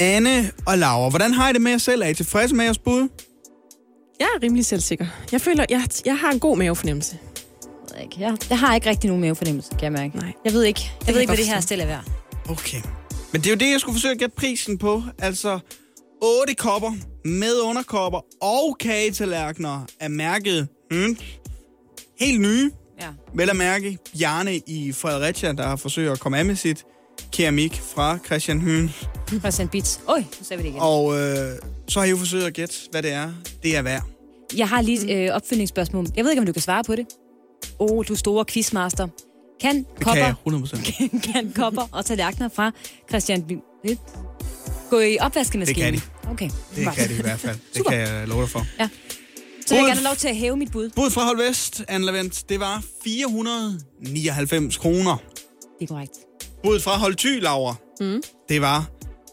C: Anne og Laura, hvordan har I det med jer selv? Er I tilfredse med jeres bud?
D: Jeg er rimelig selvsikker. Jeg føler, jeg, jeg har en god mavefornemmelse.
B: Jeg ved ikke, Jeg, jeg har ikke rigtig nogen mavefornemmelse, kan jeg mærke.
D: Nej.
B: Jeg ved ikke, jeg
D: kan
B: ved
D: jeg
B: ikke hvad
D: godt
B: det her
D: forstå.
B: stel er værd.
C: Okay. Men det er jo det, jeg skulle forsøge at gætte prisen på. Altså, 8 kopper med underkopper og kagetallerkener er mærket mm, helt nye.
B: Ja.
C: Vel at mærke, Bjarne i Fredericia, der har forsøgt at komme af med sit keramik fra Christian Høen.
B: Christian Bits. Øj, nu sagde vi det igen.
C: Og øh, så har I jo forsøgt at gætte, hvad det er, det er værd.
B: Jeg har lige et øh, opfølgningsspørgsmål. Jeg ved ikke, om du kan svare på det. Åh, oh, du store quizmaster. Kan
C: Det kan jeg
B: kopper,
C: 100%.
B: kan, kan kopper og tallerkener fra Christian B- øh, gå i opvaskemaskinen?
C: Det
B: de. Okay.
C: Det
B: Godt.
C: kan det i hvert fald. Det
B: Super.
C: kan jeg love dig for.
B: Så vil jeg
C: Bud-
B: gerne have lov til at hæve mit bud.
C: Bud fra Hold Vest, Anne Lavendt, det var 499 kroner.
B: Det er korrekt.
C: Budet fra Hold Thy, Laura, mm. det var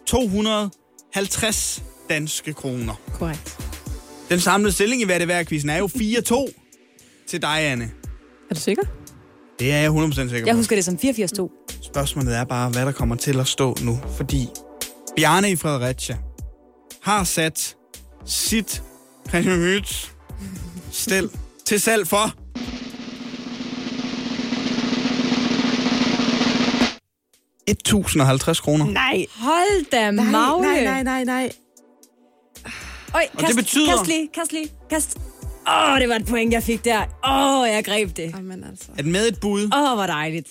C: 250 danske kroner.
D: Korrekt.
C: Den samlede stilling i hvad det værd quizzen er jo 4-2 til dig, Anne.
D: Er du sikker?
C: Det er jeg 100% sikker på.
B: Jeg husker det som 84-2.
C: Spørgsmålet er bare, hvad der kommer til at stå nu. Fordi Bjarne i Fredericia har sat sit Christianhøjts stel til salg for... 1050 kroner.
D: Nej.
B: Hold da
D: Nej,
B: magle.
D: nej, nej, nej, nej.
B: Øj,
C: det betyder-
B: Kast lige, kast lige, kast. Åh, oh, det var et point, jeg fik der. Åh, oh, jeg greb det.
D: Jamen altså.
C: At med et bud
B: Åh, oh, hvor dejligt.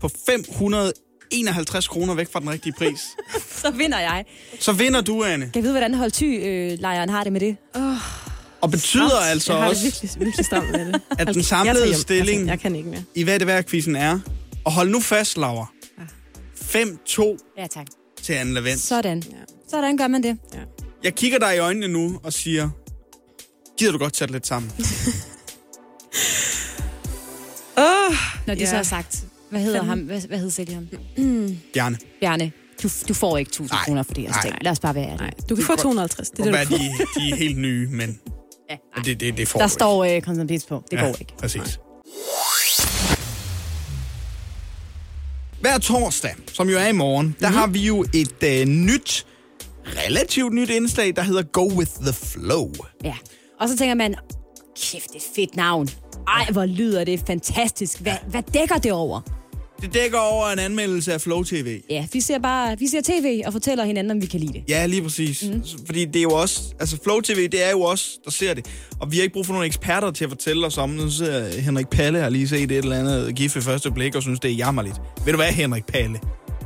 C: på 551 kroner væk fra den rigtige pris,
B: Så vinder jeg.
C: så vinder du, Anne.
B: Kan jeg vide, hvordan Holty-lejren har det med det?
C: Og betyder altså
D: jeg har det
C: også,
D: virkelig, virkelig stramt med det. Altså,
C: at den
D: Jeg tager
C: samlede
D: hjem.
C: stilling...
D: Jeg, jeg kan ikke mere.
C: i hvad det værd quizzen er. Og hold nu fast, Laura. 5-2
B: Ja, tak.
C: til Anne Lavendt. Så...
B: Sådan.
D: Ja.
B: Sådan gør man det.
C: Jeg kigger dig i øjnene nu og siger, gider du godt tage det lidt sammen?
D: Oh,
B: Når det
D: Ja.
B: så er sagt. Hvad hedder ham? Hvad, hvad hedder Silje ham?
C: Bjarne.
B: Bjarne, du, du får ikke 1000
C: Nej,
B: kroner for det her
C: nej.
B: stik. Lad os bare være ærlige.
D: nej, du kan få 250. Det
C: Det
D: er det,
C: være,
D: du får.
C: de, de er helt nye, men
B: Ja,
C: men det, det, det får
B: der
C: du
B: står øh, Konstantin på. Det
C: ikke.
B: ja. går ikke.
C: Præcis. Hver torsdag, som jo er i morgen,
B: Mhm.
C: der har vi jo et øh, nyt, relativt nyt indslag, der hedder Go With The Flow.
B: Ja. Og så tænker man, kæft, det er et fedt navn. Ej, hvor lyder det fantastisk. Hvad, hvad dækker det over?
C: Det dækker over en anmeldelse af Flow TV.
B: Ja, vi ser bare vi ser tv og fortæller hinanden, om vi kan lide det.
C: Ja, lige præcis. Mm. Fordi det er jo også... Altså, Flow TV, det er jo os, der ser det. Og vi har ikke brug for nogle eksperter til at fortælle os om det. Nu sidder Henrik Palle har lige set et eller andet gif i første blik og synes, det er jammerligt. Ved du hvad, Henrik Palle?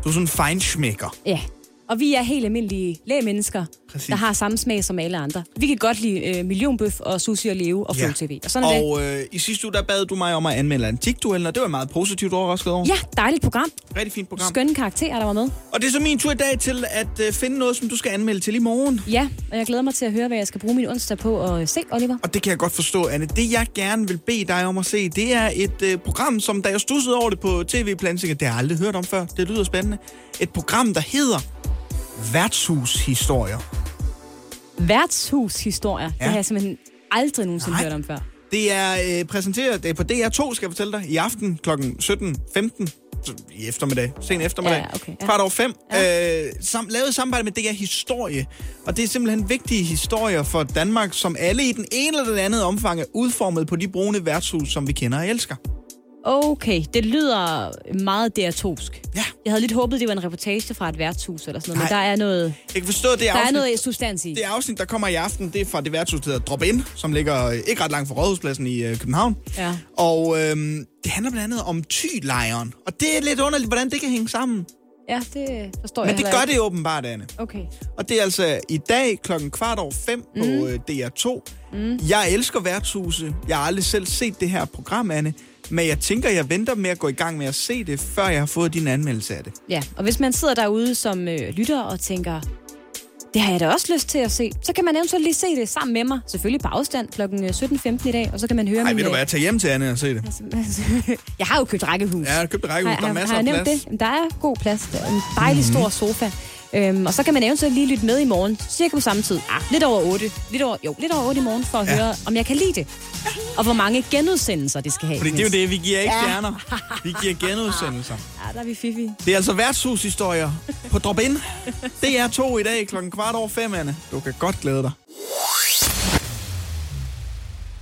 C: Du er sådan en feinschmækker.
B: Ja. Og vi er helt almindelige lægemennesker,
C: Præcis.
B: der har samme smag som alle andre. Vi kan godt lide øh, millionbøf og sushi og leve og ja. tv. Og sådan er det.
C: og øh, i sidste uge, der bad du mig om at anmelde antikduellen, og det var jeg meget positivt overrasket over.
B: Ja, dejligt program.
C: Rigtig fint program.
B: Skønne karakterer, der var med.
C: Og det er så min tur i dag til at øh, finde noget, som du skal anmelde til i morgen.
B: Ja, og jeg glæder mig til at høre, hvad jeg skal bruge min onsdag på at øh, se, Oliver.
C: Og det kan jeg godt forstå, Anne. Det, jeg gerne vil bede dig om at se, det er et øh, program, som da jeg stussede over det på tv plansinger det har jeg aldrig hørt om før. Det lyder spændende. Et program, der hedder Værtshushistorier.
B: Værtshushistorier, ja.
C: Ja.
B: det har jeg simpelthen aldrig nogensinde
C: Nej.
B: hørt om før.
C: Det er øh, præsenteret øh, på DR2, skal jeg fortælle dig, i aften kl. 17.15 så i eftermiddag, sen eftermiddag,
B: Ja, okay, ja.
C: kvart over fem, ja. øh, sam, lavet i samarbejde med DR Historie. Og det er simpelthen vigtige historier for Danmark, som alle i den ene eller den anden omfang er udformet på de brune værtshus, som vi kender og elsker.
B: Okay, det lyder meget DR2'sk.
C: Ja.
B: Jeg havde lidt håbet, det var en reportage fra et værtshus eller sådan noget,
C: Nej.
B: men der er noget,
C: Jeg kan forstå, at det er
B: der er
C: afsnit-
B: noget substans i.
C: Det afsnit, der kommer i aften, det er fra det værtshus, der hedder Drop In, som ligger øh, ikke ret langt fra Rådhuspladsen i øh, København.
B: Ja.
C: Og øhm, det handler blandt andet om tylejren. Og det er lidt underligt, hvordan det kan hænge sammen.
B: Ja, det forstår jeg
C: Men det
B: heller
C: gør
B: ikke.
C: det åbenbart, Anne.
B: Okay.
C: Og det er altså i dag klokken kvart over fem på øh, DR2. Mm. Jeg elsker værtshuse. Jeg har aldrig selv set det her program, Anne. Men jeg tænker, jeg venter med at gå i gang med at se det, før jeg har fået din anmeldelse af det.
B: Ja, og hvis man sidder derude som øh, lytter og tænker, det har jeg da også lyst til at se, så kan man eventuelt lige se det sammen med mig. Selvfølgelig på afstand kl. 17.15 i dag, og så kan man høre min...
C: Nej,
B: øh,
C: ved du hvad? Tag hjem til Anne og se det.
B: hvad? jeg har jo købt rækkehus.
C: Ja, jeg købte række ud. Der er
B: har,
C: masser
B: har
C: af
B: jeg
C: plads. Mhm.
B: nævnt det? Jamen, Der er god plads. Der er en dejlig stor sofa. Øhm, og så kan man eventuelt lige lytte med i morgen, cirka på samme tid. Ah, lidt over 8. Lidt over, jo, lidt over 8 i morgen for at ja. høre, om jeg kan lide det. Og hvor mange genudsendelser det skal have.
C: Fordi det er jo det, vi giver ikke
B: Ja.
C: stjerner. Vi giver genudsendelser.
B: Ja, der er vi fifi.
C: Det er altså værtshushistorier på Drop-In. DR2 i dag klokken kvart over fem, Anne. Du kan godt glæde dig.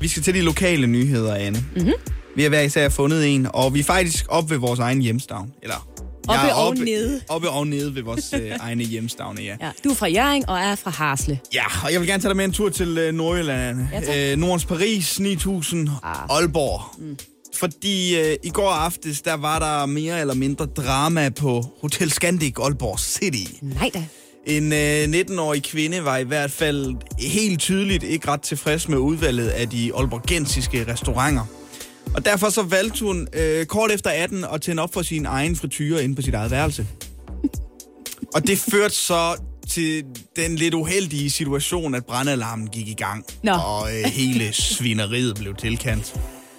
C: Vi skal til de lokale nyheder, Anne.
B: Mhm.
C: Mm-hmm. Vi har hver især fundet en, og vi er faktisk oppe ved vores egen hjemstavn. Eller, jeg
B: Oppe
C: er
B: og nede.
C: Oppe og nede ved vores øh, egne hjemstavne, ja.
B: Ja, du er fra Jøring og er fra Harsle.
C: Ja, og jeg vil gerne tage dig med en tur til øh, Nordjylland.
B: Ja, tak.
C: øh, Nordens Paris, 9000,
B: Ah.
C: Aalborg. Mm. Fordi øh, i går aftes, der var der mere eller mindre drama på Hotel Scandic Aalborg City.
B: Nej da.
C: En øh, 19-årig kvinde var i hvert fald helt tydeligt ikke ret tilfreds med udvalget af de aalborgensiske restauranter. Og derfor så valgte hun øh, kort efter 18 at tænde op for sin egen frityre inde på sit eget værelse. Og det førte så til den lidt uheldige situation, at brandalarmen gik i gang.
B: Nå.
C: Og øh, hele svineriet blev tilkendt.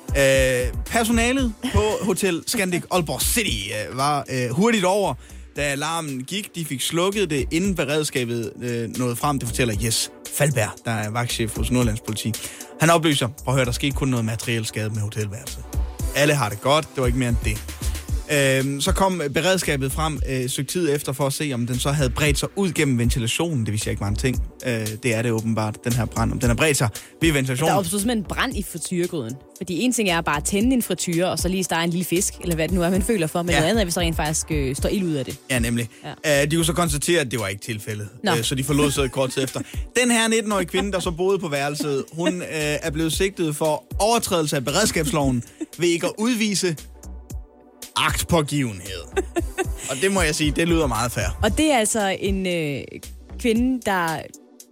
C: Øh, personalet på Hotel Scandic Aalborg City øh, var øh, hurtigt over, da alarmen gik. De fik slukket det, inden beredskabet øh, nåede frem. Det fortæller Jes Falberg, der er vagtchef hos Nordlands Politi. Han oplyser, prøv at høre, der skete kun noget materiel skade med hotelværelset. Alle har det godt, det var ikke mere end det. Øhm, så kom beredskabet frem øh, et stykke tid efter for at se, om den så havde bredt sig ud gennem ventilationen. Det vidste jeg ikke var en ting. Øh, det er det åbenbart, den her brand. Om den har bredt sig ved ventilation.
B: Der opstod simpelthen brand i frityregryden. Fordi en ting er bare at tænde en frityre, og så lige stege en lille fisk, eller hvad det nu er, man føler for. Men
C: Ja.
B: ja. noget andet er, hvis der rent faktisk øh, står ild ud af det.
C: Ja, nemlig. Ja. Uh, de kunne så konstatere, at det var ikke tilfældet.
B: Nå.
C: Uh, så de forlod sig kort tid efter. Den her 19-årige kvinde, der så boede på værelset, hun uh, er blevet sigtet for overtrædelse af beredskabsloven ved ikke at udvise agtpågivenhed. Og det må jeg sige, det lyder meget fair.
B: Og det er altså en øh, kvinde, der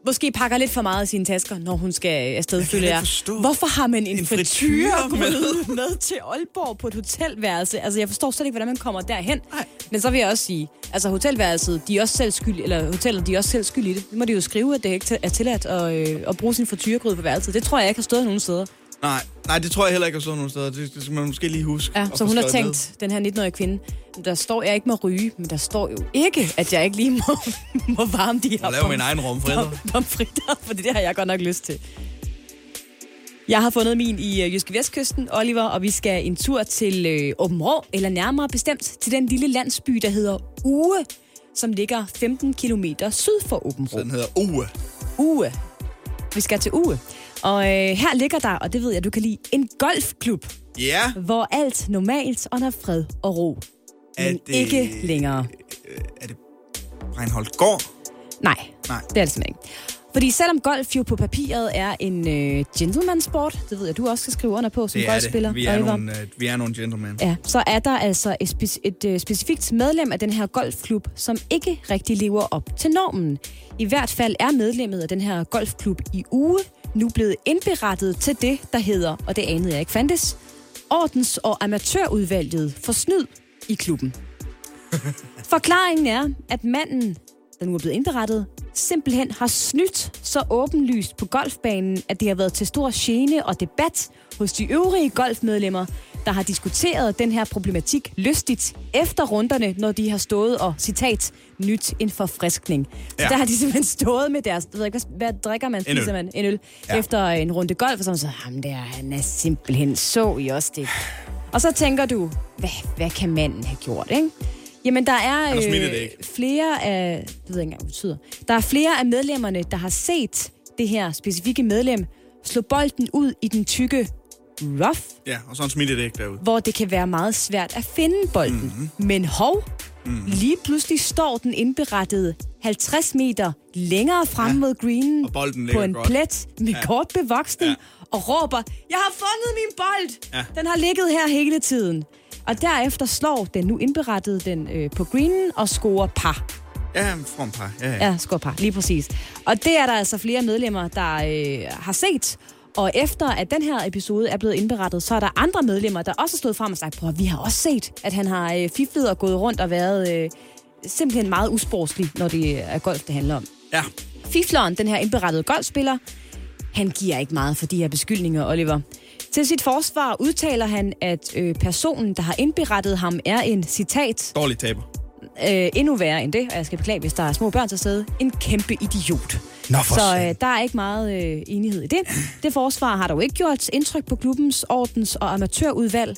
B: måske pakker lidt for meget i sine tasker, når hun skal afsted, føler
C: ikke
B: jeg.
C: forstå.
B: Hvorfor har man en,
C: En
B: en
C: frityre
B: frityre med? med til Aalborg på et hotelværelse? Altså, jeg forstår slet ikke, hvordan man kommer derhen.
C: Nej.
B: Men så vil jeg også sige, altså hotelværelset, de er også selv skyld, eller hotellet, de er også selv skyld i det. Nu må de jo skrive, at det ikke er tilladt at, øh, at bruge sin frityregryde på værelset. Det tror jeg ikke har stået nogen steder.
C: Nej, nej, det tror jeg heller ikke har stået nogen steder. Det, det skal man måske lige huske.
B: Ja,
C: at
B: så
C: få
B: hun har
C: skrevet ned.
B: tænkt, den her 19-årige kvinde, der står, jeg ikke må ryge, men der står jo ikke, at jeg ikke lige må, må varme de her
C: Og lave min
B: pomf-
C: egen rumfritter.
B: pom- pomfritter, for det har jeg godt nok lyst til. Jeg har fundet min i øh, Jyske Vestkysten, Oliver, og vi skal en tur til øh, Åben Rå, eller nærmere bestemt til den lille landsby, der hedder Uge, som ligger 15 km syd for Åben Rå.
C: Så den hedder Uwe.
B: Uge. Vi skal til Uge. Og øh, her ligger der, og det ved jeg, du kan lide, en golfklub
C: Ja,
B: hvor alt normalt og der er fred og ro. men
C: det-
B: ikke længere.
C: Er det Reinholdt Gård?
B: Nej,
C: Nej.
B: det er det simpelthen ikke. Fordi selvom golf jo på papiret er en øh, gentleman-sport, det ved jeg, du også skal skrive under på som
C: Det er
B: golfspiller,
C: det. Vi er,
B: Oliver.
C: nogle, øh, vi er nogle gentlemen.
B: Ja, så er der altså et, speci- et øh, specifikt medlem af den her golfklub, som ikke rigtig lever op til normen. I hvert fald er medlemmet af den her golfklub i uge nu blevet indberettet til det, der hedder, og det anede jeg ikke fandtes, Ordens- og Amatørudvalget for snyd i klubben. Forklaringen er, at manden, der nu er blevet indberettet, simpelthen har snydt så åbenlyst på golfbanen, at det har været til stor gene og debat hos de øvrige golfmedlemmer, der har diskuteret den her problematik lystigt efter runderne, når de har stået og, citat, nyt en forfriskning. Så
C: Ja.
B: ja. der har de simpelthen stået med deres, jeg ved ikke, hvad, hvad drikker man,
C: En øl.
B: spiser man en øl, ja. efter en runde golf, og sådan, så ham der, han er simpelthen så i også det. Og så tænker du, hvad, hvad kan manden have gjort, ikke? Jamen, der er, øh,
C: har smidt et æg.
B: flere af... Det ved jeg ikke engang, hvad det betyder. Der er flere af medlemmerne, der har set det her specifikke medlem slå bolden ud i den tykke rough,
C: Ja, og sådan smidt det ikke derude.
B: hvor det kan være meget svært at finde bolden. Mm-hmm. Men hov, mm-hmm. lige pludselig står den indberettede 50 meter længere frem ja. mod greenen
C: og bolden
B: på
C: ligger
B: en
C: godt.
B: plet med ja. kort bevoksning ja. og råber, jeg har fundet min bold!
C: Ja.
B: Ja. Den har ligget her hele tiden. Og derefter slår den nu indberettede den øh, på greenen og scorer par.
C: Ja, fra en par. Ja, ja.
B: Ja, skorpar, lige præcis. Og det er der altså flere medlemmer, der øh, har set. Og efter at den her episode er blevet indberettet, så er der andre medlemmer, der også er stået frem og sagt, prøv at, vi har også set, at han har øh, fiflet og gået rundt og været øh, simpelthen meget usportslig, når det er golf, det handler om.
C: ja.
B: Fifleren, den her indberettede golfspiller, han giver ikke meget for de her beskyldninger, Oliver. Til sit forsvar udtaler han, at øh, personen, der har indberettet ham, er en, citat,
C: Dårlig taber.
B: øh, endnu værre end det, og jeg skal beklage, hvis der er små børn til stede, en kæmpe idiot.
C: Nå, for
B: så øh,
C: satan.
B: der er ikke meget øh, enighed i det. Det forsvar har dog ikke gjort indtryk på klubbens ordens- og amatørudvalg.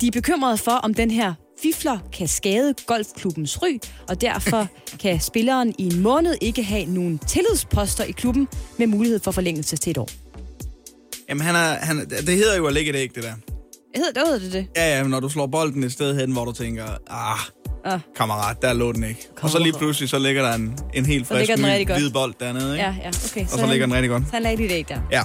B: De er bekymrede for, om den her fifler kan skade golfklubbens ry, og derfor kan spilleren i en måned ikke have nogen tillidsposter i klubben med mulighed for forlængelse til et år.
C: Jamen, han er, han, det hedder jo at lægge et æg, det der.
B: Hedder det, hedder det det?
C: Ja, ja, men når du slår bolden et sted hen, hvor du tænker, ah,
B: Ah.
C: kammerat, der lå den ikke. Og så lige pludselig, så ligger der en, en helt frisk,
B: ligger den
C: ny,
B: rigtig godt.
C: hvid bold dernede, ikke?
B: Ja, ja, okay.
C: Og så ligger den rigtig godt.
B: Så han lagde lige det æg der.
C: Ja.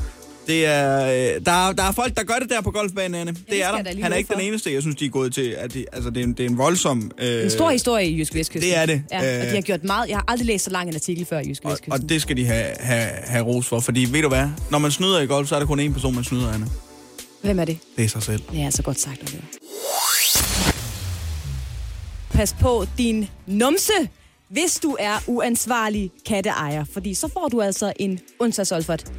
C: Det er, øh, der, er, der er folk, der gør det der på golfbanen, Anne. Det,
B: skal
C: er
B: jeg da
C: der.
B: lige
C: Han er
B: love
C: ikke den
B: for.
C: eneste, jeg synes, de er gået til. At de, altså, det er, en, det er en voldsom... Øh,
B: En stor historie i Jysk Vestkysten.
C: Det er det.
B: Ja, og
C: Øh.
B: de har gjort meget. Jeg har aldrig læst så lang en artikel før i Jysk
C: og,
B: Vestkysten.
C: og det skal de have, have, have ros for, fordi ved du hvad? Når man snyder i golf, så er der kun én person, man snyder, Anne.
B: Hvem er det?
C: Det er sig selv.
B: Ja, så godt sagt, Oliver. Pas på din numse, hvis du er uansvarlig katteejer. Fordi så får du altså en onsdagsolfert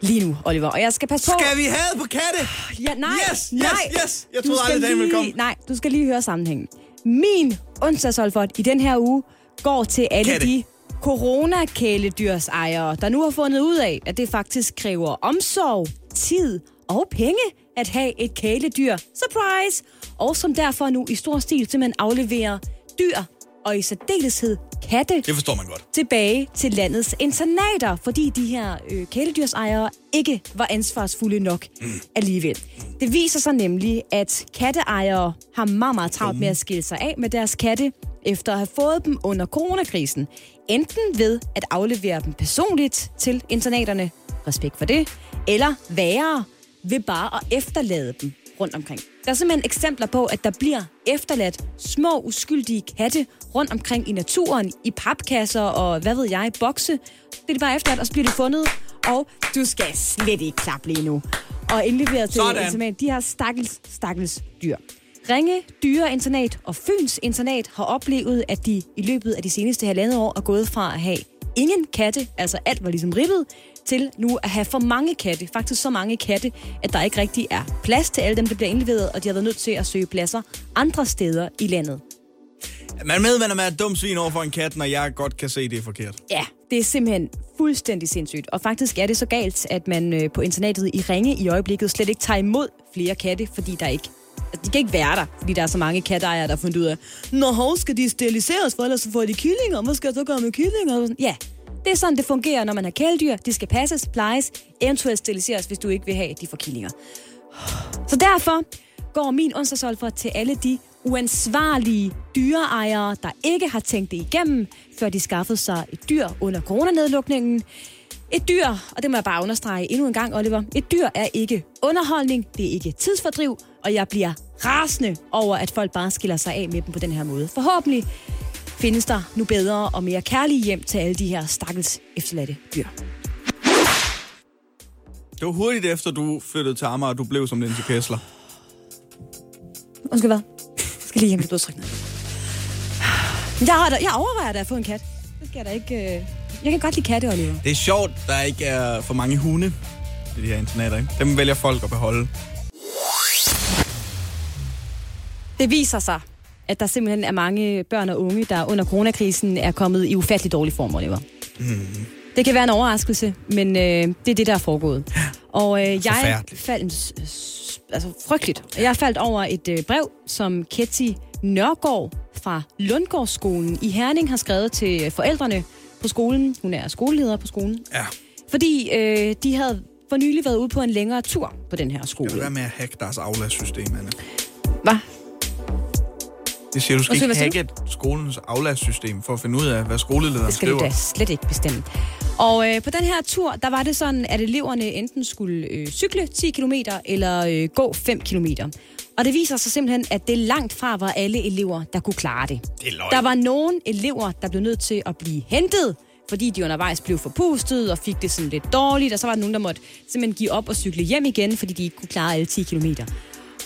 B: lige nu, Oliver. Og jeg skal passe på... Ah,
C: Skal vi have på katte?
B: Ja, nej,
C: Yes, yes,
B: nej.
C: yes. Jeg
B: Du
C: troede
B: skal
C: aldrig, dagen ville
B: lige-
C: komme.
B: Nej, du skal lige høre sammenhængen. Min onsdagsolfert i den her uge går til alle
C: Katte.
B: de coronakæledyrsejere, der nu har fundet ud af, at det faktisk kræver omsorg, tid og penge at have et kæledyr. Surprise! Og som derfor nu i stor stil simpelthen afleverer dyr, og i særdeleshed katte
C: Det forstår man godt.
B: tilbage til landets internater, fordi de her øh, kæledyrsejere ikke var ansvarsfulde nok alligevel. Det viser sig nemlig, at katteejere har meget, meget travlt med at skille sig af med deres katte, efter at have fået dem under coronakrisen. Enten ved at aflevere dem personligt til internaterne, respekt for det, eller værre ved bare at efterlade dem rundt omkring. Der er simpelthen eksempler på, at der bliver efterladt små, uskyldige katte rundt omkring i naturen, i papkasser og hvad ved jeg, bokse. Det er de bare efterladt, og så bliver det fundet, og du skal slet ikke klappe lige nu. Og indleveret til
C: Sådan.
B: internat. De har stakkels, stakkels dyr. Ringe Dyreinternat og Fyns Internat har oplevet, at de i løbet af de seneste halvandet år er gået fra at have ingen katte, altså alt var ligesom ribbet, til nu at have for mange katte. Faktisk så mange katte, at der ikke rigtig er plads til alle dem, der bliver indleveret, og de har været nødt til at søge pladser andre steder i landet.
C: Man ved, når man er et dumt svin over for en kat, når jeg godt kan se, det er forkert.
B: Ja, det er simpelthen fuldstændig sindssygt. Og faktisk er det så galt, at man øh, på internatet i Ringe i øjeblikket slet ikke tager imod flere katte, fordi der ikke de kan ikke være der, fordi der er så mange katteejere, der har fundet ud af, Nå, hov, skal de steriliseres, for ellers så får de killinger, og hvad skal jeg så gøre med killinger? Og sådan, Ja, det er sådan, det fungerer, når man har kæledyr. De skal passes, plejes, eventuelt steriliseres, hvis du ikke vil have, at de får killinger. Så derfor går min onsdagsolfer til alle de uansvarlige dyreejere, der ikke har tænkt det igennem, før de skaffede sig et dyr under coronanedlukningen. Et dyr, og det må jeg bare understrege endnu en gang, Oliver, et dyr er ikke underholdning, det er ikke tidsfordriv, og jeg bliver rasende over, at folk bare skiller sig af med dem på den her måde. Forhåbentlig findes der nu bedre og mere kærlige hjem til alle de her stakkels efterladte dyr.
C: Det var hurtigt efter, du flyttede til Amager, og du blev som Lindsay Kessler.
B: Undskyld hvad? Jeg skal lige hjem til blodtrykket. Jeg, har da, jeg overvejer da at få en kat. Det skal jeg da ikke... øh, Jeg kan godt lide katte, Oliver.
C: Det er sjovt, der ikke er for mange hunde i de her internater. Ikke? Dem vælger folk at beholde.
B: Det viser sig, at der simpelthen er mange børn og unge, der under coronakrisen er kommet i ufattelig dårlig form, Oliver. Mm. Det kan være en overraskelse, men øh, det er det, der er foregået. Og øh, jeg
C: Forfærdeligt.
B: faldt... s- s- Altså, frygteligt. Jeg faldt over et øh, brev, som Ketty Nørgaard fra Lundgårdsskolen i Herning har skrevet til øh, forældrene på skolen. Hun er skoleleder på skolen.
C: Ja.
B: Fordi øh, de havde for nylig været ude på en længere tur på den her skole.
C: Lad være med at hacke deres afladssystem, Anna.
B: Hvad?
C: Det siger, du skal
B: Undskyld,
C: ikke
B: hvad
C: hacke skolens afladssystem for at finde ud af, hvad skolelederen
B: Det skal du
C: skriver.
B: da slet ikke bestemme. Og øh, på den her tur, der var det sådan, at eleverne enten skulle øh, cykle 10 km eller øh, gå 5 km. Og det viser sig simpelthen, at det langt fra var alle elever, der kunne klare det.
C: Det er løgn.
B: Der var nogle elever, der blev nødt til at blive hentet, fordi de undervejs blev forpustet og fik det sådan lidt dårligt, og så var der nogen, der måtte simpelthen give op og cykle hjem igen, fordi de ikke kunne klare alle 10 km.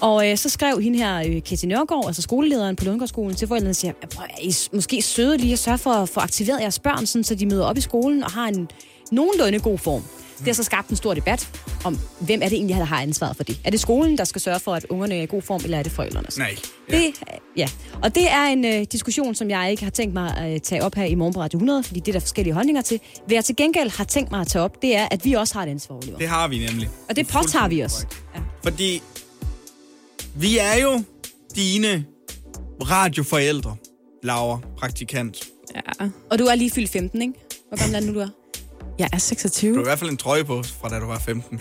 B: Og øh, så skrev hende her, øh, Ketty Nørgaard, altså skolelederen på Lundgaardskolen, til forældrene og siger, "Prøv at- I er måske søde lige at sørge for at få aktiveret jeres børn, sådan, så de møder op i skolen og har en nogenlunde god form. Det har så skabt en stor debat om, hvem er det egentlig, der har ansvaret for det? Er det skolen, der skal sørge for, at ungerne er i god form, eller er det forældrene?
C: Nej. Ja.
B: Det, øh, ja. Og det er en øh, diskussion, som jeg ikke har tænkt mig at øh, tage op her i morgen på Radio 100, fordi det er der forskellige holdninger til. Hvad jeg til gengæld har tænkt mig at tage op, det er, at vi også har et ansvar, Oliver.
C: Det har vi nemlig.
B: Og det påtager vi os. Ja.
C: Fordi vi er jo dine radioforældre, Laura, praktikant.
D: Ja.
B: Og du er lige fyldt 15, ikke? Hvor gammel er du nu, du er?
D: Jeg er 26.
C: Du har i hvert fald en trøje på, fra da du var 15.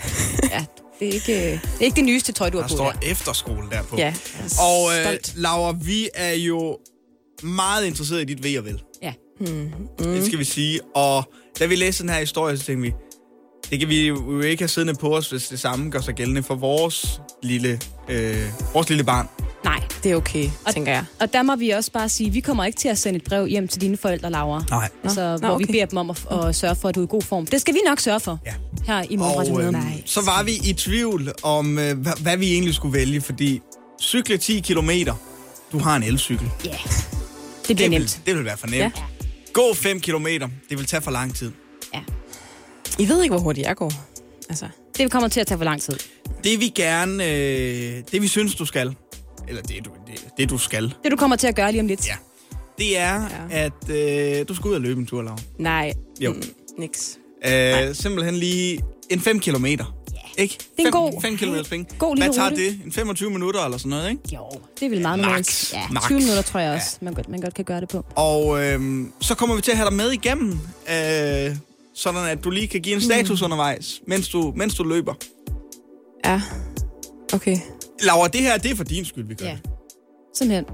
B: Ja, det er ikke, øh, det, er ikke det nyeste tøj, du har
C: Der
B: på.
C: står
B: der.
C: efterskole derpå.
D: Ja.
C: Og øh,
D: Stolt.
C: Laura, vi er jo meget interesseret i dit ved og vel.
B: Ja.
C: Mm. Det skal vi sige. Og da vi læste den her historie, så tænkte vi, det kan vi jo ikke have siddende på os, hvis det samme gør sig gældende for vores lille, øh, vores lille barn.
B: Nej.
D: Det er okay, tænker jeg.
B: Og der må vi også bare sige, vi kommer ikke til at sende et brev hjem til dine forældre, Laura.
C: Nej.
B: Altså,
D: Nå,
B: hvor
D: nå,
B: vi
D: okay.
B: beder dem om at, at sørge for, at du er i god form. Det skal vi nok sørge for
C: Ja.
B: her i morgen Radio
C: Og
B: 100.
C: øh, så var vi i tvivl om, øh, hvad, hvad vi egentlig skulle vælge, fordi cykle 10 km, du har en elcykel.
B: Ja. Det bliver
C: det,
B: nemt.
C: Vil, det vil være for nemt. Ja. Gå 5 km, det vil tage for lang tid.
D: I ved ikke, hvor hurtigt jeg går. Altså,
B: Det kommer til at tage for lang tid.
C: Det vi gerne, øh, det vi synes, du skal, eller det du, det, det, du skal,
B: Det du kommer til at gøre lige om lidt.
C: Ja. det er, ja. at øh, du skal ud og løbe en tur, Laura.
D: nej.
C: Jo.
D: Mm, niks.
C: Øh, simpelthen lige en 5 km. Yeah. Ikke?
B: er en
C: Fem-
B: god-
C: fem kilometers penge.
B: god lille
C: Hvad tager
B: rute.
C: det? En 25 minutter eller sådan noget, ikke?
B: Jo, det er vel meget normalt.
C: max.
B: Ja,
C: Max.
B: 20 minutter tror jeg også, man godt, man godt kan gøre det på.
C: Og øhm, så kommer vi til at have dig med igennem, øh, sådan at du lige kan give en status mm. undervejs, mens du, mens du løber.
D: Ja. Okay.
C: Laura, det her, det er for din skyld, vi gør
B: Ja.
C: det.
B: Simpelthen.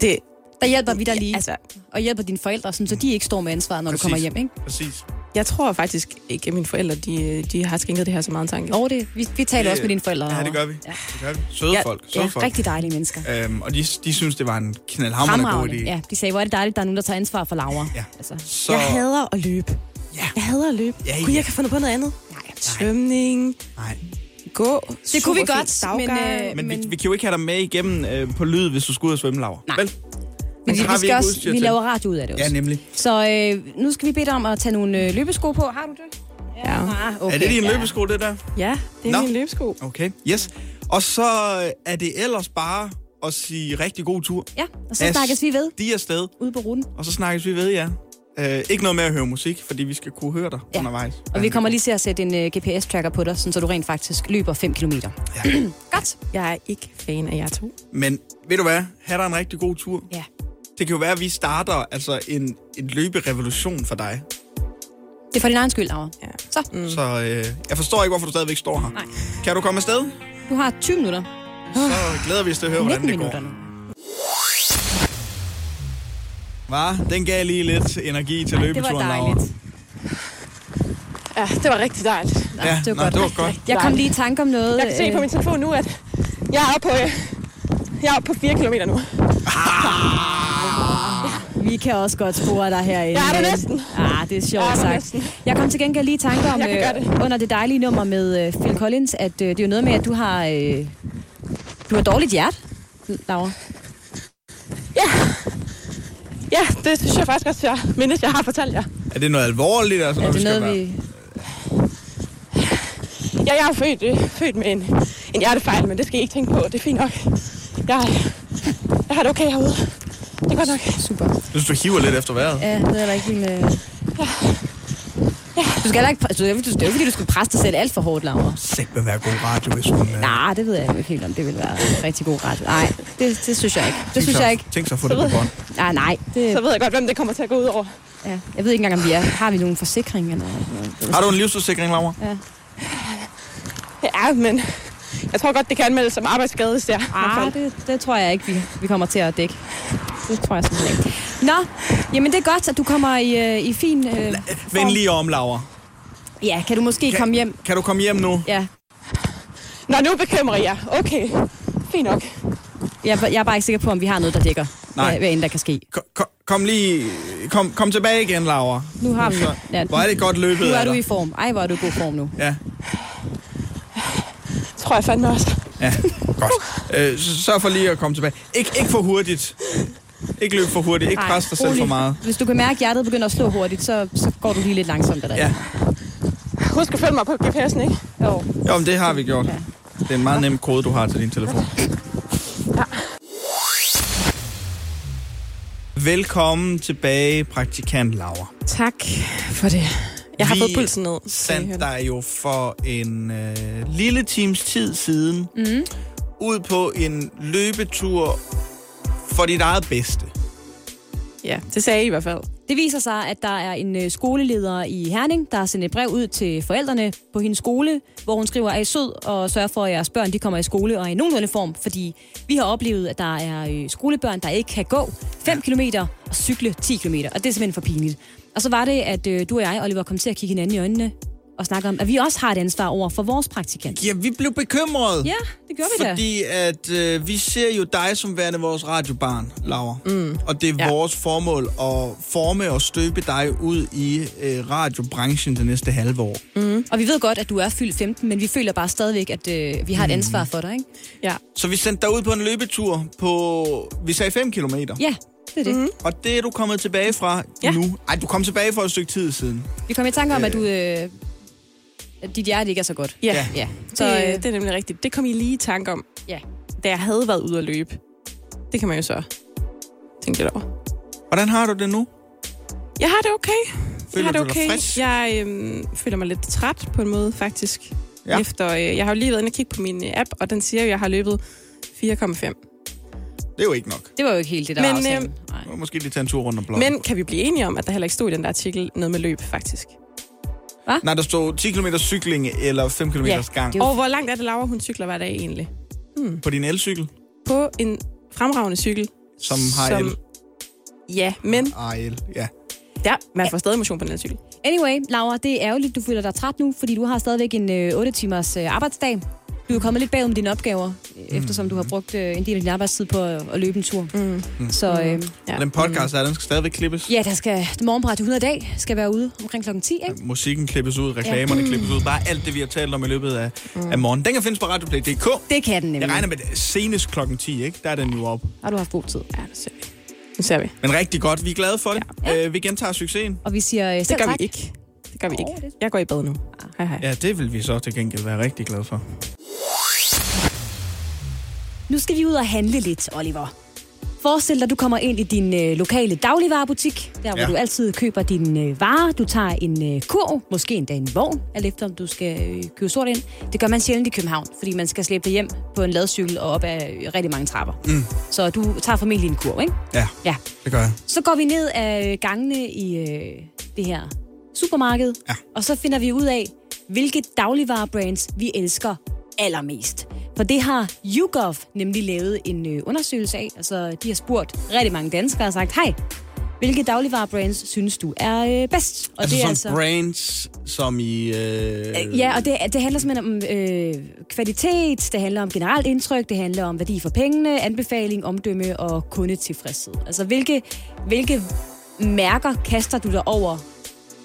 D: Det,
B: Der hjælper vi dig lige, altså,
D: altså,
B: og hjælper dine forældre, sådan, så de ikke står med ansvaret, når
C: Præcis.
B: du kommer hjem. Ikke?
C: Præcis.
D: jeg tror faktisk ikke, at mine forældre de, de har skænket det her så meget en tanke.
B: Og det, vi, vi taler også med dine forældre.
C: Ja, det gør vi.
B: Ja.
C: Det gør vi. Søde ja, folk. Søde
B: ja,
C: ja, folk.
B: rigtig dejlige mennesker.
C: Øhm, og de, de synes, det var en knaldhammerende god
B: Fremragende.
C: idé.
B: Ja, de sagde, hvor er det dejligt, der er nogen, der tager ansvar for Laura.
C: Ja.
B: Altså,
C: Så,
D: Jeg hader at løbe.
C: Ja.
D: Jeg hader at løbe.
C: Ja,
D: Gud,
C: ja.
D: jeg kan finde på noget andet. Nej. Svømning,
C: nej.
D: gå,
B: det kunne vi
D: superfed
B: godt, men,
D: daggang.
B: øh,
C: Men,
B: men,
C: men vi, vi kan jo ikke have dig med igennem øh, på lyd, hvis du skal ud og svømme, Laura.
B: Nej.
C: Vel?
B: men
C: så
B: vi,
C: har
B: vi,
C: ikke
B: skal også,
C: udstyr
B: vi
C: til.
B: laver radio ud af det også.
C: Ja, nemlig.
B: så øh, nu skal vi bede dig om at tage nogle øh, løbesko på. Har du det?
D: Ja.
B: Ah,
C: Okay,
B: okay.
C: er det din
B: ja.
C: løbesko, det der?
D: ja, det er
C: Nå.
D: min løbesko.
C: Okay, yes. Og så øh, er det ellers bare at sige rigtig god tur.
B: Ja, og så snakkes vi ved
C: De er afsted.
B: ude på ruten.
C: Og så snakkes vi ved jer. Øh, ikke noget med at høre musik, fordi vi skal kunne høre dig ja.
B: Ja.
C: undervejs.
B: Og vi kommer lige til at sætte en uh, GPS-tracker på dig, sådan, så du rent faktisk løber 5 km.
C: Ja.
B: Godt.
D: Jeg er ikke fan af jer to.
C: Men ved du hvad? Ha' dig en rigtig god tur.
B: Ja.
C: Det kan jo være, at vi starter altså en, en løberevolution for dig.
B: Det er for din egen skyld, Laura.
D: Ja.
B: Så,
C: Mm. Så øh, jeg forstår ikke, hvorfor du stadigvæk står her. Nej. Kan du komme afsted?
B: du har 20 minutter.
C: Så glæder vi os til at høre, hvordan
B: 19
C: det
B: minutter
C: går.
B: nu.
C: Hva? Den gav lige lidt energi til
B: Det
C: løbeturen,
B: var
C: Laura.
B: dejligt.
D: Ja, det var rigtig dejligt.
B: Nå, ja, det var
C: nå,
B: godt.
C: det var godt.
B: Jeg kom lige i tanke om noget.
D: Jeg kan se
B: øh,
D: på min telefon nu, at jeg er oppe på, øh, jeg er oppe på 4 km nu.
B: Vi kan også godt spore dig herinde.
D: Ja, det er næsten.
B: Ah, det er sjovt
D: Ja, det er
B: sagt.
D: næsten.
B: Jeg kom til gengæld lige i tanke om,
D: Jeg kan
B: øh,
D: gøre
B: under det dejlige nummer med øh, Phil Collins, at øh, det er jo noget med, at du har, øh, du har dårligt hjerte, Laura.
D: Ja, det synes jeg faktisk også, jeg mindes, jeg har fortalt jer.
C: Er det noget alvorligt? Altså,
B: Er
C: når
B: det
C: skal
B: noget,
C: være-
B: vi...
D: Ja, jeg er jo født, øh, født med en, en hjertefejl, men det skal I ikke tænke på. Det er fint nok. Jeg, jeg har det okay herude. Det er godt nok.
B: Super.
C: Jeg synes, du hiver lidt efter vejret.
B: Ja, det er da ikke helt... Øh... Du skal heller ikke... Altså, det er jo ikke, fordi du skal presse dig selv alt for hårdt, Laura.
C: Sæt med at være god radio, hvis hun... Øh,
B: Nej, det ved jeg jo ikke helt, om det vil være en rigtig god ret. Nej, det, det synes jeg ikke. Det
C: tænk
B: synes
C: så-
B: jeg ikke.
C: Tænk så at få det på bånd.
B: Nej, nej. Det,
D: Så ved jeg godt, hvem det kommer til at gå ud over.
B: ja. Jeg ved ikke engang, om vi er. Har vi nogen forsikring eller noget?
C: Har du en livsforsikring, Laura?
D: Ja, men jeg tror godt, det kan anmeldes som arbejdsskade, hvis det er.
B: Ah, det, det tror jeg ikke, vi, vi kommer til at dække. Det tror jeg simpelthen ikke. Nå, jamen det er godt, at du kommer i, øh, i fin øh, form.
C: Vend lige om, Laura.
B: Ja, kan du måske komme hjem?
C: Kan du komme hjem nu?
B: Ja,
D: Nå, nu bekymrer jeg. Okay, fint nok.
B: jeg, jeg er bare ikke sikker på, om vi har noget, der dækker. øh,
C: Nej.
B: Hvad, hvad end der kan ske.
C: Ko- ko- Kom lige... Kom, kom tilbage igen, Laura.
B: Nu har vi...
C: Så,
B: Ja,
C: hvor er det godt
B: nu
C: løbet
B: er
C: af
B: du
C: dig.
B: i form. Ej, hvor er du i god form nu.
C: Ja,
D: Tror jeg fandme også.
C: ja. Godt. Øh, s- sørg for lige at komme tilbage. Ik- ikke for hurtigt. Ikke løb for hurtigt. Ikke
B: Nej,
C: pres dig selv for
B: rolig.
C: meget.
B: Hvis du kan mærke, at hjertet begynder at slå hurtigt, så, så går du lige lidt langsomt derinde.
C: Ja.
D: Husk at følge mig på GPS'en, ikke?
B: Jo.
C: Jo, men det har vi gjort. Det er en meget nem kode, du har til din telefon. Velkommen tilbage, praktikant Laura.
D: Tak for det. Jeg har
C: Vi
D: fået pulsen ned.
C: sendte dig jo for en øh, lille times tid siden mm. ud på en løbetur for dit eget bedste.
D: Ja, det sagde I i hvert fald.
B: Det viser sig, at der er en øh, skoleleder i Herning, der har sendt et brev ud til forældrene på hendes skole, hvor hun skriver, er I sød og sørg for, at jeres børn de kommer i skole og er i nogenlunde form, fordi vi har oplevet, at der er øh, skolebørn, der ikke kan gå 5 km og cykle 10 km, og det er simpelthen for pinligt. Og så var det, at øh, du og jeg, Oliver, kom til at kigge hinanden i øjnene og snakke om, at vi også har et ansvar over for vores praktikant.
C: Ja, vi blev bekymrede.
B: Ja, det gjorde vi da.
C: Fordi at øh, vi ser jo dig som værende vores radiobarn, Laura. Mm. Og det er ja. vores formål at forme og støbe dig ud i øh, radiobranchen det næste halve år.
B: Og vi ved godt, at du er fyldt 15, men vi føler bare stadigvæk, at øh, vi har et ansvar for dig, ikke?
D: Ja.
C: Så vi sendte dig ud på en løbetur på, vi sagde 5 kilometer.
B: Ja, det er det. Mm-hmm.
C: Og det er du kommet tilbage fra ja.
D: Ja.
C: nu. Ej, du kom tilbage for et stykke tid siden.
B: Vi kom i tanke om, at du... Øh, at dit hjerte ikke er så godt.
D: Ja,
C: Ja.
D: ja.
B: Ja.
D: Så,
B: Så,
D: det,
B: øh,
D: det er nemlig rigtigt. Det kom I lige i tanke om,
B: ja.
D: da jeg havde været ude at løbe. Det kan man jo så tænke lidt over.
C: Hvordan har du det nu?
D: Jeg har det okay.
C: Føler
D: jeg har det
C: du dig
D: okay.
C: frisk?
D: Jeg øhm, føler mig lidt træt på en måde, faktisk.
C: Ja.
D: Efter, øh, jeg har jo lige været inde og kigge på min øh, app, og den siger, at jeg har løbet 4,5.
C: Det er jo ikke nok.
B: Det var jo ikke helt det, der
D: Men,
B: var aftalen. Nej.
C: Du må Måske lige tage en tur rundt om blokken.
D: Men kan vi blive enige om, at der heller ikke stod i den der artikel noget med løb, faktisk?
C: Nej, der stod 10 km cykling eller 5 km ja,
B: Ja,
C: gang
B: det
D: Og hvor langt er det, Laura, hun cykler hver dag egentlig?
C: på din elcykel,
D: På en fremragende cykel.
C: som har Ah.
D: Som-
C: el.
D: Ja, men
C: Har el, ja.
D: ja, man får stadig motion på den her cykel.
B: Anyway, Laura, det er ærgerligt, du føler dig træt nu, fordi du har stadigvæk en øh, 8-timers øh, arbejdsdag. Du er kommet lidt bagud med dine opgaver, mm. eftersom du har brugt øh, en del af din arbejdstid på at, at løbe en tur. Mm. Så øh,
D: Ja.
C: Og den podcast her, den skal stadigvæk klippes.
B: ja, der skal morgenbræt 100 dag skal være ude omkring klokken 10, ikke?
C: Musikken klippes ud, reklamerne klippes ud. Bare alt det, vi har talt om i løbet af, af morgen. Den kan findes på radioplay.dk.
B: Det kan den Mm. nemlig.
C: Jeg regner med det er senest klokken 10, ikke? Der er den jo op.
B: Har du haft god tid.
D: Ja, nu ser vi. Nu ser vi.
C: Men rigtig godt, vi er glade for det. Ja. Øh, vi gentager succesen.
B: Og vi siger øh, selv
D: Det gør vi
B: tak.
D: ikke. Det gør vi ikke. Jeg går i bad nu. Hej hej.
C: Ja, det vil vi så til gengæld være rigtig glade for.
B: Nu skal vi ud og handle lidt, Oliver. Forestil dig, du kommer ind i din øh, lokale dagligvarerbutik, der hvor
C: Ja.
B: ja. du altid køber dine øh, varer. Du tager en øh, kurv, måske endda en vogn, alt efter om du skal øh, købe sort ind. Det gør man sjældent i København, fordi man skal slæbe det hjem på en ladcykel og op ad øh, rigtig mange trapper. Mm. Så du tager formentlig en kurv, ikke?
C: Ja,
B: Ja.
C: det gør jeg.
B: Så går vi ned ad gangene i øh, det her supermarked,
C: Ja.
B: og så finder vi ud af, hvilke dagligvarerbrands vi elsker allermest. For det har YouGov nemlig lavet en øh, undersøgelse af. Altså, de har spurgt rigtig mange danskere og sagt, hej, Hvilke dagligvarerbrands synes du er øh, bedst? Og
C: altså
B: det
C: som
B: er
C: altså... brands, som i... Øh...
B: Ja, og det, det handler simpelthen om øh, kvalitet, det handler om generelt indtryk, det handler om værdi for pengene, anbefaling, omdømme og kundetilfredshed. Altså, hvilke, hvilke mærker kaster du dig over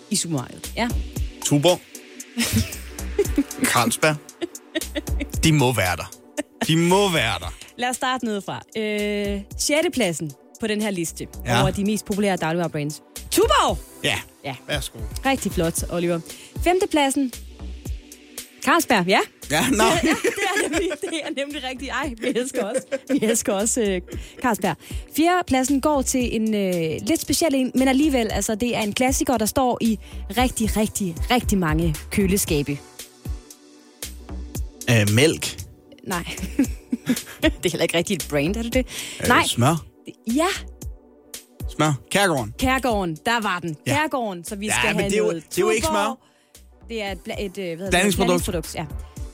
B: i supermarkedet? Ja.
C: Tuborg. Carlsberg. De må være der. De må være der.
B: Lad os starte nedefra. Øh, 6. pladsen på den her liste
C: Ja.
B: ja. over de mest populære dagligvarerbrands. Tuborg!
C: Ja.
B: Ja.
C: Værsgo.
B: Rigtig flot, Oliver. 5. pladsen. Carlsberg, ja.
C: Ja, nå.
B: det er nemlig, det er nemlig rigtigt. Ej, vi elsker også, vi elsker også øh, Carlsberg. Fjerde pladsen går til en øh, lidt speciel en, men alligevel, altså det er en klassiker, der står i rigtig, rigtig, rigtig mange køleskabe.
C: Æ, Øh, mælk.
B: Nej. det er heller ikke rigtigt et brand, er det det? Øh, Nej.
C: Smør.
B: Ja,
C: Smør. Kærgården.
B: Kærgården, der var den.
C: Ja.
B: Ja. Kærgården, så vi
C: Ja,
B: skal
C: men
B: have
C: det er jo-
B: noget
C: det er jo ikke
B: Tuborg.
C: smør.
B: Det er et, bla- et øh, hvad hedder det?
C: Blandingsprodukt.
B: blandingsprodukt.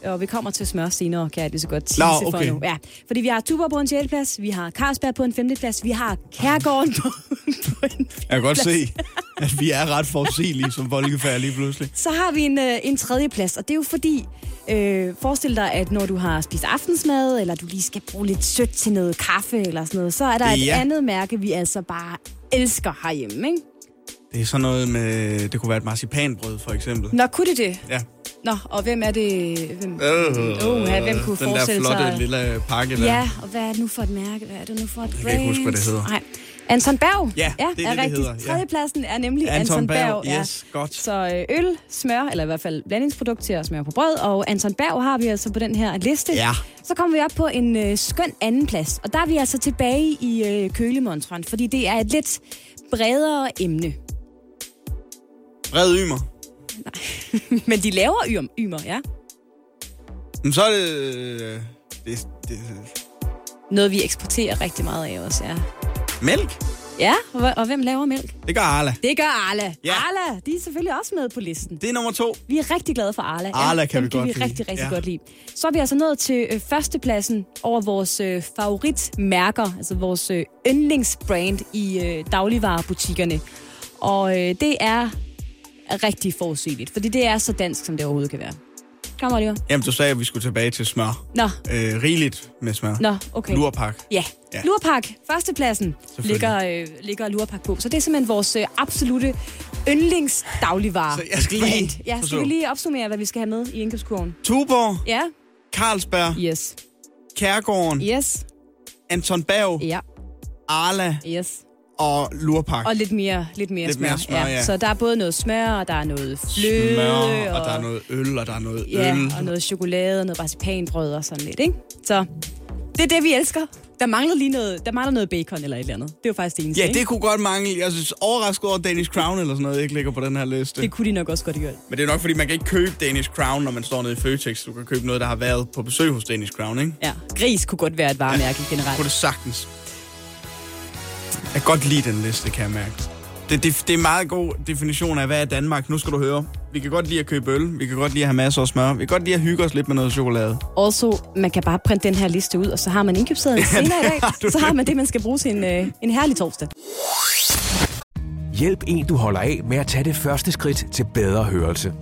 B: Ja. Og vi kommer til smør senere, kan jeg lige så godt tease
C: Nå, okay.
B: for nu. Ja, fordi vi har Tuborg på en 6. plads, vi har Carlsberg på en 5. plads, vi har Kærgården på, på en
C: Jeg kan godt se, at vi er ret forudsigelige som folkefærd lige pludselig.
B: Så har vi en, øh, en tredje plads, og det er jo fordi, øh, forestil dig, at når du har spist aftensmad, eller du lige skal bruge lidt sødt til noget kaffe eller sådan noget, så er der et
C: Ja.
B: andet mærke, vi altså bare elsker herhjemme, ikke?
C: Det er sådan noget med... Det kunne være et marcipanbrød, for eksempel.
B: Nå, kunne det det?
C: Ja.
B: Nå, og hvem er det? Hvem,
C: Øh,
B: uh, hvem kunne
C: den der
B: forestille
C: flotte
B: sig?
C: lille pakke der.
B: Ja, og hvad er det nu for et mærke? Hvad er det nu for et brand?
C: kan ikke huske, hvad det hedder.
B: Nej. Anton Berg
C: Ja, det er det, det
B: rigtig.
C: hedder, ja.
B: Tredjepladsen er nemlig
C: Anton
B: Anton,
C: Berg,
B: Berg. ja.
C: yes, godt.
B: Så øh, øl, smør, eller i hvert fald blandingsprodukt til at smøre på brød, og Anton Berg har vi altså på den her liste.
C: Ja.
B: Så kommer vi op på en øh, skøn anden plads, og der er vi altså tilbage i øh, kølemontren, fordi det er et lidt bredere emne.
C: Red ymer.
B: Men de laver ym- ymer, ja.
C: Men så er det... øh, det, det
B: Noget, vi eksporterer rigtig meget af også, ja.
C: mælk.
B: Ja, og, og hvem laver mælk?
C: Det gør Arla.
B: Det gør Arla.
C: Ja.
B: Ja. Arla, de er selvfølgelig også med på listen.
C: Det er nummer to.
B: Vi er rigtig glade for Arla.
C: Arla kan
B: dem
C: vi godt
B: vi
C: lide.
B: rigtig, rigtig
C: Ja.
B: ja. godt lide. Så er vi altså nået til øh, førstepladsen over vores øh, favoritmærker, altså vores øh, yndlingsbrand i øh, dagligvarerbutikkerne. Og øh, det er rigtig forudsigeligt, fordi det er så dansk, som det overhovedet kan være. Kom, Oliver.
C: Jamen, du sagde, at vi skulle tilbage til smør.
B: Nå,
C: Øh, rigeligt med smør.
B: nå, okay.
C: Lurpak.
B: Ja.
C: Ja.
B: ja. Lurpak, førstepladsen,
C: Selvfølgelig.
B: ligger, øh, ligger Lurpak på. Så det er simpelthen vores øh, absolute yndlingsdagligvare.
C: Så jeg skal lige
B: Ja,
C: forstå.
B: skal vi lige opsummere, hvad vi skal have med i indkøbskurven?
C: Tuborg,
B: Ja.
C: Carlsberg,
B: Yes.
C: Kærgården,
B: Yes.
C: Anton Berg,
B: Ja.
C: Arla
B: Yes.
C: og Lurpak.
B: Og lidt mere, lidt mere
C: Lidt
B: smør.
C: mere smør, ja.
B: Så der er både noget smør, og der er noget fløde.
C: smør, og der er noget øl, og der er noget
B: Ja,
C: øl.
B: og noget chokolade og noget marcipanbrød og sådan lidt, ikke? Så det er det, vi elsker. Der mangler lige noget, der mangler noget bacon eller et eller andet. Det er jo faktisk det eneste,
C: Ja,
B: ikke?
C: det kunne godt mangle. Jeg synes overrasket over, at Danish Crown eller sådan noget ikke ligger på den her liste.
B: det kunne de nok også godt have gjort.
C: Men det er nok, fordi man kan ikke købe Danish Crown, når man står nede i Føtex. Du kan købe noget, der har været på besøg hos Danish Crown, ikke?
B: Ja, gris kunne godt være et varemærke generelt.
C: Kunne det sagtens. Jeg kan godt lide den liste, kan jeg mærke. Det, det, det er en meget god definition af, hvad er Danmark. Nu skal du høre. Vi kan godt lide at købe øl. Vi kan godt lide at have masser af smør. Vi kan godt lide at hygge os lidt med noget chokolade.
B: Also, man kan bare printe den her liste ud, og så har man indkøbssedlen senere i dag. Så har man det, man skal bruge til en, øh, en herlig torsdag.
H: Hjælp en, du holder af med at tage det første skridt til bedre hørelse.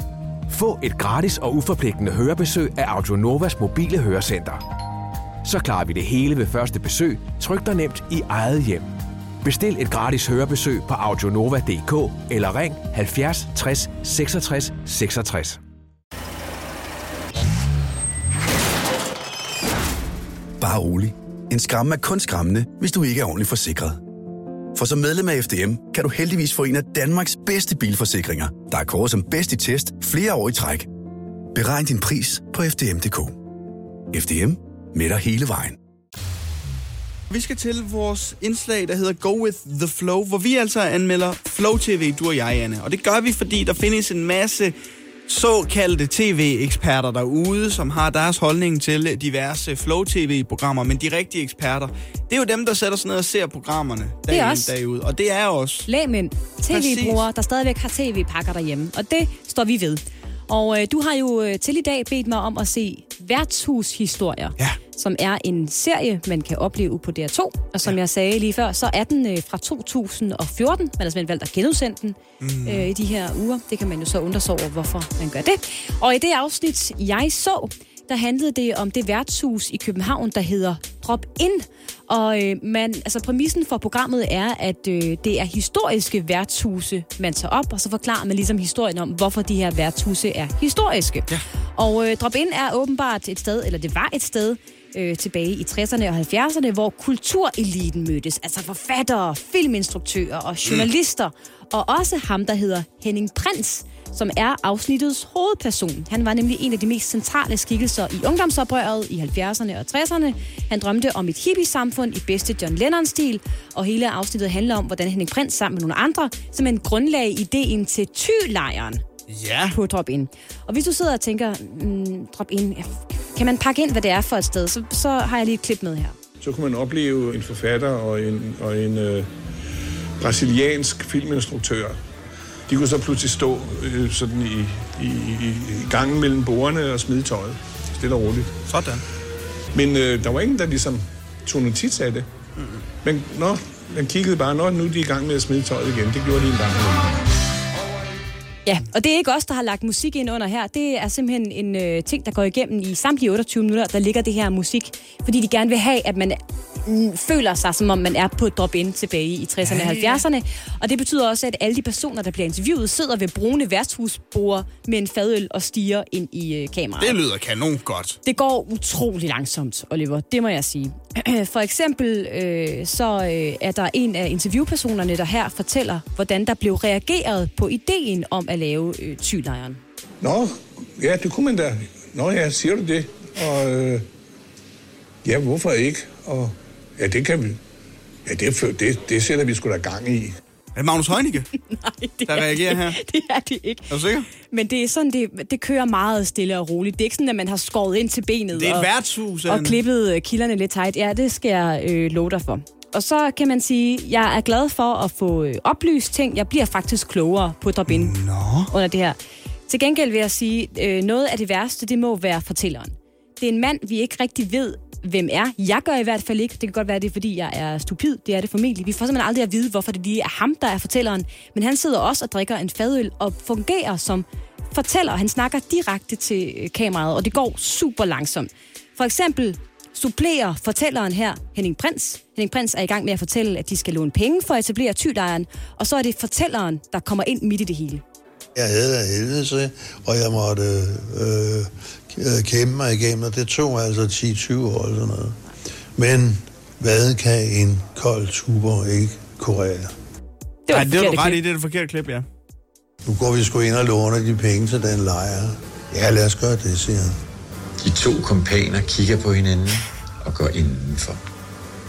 H: Få et gratis og uforpligtende hørebesøg af Audionovas mobile hørecenter. Så klarer vi det hele ved første besøg, tryk dig nemt i eget hjem. Bestil et gratis hørebesøg på audionova.dk eller ring 70 60 66 66.
I: Bare rolig. En skramme er kun skræmmende, hvis du ikke er ordentligt forsikret. For som medlem af FDM kan du heldigvis få en af Danmarks bedste bilforsikringer, der er kåret som bedst i test flere år i træk. Beregn din pris på FDM.dk. FDM med dig hele vejen.
C: Vi skal til vores indslag, der hedder Go With The Flow, hvor vi altså anmelder Flow TV, du og jeg, Anne. Og det gør vi, fordi der findes en masse såkaldte tv-eksperter derude, som har deres holdning til diverse Flow TV-programmer, men de rigtige eksperter, det er jo dem, der sætter sig ned og ser programmerne dag
B: er
C: ind,
B: os.
C: dag ud. Og det er også
B: Lægmænd, tv-brugere, der stadigvæk har tv-pakker derhjemme, og det står vi ved. Og øh, du har jo øh, til i dag bedt mig om at se værtshushistorier,
C: Ja.
B: som er en serie, man kan opleve på DR2. Og som ja. jeg sagde lige før, så er den øh, fra 2014. Man har simpelthen valgt at genudsende den mm. øh, i de her uger. Det kan man jo så undre sig over, hvorfor man gør det. Og i det afsnit, jeg så, der handlede det om det værtshus i København, der hedder Drop In. Og øh, man, altså præmissen for programmet er, at øh, det er historiske værtshuse, man tager op, og så forklarer man ligesom historien om, hvorfor de her værtshuse er historiske. Ja. Og øh, Drop In er åbenbart et sted, eller det var et sted, øh, tilbage i 60'erne og 70'erne, hvor kultureliten mødtes. Altså forfattere, filminstruktører og journalister. Og også ham, der hedder Henning Prins, som er afsnittets hovedperson. Han var nemlig en af de mest centrale skikkelser i ungdomsoprøret i 70'erne og 60'erne. Han drømte om et hippie-samfund i bedste John Lennon-stil, og hele afsnittet handler om, hvordan Henning Prins sammen med nogle andre simpelthen grundlagde ideen til Ty-lejren
C: Ja.
B: på drop-in. Og hvis du sidder og tænker, mm, drop-in, ja, kan man pakke ind, hvad det er for et sted, så, så har jeg lige et klip med her.
J: så kunne man opleve en forfatter og en, og en øh, brasiliansk filminstruktør. De kunne så pludselig stå øh, sådan i, i, i, i gangen mellem bordene og smide tøjet. Stille og roligt.
C: Sådan.
J: Men øh, der var ingen, der ligesom tog notits af det. Men nå, man kiggede bare, når nu er de i gang med at smide tøjet igen. Det gjorde de en gang imellem.
B: Ja, og det er ikke os, der har lagt musik ind under her. Det er simpelthen en øh, ting, der går igennem i samtlige 28 minutter, der ligger det her musik. Fordi de gerne vil have, at man mm, føler sig, som om man er på et drop-in tilbage i 60'erne og 70'erne. Og det betyder også, at alle de personer, der bliver interviewet, sidder ved brune værtshusbord med en fadøl og stiger ind i øh, kameraet.
C: Det lyder kanon godt.
B: Det går utrolig langsomt, Oliver. Det må jeg sige. For eksempel øh, så øh, er der en af interviewpersonerne, der her fortæller, hvordan der blev reageret på ideen om at lave øh, tylejren.
J: Nå, ja, det kunne man da. Nå ja, siger du det? Og øh, ja, hvorfor ikke? Og ja, det kan vi. Ja, det, er fø- det, det sætter vi sgu da gang i.
C: Er det Magnus Heunicke,
B: Nej, det
C: der reagerer her?
B: det er det ikke.
C: Er du sikker?
B: Men det er sådan, det, det kører meget stille og roligt. Det er ikke sådan, at man har skåret ind til benet.
C: Det er et
B: og-
C: værtshus,
B: Og
C: Anne.
B: klippet øh, kilderne lidt tight. Ja, det skal jeg øh, love dig for. Og så kan man sige, jeg er glad for at få øh, oplyst ting. Jeg bliver faktisk klogere på drop Nå. under det her. Til gengæld vil jeg sige, øh, noget af det værste, det må være fortælleren. Det er en mand, vi ikke rigtig ved, hvem er. Jeg gør i hvert fald ikke. Det kan godt være, det er, fordi jeg er stupid. Det er det formentlig. Vi får simpelthen aldrig at vide, hvorfor det lige er ham, der er fortælleren. Men han sidder også og drikker en fadøl og fungerer som fortæller. Han snakker direkte til øh, kameraet, og det går super langsomt. For eksempel supplerer fortælleren her Henning Prins. Henning Prins er i gang med at fortælle, at de skal låne penge for at etablere tylejren, og så er det fortælleren, der kommer ind midt i det hele.
K: Jeg havde af helvede til, og jeg måtte øh, øh, kæmpe mig igennem, og det tog altså 10-20 år eller sådan noget. Men hvad kan en kold tuber ikke kurere?
B: Det
C: Nej, det er
B: forkert
C: du
B: at
C: ret i.
B: klippe.
C: Det er det forkerte klip, ja.
K: Nu går vi sgu ind og låner de penge til den lejer. Ja, lad os gøre det, siger han.
L: De to kompaner kigger på hinanden og går indenfor.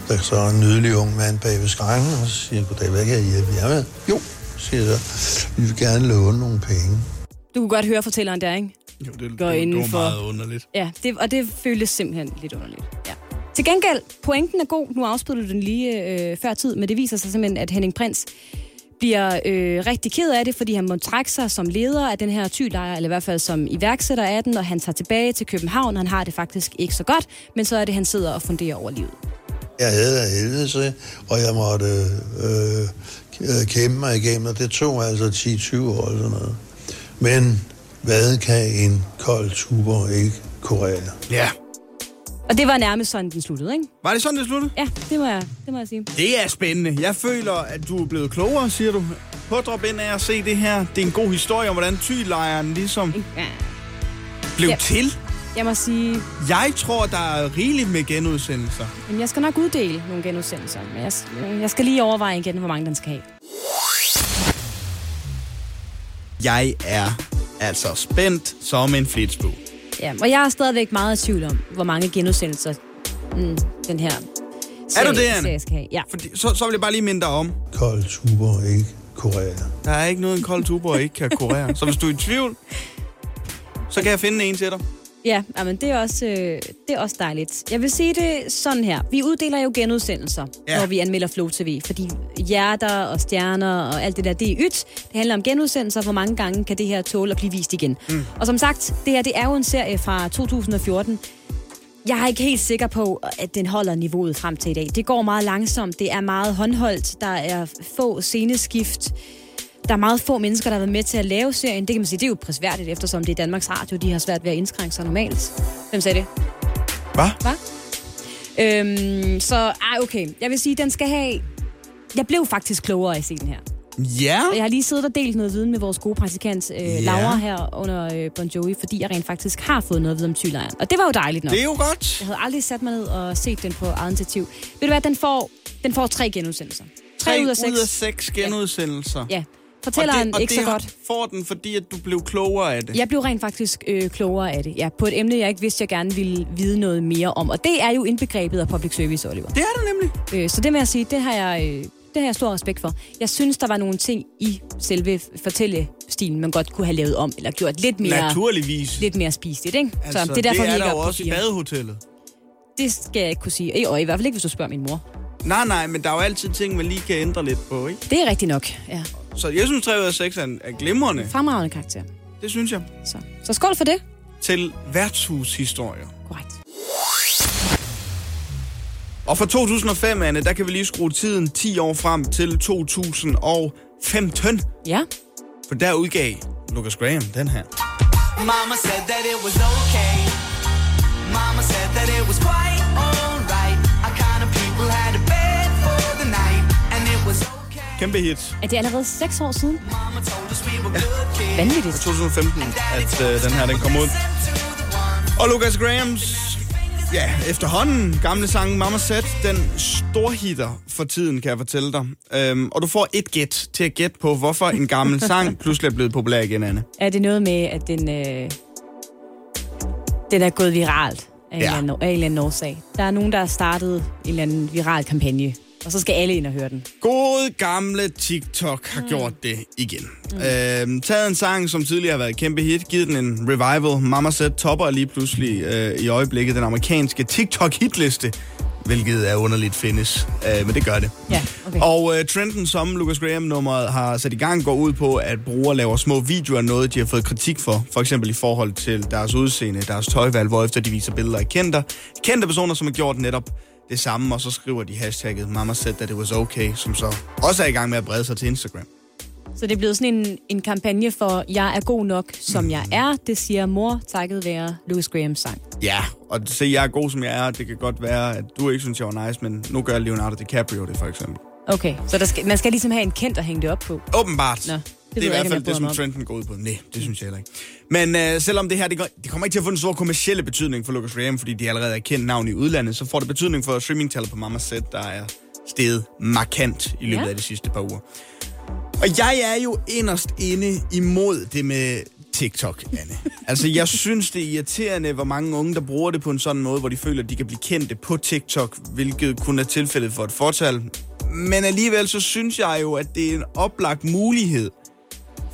K: Der så er en nydelig ung mand bag ved skranken, og så siger, goddag, hvad kan jeg hjælpe jer med? Jo, siger jeg så, vi vil gerne låne nogle penge.
B: Du kunne godt høre fortælleren der, ikke?
C: Jo, det,
B: Går
C: det, det var
B: indenfor.
C: meget underligt.
B: Ja, det, og det føles simpelthen lidt underligt. Ja. Til gengæld, pointen er god. Nu afspillede du den lige øh, før tid, men det viser sig simpelthen, at Henning Prins bliver øh, rigtig ked af det, fordi han må trække sig som leder af den her tylejr, eller i hvert fald som iværksætter af den, og han tager tilbage til København. Han har det faktisk ikke så godt, men så er det, han sidder og funderer over livet.
K: Jeg havde af helvede til, og jeg måtte øh, øh, kæmpe mig igennem, og det tog altså 10-20 år eller sådan noget. Men hvad kan en kold tuber ikke kurere?
C: Ja.
B: Og det var nærmest sådan, den sluttede, ikke?
C: Var det sådan, det sluttede?
B: Ja, det må jeg, det må jeg sige.
C: Det er spændende. Jeg føler, at du er blevet klogere, siger du. På drop ind af at se det her. Det er en god historie om, hvordan tylejren ligesom
B: Ja.
C: blev
B: Ja.
C: til.
B: Jeg må sige,
C: Jeg tror, der er rigeligt med genudsendelser.
B: jamen, jeg skal nok uddele nogle genudsendelser, men jeg, jeg skal lige overveje igen, hvor mange den skal have.
C: Jeg er altså spændt som en flitsbue.
B: Ja, og jeg er stadigvæk meget i tvivl om, hvor mange genudsendelser mm, den her serie,
C: det, Anne?
B: serie skal have. Ja.
C: Fordi, så, så vil jeg bare lige minde dig om,
K: Kold tuber ikke kurere.
C: der er ikke noget, en kold tuber ikke kan kurere. Så hvis du er i tvivl, så kan jeg finde en til dig.
B: Ja, men det er, også, øh, det er også dejligt. Jeg vil sige det sådan her. Vi uddeler jo genudsendelser,
C: Ja.
B: ja. når vi anmelder Flow TV, fordi hjerter og stjerner og alt det der, det er ydt. Det handler om genudsendelser. Hvor mange gange kan det her tåle at blive vist igen? Mm. Og som sagt, det her det er jo en serie fra 2014. Jeg er ikke helt sikker på, at den holder niveauet frem til i dag. Det går meget langsomt. Det er meget håndholdt. Der er få sceneskift. Der er meget få mennesker, der har været med til at lave serien. Det kan man sige, det er jo prisværdigt, eftersom det er Danmarks Radio. De har svært ved at indskrænke sig normalt. Hvem sagde det?
C: Hvad?
B: Hva? Øhm, så, ah, okay. Jeg vil sige, den skal have... Jeg blev faktisk klogere i scenen her.
C: Ja.
B: Og jeg har lige siddet og delt noget viden med vores gode praktikant, øh, Laura, her under øh, Bon Jovi, fordi jeg rent faktisk har fået noget viden om tylejren. Og det var jo dejligt nok.
C: Det er jo godt.
B: Jeg havde aldrig sat mig ned og set den på eget initiativ. Ved du hvad, den får, den får tre genudsendelser. Tre,
C: Tre
B: ud af seks.
C: ud af seks genudsendelser.
B: Ja.
C: Og det,
B: Fortælleren
C: og
B: ikke
C: det
B: så
C: har-
B: godt.
C: får den, fordi at du blev klogere af det.
B: Jeg blev rent faktisk øh, klogere af det. Ja, på et emne, jeg ikke vidste, jeg gerne ville vide noget mere om. Og det er jo indbegrebet af public service, Oliver.
C: Det er det nemlig.
B: Øh, så det med at sige, det har jeg... Øh, det har jeg stor respekt for. Jeg synes, der var nogle ting i selve fortællestilen, man godt kunne have lavet om, eller gjort lidt mere,
C: Naturligvis.
B: lidt mere spiseligt, ikke?
C: Altså,
B: så det er derfor,
C: det
B: vi
C: er
B: ikke er
C: der jo
B: oppe på
C: også i
B: fire.
C: badehotellet.
B: Det skal jeg ikke kunne sige. Og i hvert fald ikke, hvis du spørger min mor.
C: Nej, nej, men der er jo altid ting, man lige kan ændre lidt på, ikke?
B: Det er rigtigt nok, ja.
C: Så jeg synes, 3 ud af 6 er, en- er glimrende.
B: Fremragende karakter.
C: Det synes jeg.
B: Så, så skål for det.
C: Til værtshushistorier.
B: Korrekt.
C: Og fra 2005, Anne, der kan vi lige skrue tiden 10 år frem til 2015.
B: Ja.
C: For der udgav Lucas Graham den her.
E: Mama said that it was okay. Mama said that it was quite alright. I kind of people had a bed for the night, and it was okay.
C: Kæmpe hit.
B: Er det allerede seks år siden?
E: Mama told us we were good kids.
B: Vanvittigt.
C: Fra 2015, at øh, den her den kom ud. Og Lucas Grahams, ja, efterhånden gamle sang Mama Said, den storhitter for tiden, kan jeg fortælle dig. Øhm, og du får et gæt til at gætte på, hvorfor en gammel sang pludselig er blevet populær igen, Anne.
B: Er det noget med, at den, øh, den er gået viralt af, en
C: Ja.
B: eller anden, af en eller anden årsag? Der er nogen, der har startet en eller anden viral kampagne, og så skal alle ind og høre den.
C: Gode gamle TikTok har mm. gjort det igen. Mm. Øhm, taget en sang, som tidligere har været et kæmpe hit, givet den en revival. Mama Said topper lige pludselig øh, i øjeblikket den amerikanske TikTok-hitliste, hvilket er underligt findes, øh, men det gør det.
B: Ja, okay.
C: Og øh, trenden, som Lucas Graham-nummeret har sat i gang, går ud på, at brugere laver små videoer af noget, de har fået kritik for. For eksempel i forhold til deres udseende, deres tøjvalg, hvor efter de viser billeder af kendte, kendte personer, som har gjort netop det samme. Og så skriver de hashtagget Mama said that it was okay, som så også er i gang med at brede sig til Instagram.
B: Så det er blevet sådan en, en kampagne for, jeg er god nok, som jeg er. Det siger mor, takket være Louis Grahams sang.
C: Ja, og se, jeg er god, som jeg er. Det kan godt være, at du ikke synes, jeg var nice, men nu gør Leonardo DiCaprio det, for eksempel.
B: Okay, så der skal, man skal ligesom have en kendt at hænge det op på.
C: Åbenbart.
B: Nå, det
C: det,
B: ved
C: er i
B: jeg
C: hvert
B: ikke, om jeg
C: fald
B: bryder
C: det,
B: mig
C: som
B: om.
C: trenden går ud på. Nej, det synes jeg heller ikke. Men øh, selvom det her, det, går, det kommer ikke til at få en stor kommersielle betydning for Lucas Graham, fordi de allerede er kendt navn i udlandet, så får det betydning for streamingtallet på Mama Set, der er steget markant i løbet
B: Ja.
C: af de sidste par uger. Og jeg er jo inderst inde imod det med TikTok, Anne. Altså, jeg synes, det er irriterende, hvor mange unge, der bruger det på en sådan måde, hvor de føler, at de kan blive kendte på TikTok, hvilket kun er tilfældet for et fortal. Men alligevel, så synes jeg jo, at det er en oplagt mulighed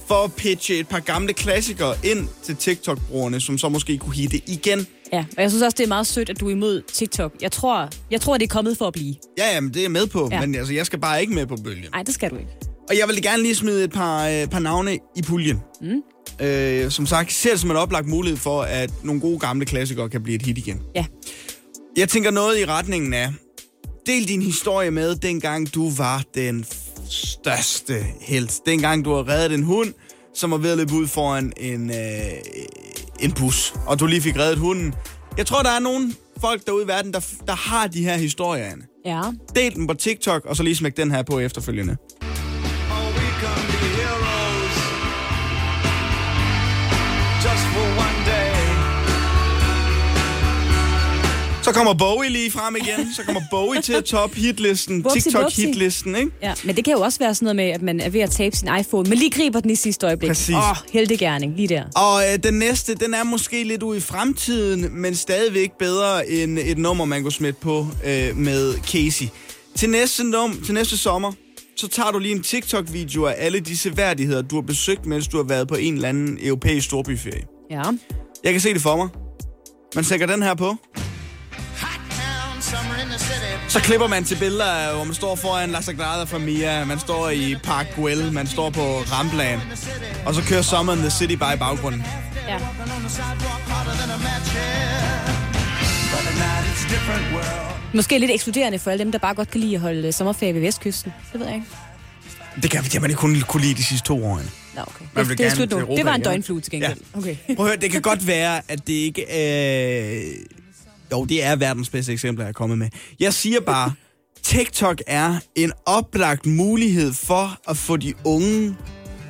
C: for at pitche et par gamle klassikere ind til TikTok-brugerne, som så måske kunne hitte igen.
B: Ja, og jeg synes også, det er meget sødt, at du er imod TikTok. Jeg tror, jeg tror det er kommet for at blive.
C: Ja, jamen, det er jeg med på, ja.
B: Ja.
C: men altså, jeg skal bare ikke med på bølgen.
B: Nej, det skal du ikke.
C: Og jeg vil gerne lige smide et par, øh, par navne i puljen. Mm. Øh, som sagt, ser det som en oplagt mulighed for, at nogle gode gamle klassikere kan blive et hit igen.
B: Ja.
C: Jeg tænker noget i retningen af, del din historie med, dengang du var den f- største helt. Dengang du har reddet en hund, som var ved at løbe ud foran en, øh, en bus, og du lige fik reddet hunden. Jeg tror, der er nogle folk derude i verden, der, f- der har de her historier, Anne.
B: Ja,
C: Del den på TikTok, og så lige smæk den her på efterfølgende.
E: Oh, we can be heroes just for one day.
C: Så kommer Bowie lige frem igen. Så kommer Bowie til at top hitlisten.
B: Whoopsie,
C: TikTok-hitlisten, ikke?
B: ja. Men det kan jo også være sådan noget med, at man er ved at tabe sin iPhone, men lige griber den i sidste øjeblik.
C: Præcis.
B: Åh, oh, heltegærning, lige der.
C: Og øh, den næste, den er måske lidt ude i fremtiden, men stadigvæk bedre end et nummer, man kunne smætte på øh, med Casey. Til næste, num- til næste sommer, så tager du lige en TikTok-video af alle de seværdigheder, du har besøgt, mens du har været på en eller anden europæisk storbyferie.
B: Ja.
C: Jeg kan se det for mig. Man sætter den her på.
E: Hot town, summer in the city.
C: Så klipper man til billeder, af, hvor man står foran La Sagrada Familia, man står i Park Güell, man står på Ramblan, og så kører Summer in the City bare i baggrunden.
B: ja.
E: Walking on the sidewalk harder than a match, yeah. but at night it's a different world.
B: Måske lidt ekskluderende for alle dem, der bare godt kan lide at holde øh, sommerferie ved Vestkysten. Det ved jeg ikke.
C: Det kan det har man ikke kun kunne lide de sidste to år.
B: Nå, okay.
C: Man
B: det,
C: vil
B: det, er
C: gerne
B: slut
C: til
B: nu.
C: Europa
B: det var en
C: igen.
B: døgnflue til gengæld. Ja. Okay.
C: Prøv at høre, det kan godt være, at det ikke er... Øh... Jo, det er verdens bedste eksempel, jeg er kommet med. Jeg siger bare, TikTok er en oplagt mulighed for at få de unge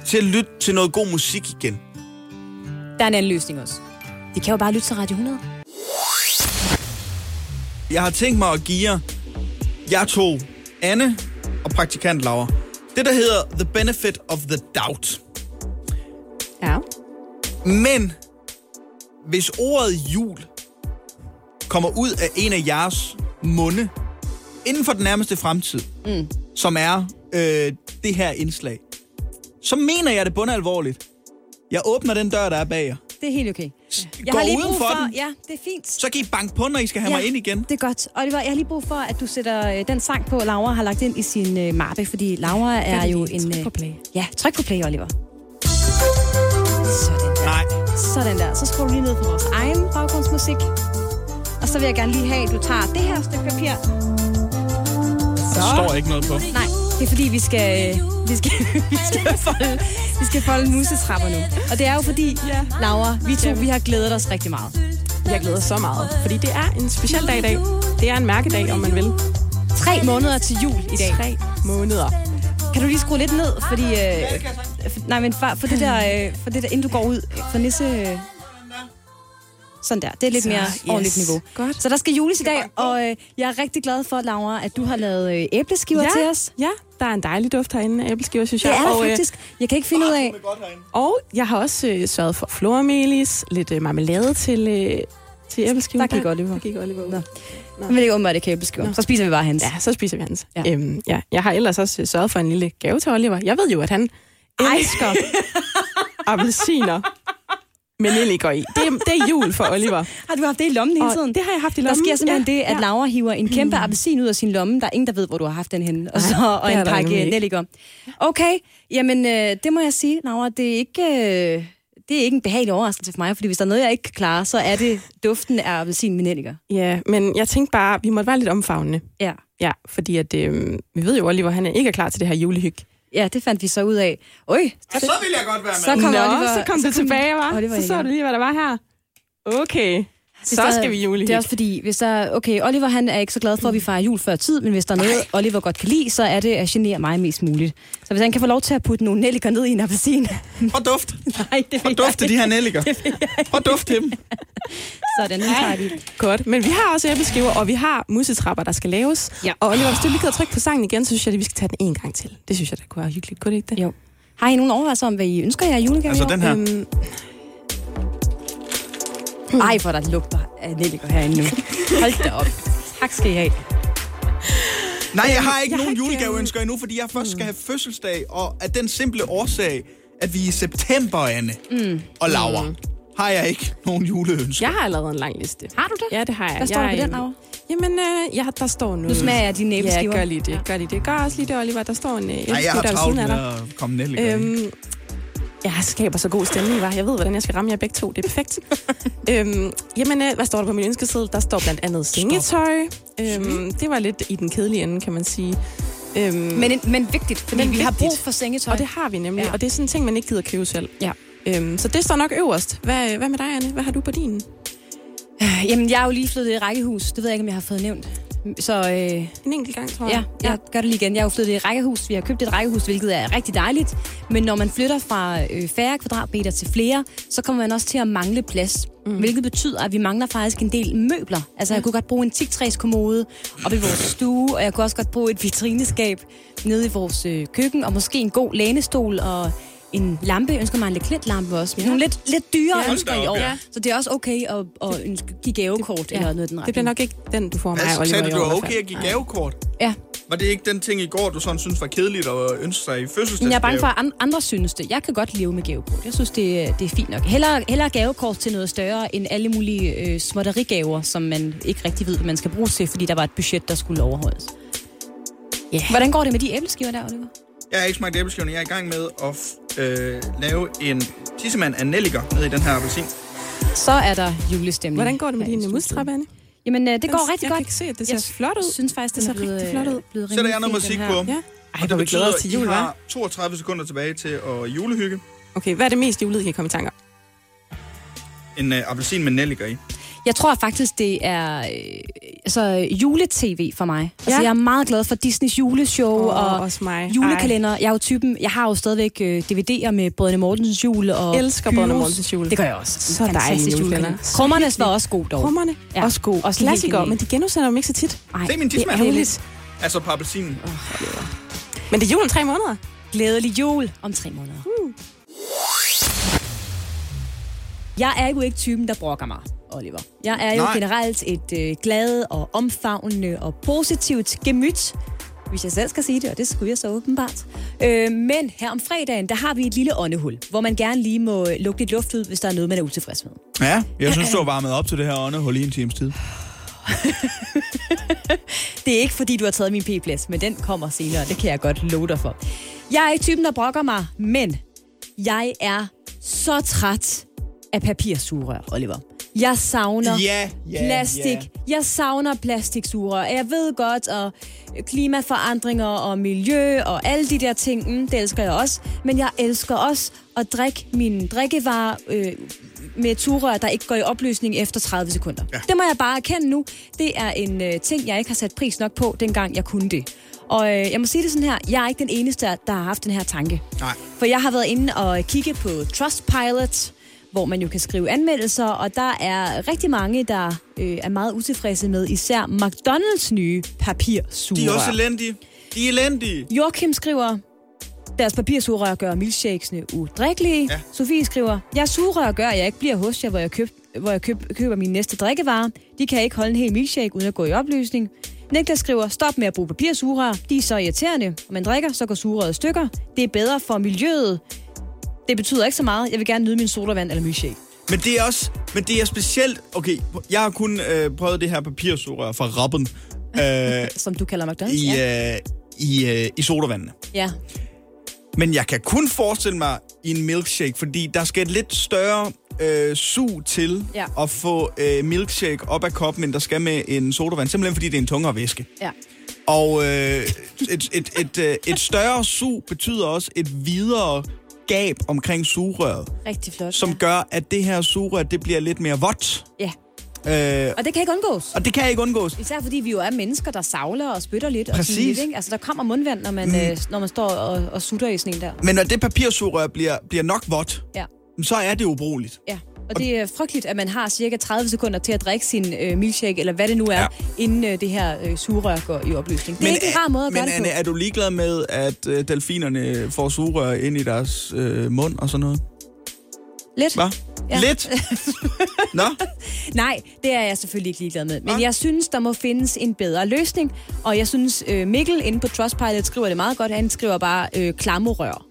C: til at lytte til noget god musik igen.
B: Der er en anden løsning også. De kan jo bare lytte til Radio 100.
C: Jeg har tænkt mig at give jer, jeg tog Anne og praktikant Laura. Det, der hedder The Benefit of the Doubt.
D: Ja.
C: Men hvis ordet jul kommer ud af en af jeres munde inden for den nærmeste fremtid,
B: Mm.
C: som er øh, det her indslag, så mener jeg det bundalvorligt. Jeg åbner den dør, der er bag jer.
B: Det er helt okay. Jeg
C: Går
B: har lige
C: uden
B: brug
C: for
B: for,
C: den.
B: Ja, det er fint.
C: Så kan I banke på, når I skal have
B: Ja.
C: mig ind igen.
B: Det er godt. Oliver, jeg har lige brug for, at du sætter øh, den sang på, Laura har lagt ind i sin øh, mappe, fordi Laura er jo en... Tryk på play. Ja, tryk på play, Oliver. Sådan der.
C: Nej.
B: Sådan der. Så skruer du lige ned på vores egen baggrundsmusik. Og så vil jeg gerne lige have, at du tager det her stykke papir. Så.
C: Der står ikke noget på.
B: Nej, det er fordi, vi skal, øh, vi skal, vi skal, folde, vi skal folde musetrapper nu. Og det er jo fordi, Laura, vi to, vi har glædet os rigtig meget.
D: Jeg glæder så meget, fordi det er en speciel dag i dag. Det er en mærkedag, om man vil.
B: Tre måneder til jul i dag.
D: Tre måneder.
B: Kan du lige skrue lidt ned, fordi... Øh, for, nej, men for, for, det der, øh, for det der, inden du går ud øh, for nisse... Øh, sådan der. Det er lidt
D: Så,
B: mere
D: yes.
B: ordentligt niveau.
D: Godt.
B: Så der skal jules i dag, og øh, jeg er rigtig glad for, Laura, at du har lavet øh, æbleskiver
D: Ja.
B: til os.
D: Ja, der er en dejlig duft herinde af æbleskiver, synes
B: Det
D: jeg.
B: er der
D: og, øh,
B: faktisk. Jeg kan ikke finde ud af...
D: og jeg har også øh, sørget for flormelis, lidt øh, marmelade til, øh, til æbleskiver.
B: Der gik Oliver.
D: Der gik Oliver ud.
B: Nå. Men det er åbenbart ikke æbleskiver.
D: Nå.
B: Så spiser vi bare hans.
D: Ja, så spiser vi hans.
B: Ja.
D: Ja. Øhm, ja. Jeg har ellers også øh, sørget for en lille gave til Oliver. Jeg ved jo, at han elsker appelsiner. Men nelliker i. Det er, det er jul for Oliver.
B: Har du haft det i lommen hele tiden?
D: Og det har jeg haft i
B: Der
D: lommen.
B: sker simpelthen
D: ja.
B: det, at
D: ja.
B: Laura hiver en kæmpe appelsin ud af sin lomme. Der er ingen, der ved, hvor du har haft den henne. Og,
D: Nej,
B: så, og
D: det er
B: en
D: der nemlig
B: pakke
D: ikke.
B: nelliker. Okay, jamen øh, det må jeg sige, Laura. Det er ikke... Øh, det er ikke en behagelig overraskelse for mig, fordi hvis der er noget, jeg ikke kan klare, så er det duften af appelsin med nelliker.
D: Ja, men jeg tænkte bare, vi måtte være lidt omfavnende.
B: Ja.
D: Ja, fordi at, øh, vi ved jo, Oliver, han er- ikke er klar til det her julehyg.
B: ja, det fandt vi så ud af. Øj,
C: Ja, så vil jeg godt være
B: så
C: med.
B: kom
D: Nå,
B: Oliver.
D: så kom det tilbage, var.
B: Oliver
D: Så så
B: igen.
D: du lige, hvad der var her. Okay, så
B: der-
D: skal vi
B: Det er
D: julehygge.
B: også fordi, hvis der, okay, Oliver han er ikke så glad for, at vi fejrer jul før tid, men hvis der er noget, Oliver godt kan lide, så er det at genere mig mest muligt. Så hvis han kan få lov til at putte nogle nelliker ned i en appelsin,
C: Prøv at duft.
B: nej, det
C: Prøv
B: vil
C: at dufte
B: jeg
C: de
B: ikke.
C: her nelliker. Prøv at dufte dem.
B: Sådan, nu tager vi.
D: Godt, men vi har også æbleskiver, og vi har musetrapper, der skal laves.
B: Ja.
D: Og Oliver, hvis du lige kan trykke på sangen igen, så synes jeg, at vi skal tage den en gang til. Det synes jeg, der kunne være hyggeligt. Kunne det ikke det?
B: Jo. Har I nogen overvejelser om, hvad I ønsker jer i julegave?
C: Altså den her.
D: Øhm,
B: Nej, for der lugter af nelliker herinde nu. Hold da op. Tak skal I have.
C: Nej, jeg har ikke øh, Mm. nogen julegaveønsker endnu, fordi jeg først skal have fødselsdag, og af den simple årsag, at vi er i september, Anne mm. og Laura, mm. har jeg ikke nogen juleønsker.
D: jeg har allerede en lang liste.
B: Har du det?
D: Ja, det har jeg.
B: Hvad står
D: jeg,
B: der på den,
D: øhm,
B: Laura?
D: Jamen, øh, ja, der står noget.
B: Nu smager jeg dine
D: Ja,
B: æbleskiver.
D: gør lige det. Gør lige det. Gør også lige det, Oliver. Der står en øh,
C: Nej, jeg har
D: æbleskive der ved
C: travlt
D: siden
C: med
D: af dig.
C: at komme ned øhm.
D: Øhm, jeg skaber så god stemning, var. Jeg ved, hvordan jeg skal ramme jer begge to. Det er perfekt. øhm, jamen, øh, hvad står der på min ønskeseddel? Der står blandt andet sengetøj.
B: Mhm.
D: Øhm, det var lidt i den kedelige ende, kan man sige. Øhm,
B: Men, men vigtigt, fordi
D: Men
B: vi har
D: vigtigt.
B: brug for sengetøj.
D: og det har vi nemlig.
B: Ja.
D: Ja. Og det er sådan en ting, man ikke gider købe selv.
B: Ja.
D: Øhm, så det står nok øverst. Hvad, øh, hvad med dig, Anne? Hvad har du på din?
B: Jamen, jeg er jo lige flyttet i rækkehus. Det ved jeg ikke, om jeg har fået nævnt. Så øh,
D: En enkelt gang, tror
B: Ja,
D: jeg.
B: jeg gør det lige igen. Jeg er jo flyttet i et rækkehus. Vi har købt et rækkehus, hvilket er rigtig dejligt. Men når man flytter fra øh, færre kvadratmeter til flere, så kommer man også til at mangle plads. Mm. Hvilket betyder, at vi mangler faktisk en del møbler. Altså, jeg kunne godt bruge en teaktræskommode op i vores stue, og jeg kunne også godt bruge et vitrineskab nede i vores øh, køkken, og måske en god lænestol og en lampe. Jeg ønsker mig en Leclerc-lampe også. Ja. Nogle lidt, lidt dyrere ja,
C: da
B: ønsker i
C: op,
B: år.
C: ja.
B: Ja. Så det er også okay at, at ønske, give gavekort Oh, det, eller noget i den retning.
D: Det bliver nok ikke den, du får af mig,
C: Hvad
D: Oliver.
C: sagde
D: i
C: du,
D: år
C: du var
D: i hvert
C: okay
D: fald.
C: at give
D: Nej.
C: gavekort?
B: Ja.
C: Var det ikke den ting i går, du sådan synes var kedeligt at ønske sig i fødselsdagsgave?
B: Men jeg er bange for, at an- andre synes det. Jeg kan godt leve med gavekort. Jeg synes, det, det er fint nok. Heller, heller gavekort til noget større end alle mulige øh, småtterigaver, som man ikke rigtig ved, hvad man skal bruge til, fordi der var et budget, der skulle overholdes.
D: Ja.
B: Hvordan går det med de æbleskiver der, Oliver?
C: Jeg har ikke smagt æbleskiverne. Jeg er i gang med at f- øh, lave en tissemand af nelliker ned i den her appelsin.
B: Så er der julestemning.
D: Hvordan går det med
B: her i
D: din
B: studiet.
D: mustrappe, Anne?
B: Jamen, øh, det
D: Den-
B: går rigtig
D: jeg kan
B: godt.
D: ikke se, at det ser
B: jeg
D: flot ud.
B: synes faktisk, det
D: Den
B: ser
D: ser
B: blevet,
D: rigtig flot ud.
B: øh, blevet
C: Sætter
B: rimelig
C: jeg noget
B: fin, den
C: musik
B: her.
C: på.
D: Ja.
C: Og
D: Ej, hvor vi glæder os til
C: I
D: jul,
C: har
D: hva'?
C: 32 sekunder tilbage til at julehygge.
D: Okay, hvad er det mest julet, I kan komme i tanker?
C: En øh, appelsin med nelliker i.
B: Jeg tror faktisk, det er øh, altså, juletv for mig. Ja. Altså,
D: Ja.
B: jeg er meget glad for Disneys juleshow
D: Åh,
B: og, og
D: også mig.
B: julekalender. Jeg er jo typen, jeg har jo stadigvæk øh, DVD'er med Brødrene Mortensens jul og
D: Ej, elsker
B: Pyrus.
D: Brønde Mortens jule.
B: Det gør jeg også.
D: Så dejlige julekalender.
B: Krummernes var også god dog.
D: Krummerne.
B: Ja.
D: Også god.
B: Også helt
D: Klassiker,
B: genial.
D: men de genudsender dem ikke så tit.
B: Ej,
C: Se min
D: Det er
C: tidsmand.
D: ærgerligt.
C: Altså på appelsinen.
D: Men det er jul om tre måneder.
B: Glædelig jul om tre måneder. Uh. Jeg er jo ikke typen, der brokker mig, Oliver. Jeg er jo
C: Nej.
B: Nej. generelt et øh, glad og omfavnende og positivt gemyt, hvis jeg selv skal sige det, og det skulle jeg så åbenbart. Øh, men her om fredagen, der har vi et lille åndehul, hvor man gerne lige må øh, lukke lidt luft ud, hvis der er noget, man er utilfreds med.
C: Ja, jeg synes, du har varmet op til det her åndehul i en times tid.
B: Det er ikke, fordi du har taget min p-plads, men den kommer senere. Det kan jeg godt love dig for. Jeg er ikke typen, der brokker mig, men jeg er så træt af papirsugerør, Oliver. Jeg savner
C: Ja, ja,
B: plastik. Jeg savner plastiksugerør. Jeg ved godt, og klimaforandringer og miljø og alle de der ting, mm, det elsker jeg også. Men jeg elsker også at drikke mine drikkevarer øh, med turrør, der ikke går i opløsning efter 30 sekunder. Ja. Det må jeg bare erkende nu. Det er en øh, ting, jeg ikke har sat pris nok på, dengang jeg kunne det. Og øh, jeg må sige det sådan her, jeg er ikke den eneste, der har haft den her tanke.
C: Nej.
B: For jeg har været inde og kigge på Trustpilot, hvor man jo kan skrive anmeldelser, og der er rigtig mange, der øh, er meget utilfredse med især McDonald's nye papirsugerør.
C: De er også elendige. De er elendige.
B: Joachim skriver, deres papirsugerør gør milkshakesene udrikkelige.
C: Ja.
B: Ja. Sofie skriver, jeg sugerør gør, at jeg ikke bliver hos jer, hvor jeg, køb, hvor jeg køb, køber min næste drikkevare. De kan ikke holde en hel milkshake uden at gå i opløsning. Niklas skriver, stop med at bruge papirsugerør. De er så irriterende. Om man drikker, så går sugerøret i stykker. Det er bedre for miljøet. Det betyder ikke så meget. Jeg vil gerne nyde min sodavand eller milkshake.
C: Men det er også, men det er specielt, okay, jeg har kun øh, prøvet det her papirsugerør fra Robben øh,
B: Som du kalder McDonald's.
C: i, øh, i, øh, i sodavandene.
B: ja.
C: Men jeg kan kun forestille mig i en milkshake, fordi der skal et lidt større øh, sug til
B: Ja.
C: at få øh, milkshake op af koppen, end der skal med en sodavand, simpelthen fordi det er en tungere væske.
B: ja.
C: Og øh, et, et, et, øh, et større sug betyder også et videre gab omkring sugerøret,
B: Rigtig flot.
C: som gør, at det her sugerør, det bliver lidt mere vådt.
B: ja.
C: Øh,
B: Og det kan ikke undgås.
C: og det kan ikke undgås.
B: Især fordi vi jo er mennesker, der savler og spytter lidt. Og
C: Præcis.
B: sådan lidt, ikke? Altså, der kommer mundvand, når man, mm. øh, når man står og, og sutter i sådan en der.
C: Men når det papirsugerør bliver, bliver nok vådt,
B: Ja.
C: så er det ubrugeligt.
B: Ja. Og det er frygteligt, at man har cirka 30 sekunder til at drikke sin øh, milkshake, eller hvad det nu er,
C: Ja.
B: ja. inden øh, det her øh, sugerør går i opløsning. Det er men, ikke en rar måde at
C: men
B: gøre det på.
C: Anne, er du ligeglad med, at øh, delfinerne får sugerør ind i deres øh, mund og sådan noget?
B: Lidt?
C: Hva? Ja.
B: Ja.
C: Lidt? Nå?
B: Nej, det er jeg selvfølgelig ikke ligeglad med. Men
C: Nej.
B: jeg synes, der må findes en bedre løsning. Og jeg synes, øh, Mikkel inde på Trustpilot skriver det meget godt. Han skriver bare øh, klammerør.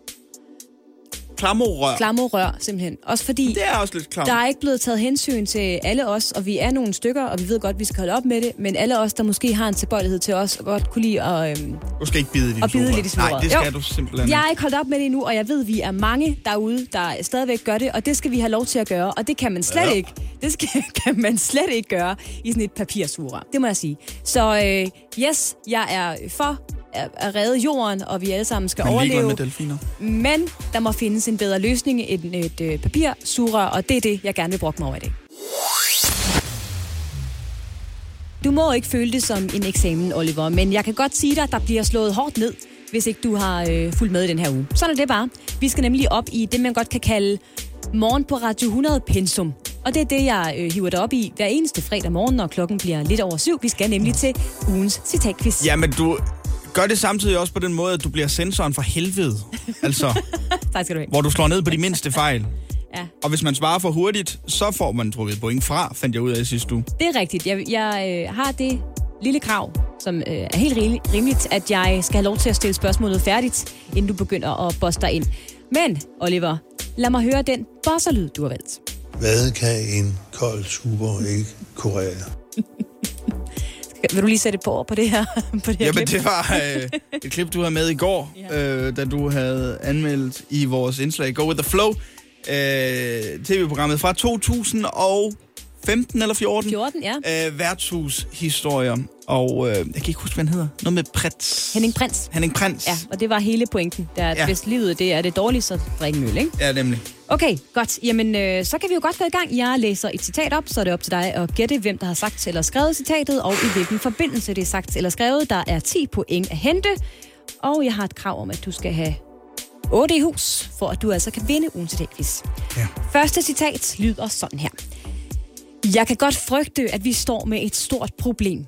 C: Klamorør.
B: Klammerør, simpelthen. Også fordi...
C: Det er også lidt klam.
B: Der er ikke blevet taget hensyn til alle os, og vi er nogle stykker, og vi ved godt, at vi skal holde op med det, men alle os, der måske har en tilbøjelighed til os, godt kunne lide at... Øhm,
C: Du skal ikke bide i din
B: Og bide
C: sugerør.
B: lidt i
C: Nej,
B: sugerøret.
C: det skal jo.
B: Jo.
C: du simpelthen
B: jeg
C: ikke.
B: er ikke holdt op med det endnu, og jeg ved, at vi er mange derude, der stadigvæk gør det, og det skal vi have lov til at gøre, og det kan man slet
C: Ja.
B: ja. ikke. Det skal, kan man slet ikke gøre i sådan et papirsugerør. Det må jeg sige. Så øh, yes, jeg er for at- at redde jorden, og vi alle sammen skal
C: Men ligeglad
B: overleve.
C: med delfiner.
B: Men der må findes en bedre løsning end et øh, papirsugerør, og det er det, jeg gerne vil brokke mig over i dag. Du må ikke føle det som en eksamen, Oliver, men jeg kan godt sige dig, at der bliver slået hårdt ned, hvis ikke du har øh, fulgt med i den her uge. Sådan er det bare. Vi skal nemlig op i det, man godt kan kalde morgen på Radio 100 pensum. Og det er det, jeg øh, hiver dig op i hver eneste fredag morgen, når klokken bliver lidt over syv. Vi skal nemlig til ugens citatquiz.
C: Ja, men du gør det samtidig også på den måde, at du bliver sensoren for helvede. Altså,
B: Tak skal du have.
C: hvor du slår ned på de mindste fejl.
B: Ja.
C: Og hvis man svarer for hurtigt, så får man trukket point fra, fandt jeg ud af i sidste uge.
B: Det er rigtigt. Jeg, jeg øh, har det lille krav, som øh, er helt rimel- rimeligt, at jeg skal have lov til at stille spørgsmålet færdigt, inden du begynder at bosse dig ind. Men, Oliver, lad mig høre den bosserlyd, du har valgt.
K: Hvad kan en kold super ikke kurere?
B: Vil du lige sætte et på på det her, på det her
C: Jamen,
B: klip?
C: det var øh, et klip, du havde med i går, øh, da du havde anmeldt i vores indslag Go With The Flow, øh, tv-programmet fra 2005. 15 eller 14.
B: 14, ja.
C: Øh, værtshushistorier. Og øh, jeg kan ikke huske, hvad han hedder. Noget med Prins.
B: Henning Prins.
C: Henning Prins.
B: Ja, og det var hele pointen. Der,
C: Ja.
B: ja. Hvis livet det er det dårlige, så drik en øl, ikke?
C: Ja, nemlig.
B: Okay, godt. Jamen, øh, så kan vi jo godt gå i gang. Jeg læser et citat op, så er det op til dig at gætte, hvem der har sagt eller skrevet citatet, og i hvilken forbindelse det er sagt eller skrevet. Der er 10 point at hente, og jeg har et krav om, at du skal have 8 i hus, for at du altså kan vinde ugen citatvis.
C: Ja.
B: Første citat lyder sådan her. Jeg kan godt frygte, at vi står med et stort problem.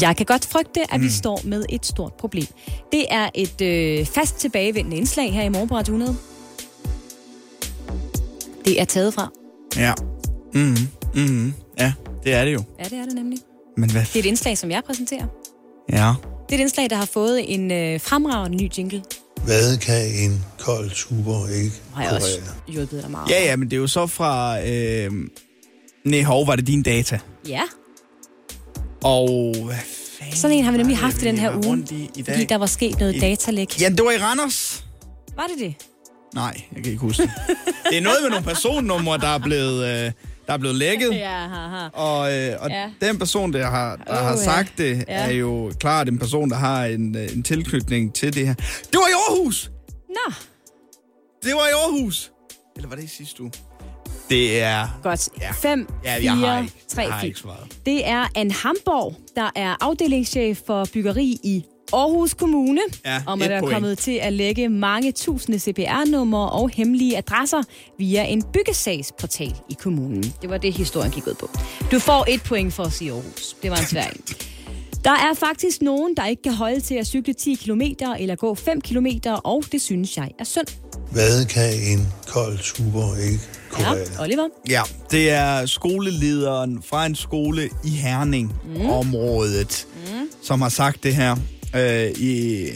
B: Jeg kan godt frygte, at vi
M: Mm.
B: står med et stort problem. Det er et øh, fast tilbagevendende indslag her i morgen på Radio 100. Det er taget fra.
C: Ja. Mm-hmm. Mm-hmm. Ja, det er det jo.
B: Ja, det er det nemlig.
C: Men hvad?
B: Det er et indslag, som jeg præsenterer.
C: Ja.
B: Det er et indslag, der har fået en øh, fremragende ny jingle.
K: Hvad kan en kold tuber ikke
B: Har jeg også
K: kurere?
B: hjulpet dig meget.
C: Ja, ja, men det er jo så fra... Øh... Nej, hov, var det din data?
B: Ja,
C: Og hvad
B: sådan en har vi nemlig haft i den her uge,
C: i dag?
B: fordi der var sket noget datalæk.
C: Ja, det var i Randers.
B: Var det det?
C: Nej, jeg kan ikke huske det. Det er noget med nogle personnumre, der er blevet, øh, der er blevet lækket.
B: Ja, haha.
C: Og, øh, og
B: Ja.
C: ja. den person, der har, der
B: Åh,
C: har
B: ja.
C: sagt det,
B: Ja.
C: ja. er jo klart en person, der har en, øh, en tilknytning til det her. Det var i Aarhus!
B: Nå.
C: Det var i Aarhus! Eller var det i sidste uge? Det er...
B: Godt. 5,
C: Ja, jeg har
B: 4,
C: ikke- jeg
B: 3,
C: har
B: 4.
C: ikke svaret.
B: Det er Anne Hamborg, der er afdelingschef for byggeri i Aarhus Kommune,
M: Ja,
B: om
M: et
B: at der er
M: point.
B: kommet til at lægge mange tusinde CPR-numre og hemmelige adresser via en byggesagsportal i kommunen. Det var det, historien gik ud på. Du får et point for at sige Aarhus. Det var en svær en. Der er faktisk nogen, der ikke kan holde til at cykle 10 km eller gå 5 km, og det synes jeg er synd.
K: Hvad kan en kold tuber ikke kurere?
B: Ja, Oliver.
C: Ja, det er skolelederen fra en skole i Herning-området, mm. som har sagt det her. Øh, i,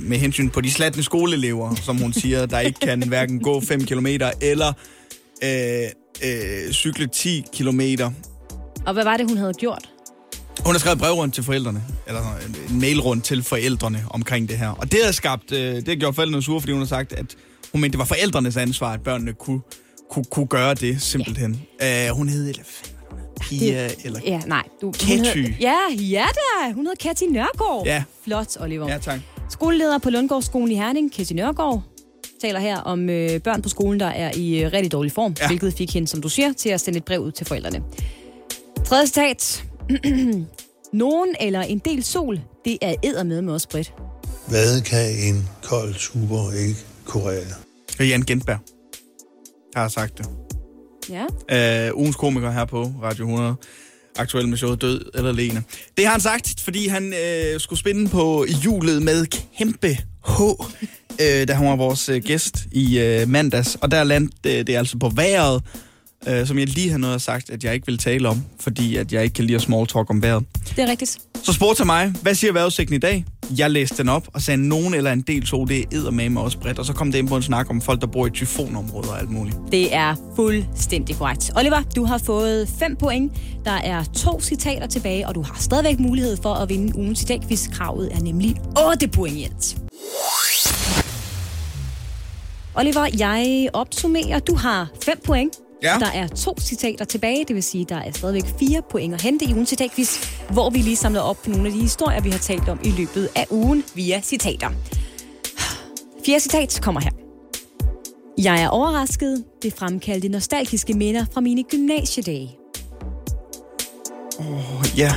C: med hensyn på de slattende skoleelever, som hun siger, der ikke kan hverken gå 5 km eller øh, øh, cykle 10 km.
B: Og hvad var det, hun havde gjort?
C: Hun har skrevet brev rundt til forældrene, eller sådan, en- en mail rundt til forældrene omkring det her. Og det har skabt, øh, det har gjort forældrene sure, fordi hun har sagt, at hun mente, det var forældrenes ansvar, at børnene kunne, kunne, kunne gøre det, simpelthen. Ja. Uh, hun hed, eller hvad fanden var det, Pia,
B: Det-
C: eller...
B: Ja, nej. Du, hun
C: Ketty.
B: hed- ja, ja da. Hun hedder Katty Nørgaard.
C: Ja.
B: Flot, Oliver.
C: Ja, tak.
B: Skoleleder på Lundgårdsskolen i Herning, Katty Nørgaard, taler her om øh, børn på skolen, der er i øh, rigtig dårlig form, ja. hvilket fik hende, som du siger, til at sende et brev ud til forældrene. Tredje citat. Nogen eller en del sol, det er eddermed med os bredt.
K: Hvad kan en kold tuber ikke kurere?
C: Det er Jan Gentberg, der har sagt det.
B: Ja.
C: øh, ugens komiker her på Radio 100. Aktuel med showet Død eller Lene. Det har han sagt, fordi han øh, skulle spinde på hjulet med kæmpe H, øh, da han var vores øh, gæst i øh, mandags. Og der landte øh, det altså på vejret, øh, som jeg lige har noget at sagt, at jeg ikke vil tale om, fordi at jeg ikke kan lide at small talk om vejret.
B: Det er rigtigt.
C: Så spurgte han mig, hvad siger vejrudsigten i dag? Jeg læste den op og sagde, nogen eller en del sol, det er med også bredt. Og så kom det ind på en snak om folk, der bor i tyfonområder og alt muligt.
B: Det er fuldstændig korrekt. Oliver, du har fået 5 point. Der er to citater tilbage, og du har stadigvæk mulighed for at vinde ugens citatquiz. Kravet er nemlig 8 point i alt. Oliver, jeg opsummerer. Du har 5 point.
M: Ja.
B: Der er to citater tilbage, det vil sige, der er stadigvæk fire point at hente i ugens citatquiz, hvor vi lige samler op på nogle af de historier, vi har talt om i løbet af ugen via citater. Fjerde citat kommer her. Jeg er overrasket. Det fremkaldte nostalgiske minder fra mine gymnasiedage.
C: Åh, oh, ja.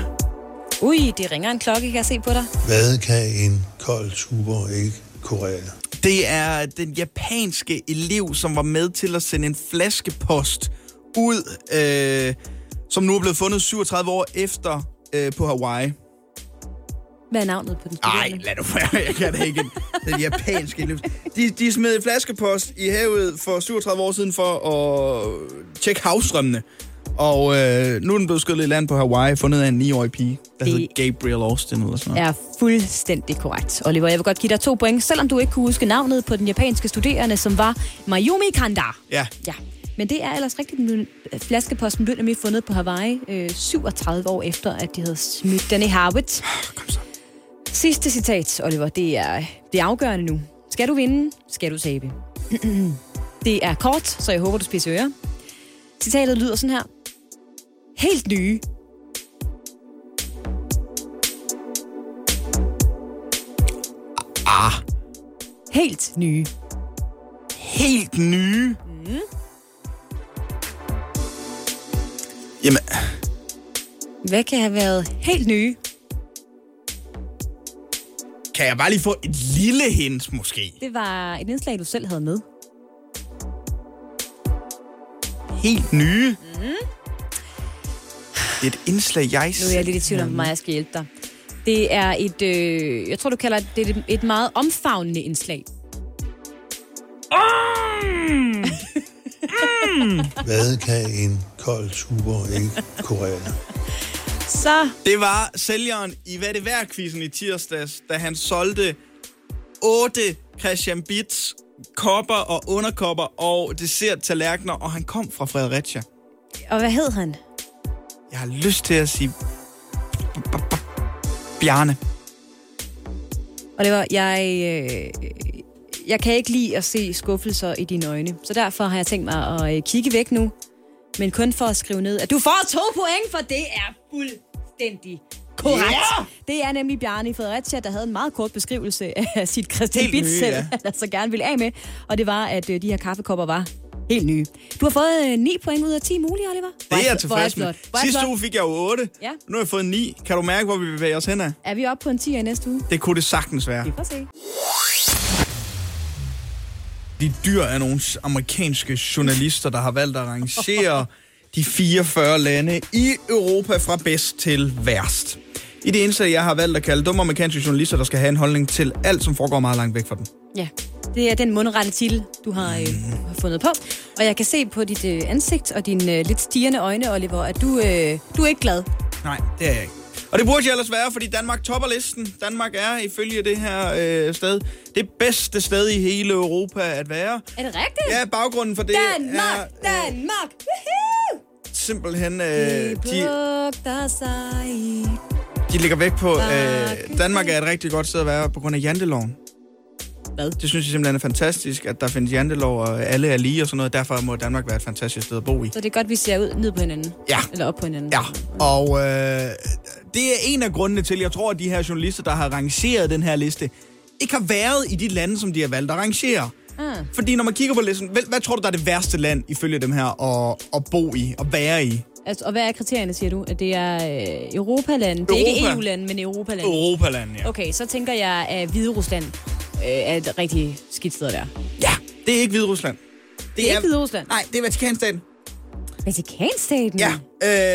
B: Ui, det ringer en klokke, kan jeg se på dig.
K: Hvad kan en kold tuber ikke kurere?
C: Det er den japanske elev, som var med til at sende en flaskepost ud, øh, som nu er blevet fundet 37 år efter øh, på Hawaii.
B: Hvad er navnet på den
C: Nej, lad nu være. Jeg kan det ikke. Den japanske elev. De, de smed en flaskepost i havet for 37 år siden for at tjekke havstrømmene. Og øh, nu er den blevet skyllet i land på Hawaii, fundet af en 9-årig pige, der
B: Det-
C: hedder Gabriel Austin eller sådan noget.
B: er fuldstændig korrekt. Oliver, jeg vil godt give dig to point, selvom du ikke kunne huske navnet på den japanske studerende, som var Mayumi Kandar.
C: Ja.
B: Ja, men det er ellers rigtigt. Den Flaskeposten blev nemlig fundet på Hawaii øh, 37 år efter, at de havde smidt den i havet. Kom
C: Ah, så.
B: Sidste citat, Oliver, det er, det er afgørende nu. Skal du vinde? Skal du tabe? Det er kort, så jeg håber, du spiser ører. Citatet lyder sådan her. Helt nye.
C: Ah,
B: Helt nye.
C: helt nye.
B: Mm.
C: Jamen,
B: Hvad kan have været helt nye?
C: kan jeg bare lige få et lille hint, måske?
B: Det var et indslag, du selv havde med.
C: Helt nye. Et indslag, jeg
B: Nu er jeg lidt i tvivl om, mig, jeg skal hjælpe dig. Det er et, øh, jeg tror, du kalder det et, et meget omfavnende indslag.
K: Hvad kan en kold tuber ikke kurere?
B: Så
C: Det var sælgeren i Hvad det værd quizzen i tirsdags, da han solgte 8 Christian Bits kopper og underkopper og dessert-tallerkener, og han kom fra Fredericia.
B: Og hvad hed han?
C: Jeg har lyst til at sige... Bjarne.
B: Og det var, jeg, øh, jeg kan ikke lide at se skuffelser i dine øjne. Så derfor har jeg tænkt mig at øh, kigge væk nu. Men kun for at skrive ned, at du får to point, for det er fuldstændig korrekt.
C: Ja!
B: Det er nemlig Bjarne i Fredericia, der havde en meget kort beskrivelse af sit Christian
C: Helt
B: Bitt
C: nye,
B: selv,
C: ja.
B: han altså gerne ville af med. Og det var, at øh, de her kaffekopper var helt nye. Du har fået øh, 9 point ud af 10 mulige, Oliver.
C: Det
B: Hvor
C: er jeg
B: hvor
C: tilfreds med.
B: flot. Hvor er det
C: Sidste
B: flot.
C: uge fik jeg jo 8.
B: Ja.
C: Nu har jeg fået 9. Kan du mærke, hvor vi bevæger os henad?
B: Er vi oppe på en 10 i næste uge?
C: Det kunne det sagtens være.
B: Vi får se.
C: De dyr er nogle amerikanske journalister, der har valgt at rangere de 44 lande i Europa fra bedst til værst. I det eneste, jeg har valgt at kalde dumme amerikanske journalister, der skal have en holdning til alt, som foregår meget langt væk fra dem.
B: Ja, det er den mundrette titel, du har, øh,
C: Mhm.
B: har fundet på. Og jeg kan se på dit øh, ansigt og dine øh, lidt stigende øjne, Oliver, at du, øh, du er ikke glad.
C: Nej, det er jeg ikke. Og det burde jeg ellers være, fordi Danmark topper listen. Danmark er ifølge det her øh, sted det bedste sted i hele Europa at være.
B: Er det rigtigt?
C: Ja, baggrunden for det
B: Danmark!
C: er øh,
B: Danmark! Woohoo!
C: simpelthen, øh, de,
B: bugter sig i.
C: de ligger væk på, øh, Danmark er et rigtig godt sted at være på grund af janteloven.
B: Hvad?
C: Det synes jeg simpelthen er fantastisk, at der findes jantelov, og alle er lige og sådan noget. Derfor må Danmark være et fantastisk sted at bo i.
B: Så det er godt, vi ser ud ned på hinanden.
C: Ja.
B: Eller op på hinanden.
C: Ja, og øh, det er en af grundene til, jeg tror, at de her journalister, der har rangeret den her liste, ikke har været i de lande, som de har valgt at rangere.
B: Ah.
C: Fordi når man kigger på listen, hvad, hvad tror du, der er det værste land, ifølge dem her, at, at bo i, at være i?
B: Altså, og hvad er kriterierne, siger du? At det er øh, Europalande. Det er ikke
C: Europa.
B: EU-lande, men Europalande.
C: Europaland, ja.
B: Okay, så tænker jeg, at Hvide Rusland øh, er et rigtig skidt sted der.
C: Ja, det er ikke Hvide Rusland.
B: Det er ikke Hvide Rusland.
C: Nej, det er Vatikanstaten.
B: Vatikanstaten?
C: Ja,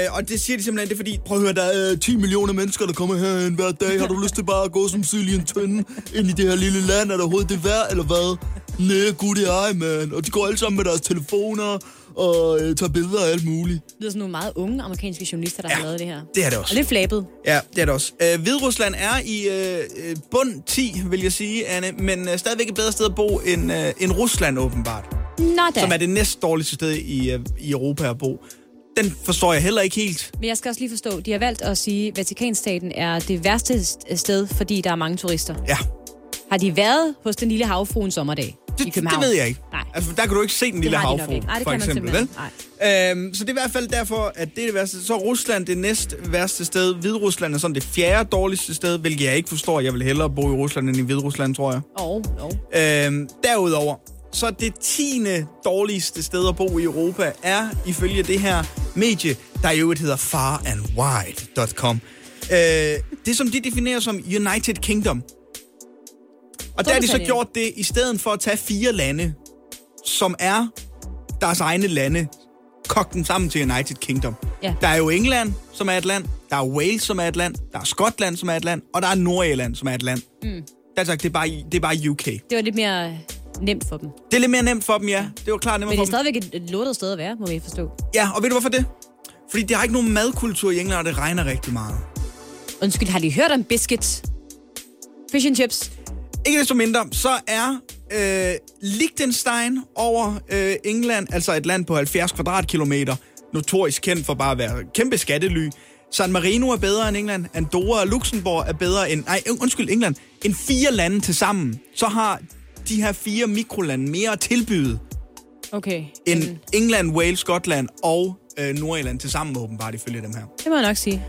C: øh, og det siger de simpelthen, det er fordi, prøv at høre, der er øh, 10 millioner mennesker, der kommer herhen hver dag. Har du lyst til bare at gå som syl i en tønde ind i det her lille land? Er der overhovedet det værd, eller hvad? Næh, gud, det er ej, man. Og de går alle sammen med deres telefoner og øh, tager billeder af alt muligt.
B: Det lyder sådan nogle meget unge amerikanske journalister, der ja. har lavet det her.
C: Det er det
B: Og lidt flabet.
C: Ja, det er det også. Øh, Hviderusland er i øh, øh, bund 10, vil jeg sige, Anne, men øh, stadigvæk et bedre sted at bo end, øh, end Rusland, åbenbart.
B: Nå da.
C: Som er det næst dårligste sted i, øh, i Europa at bo. Den forstår jeg heller ikke helt.
B: Men jeg skal også lige forstå, de har valgt at sige, at Vatikanstaten er det værste st- sted, fordi der er mange turister.
C: Ja,
B: Har de været hos den lille havfru en sommerdag i
C: det, det
B: København?
C: ved jeg ikke.
B: Nej.
C: Altså, der kan du ikke se den lille
B: har de nok
C: havfru,
B: ikke. Nej, det
C: for
B: kan man
C: eksempel.
B: simpelthen.
C: Øhm, så det er i hvert fald derfor, at det er det værste. Så er Rusland det næst værste sted. Hviderusland er sådan det fjerde dårligste sted, hvilket jeg ikke forstår. Jeg vil hellere bo i Rusland end i Hviderusland, tror jeg.
B: Og, og.
C: Øhm, derudover, så det tiende dårligste sted at bo i Europa er ifølge det her medie, der i øvrigt hedder farandwide.com. Øh, det, som de definerer som United Kingdom. Og der har de så
B: Storbritannien.
C: gjort det, i stedet for at tage fire lande, som er deres egne lande, kogt dem sammen til United Kingdom.
B: Ja.
C: Der er jo England, som er et land, der er Wales, som er et land, der er Skotland, som er et land, og der er Nordirland, som er et land. Mm. Der er sagt, det er, bare, det er bare UK.
B: Det var lidt mere øh, nemt for dem.
C: Det er lidt mere nemt for dem, ja. Det var klart nemmere
B: Men det er
C: for dem.
B: stadigvæk et- et lortet sted at være, må vi forstå.
C: Ja, og ved du hvorfor det? Fordi der er ikke nogen madkultur i England, og det regner rigtig meget.
B: Undskyld, har de hørt om biscuits? Fish and chips?
C: Ikke desto mindre, så er øh, Liechtenstein over øh, England, altså et land på 70 kvadratkilometer, notorisk kendt for bare at være kæmpe skattely. San Marino er bedre end England, Andorra og Luxembourg er bedre end... Nej, øh, undskyld, England. End fire lande til sammen, så har de her fire mikrolande mere at tilbyde.
B: Okay. Mm.
C: end England, Wales, Skotland og øh, Nordirland til sammen åbenbart ifølge dem her.
B: Det må jeg nok sige.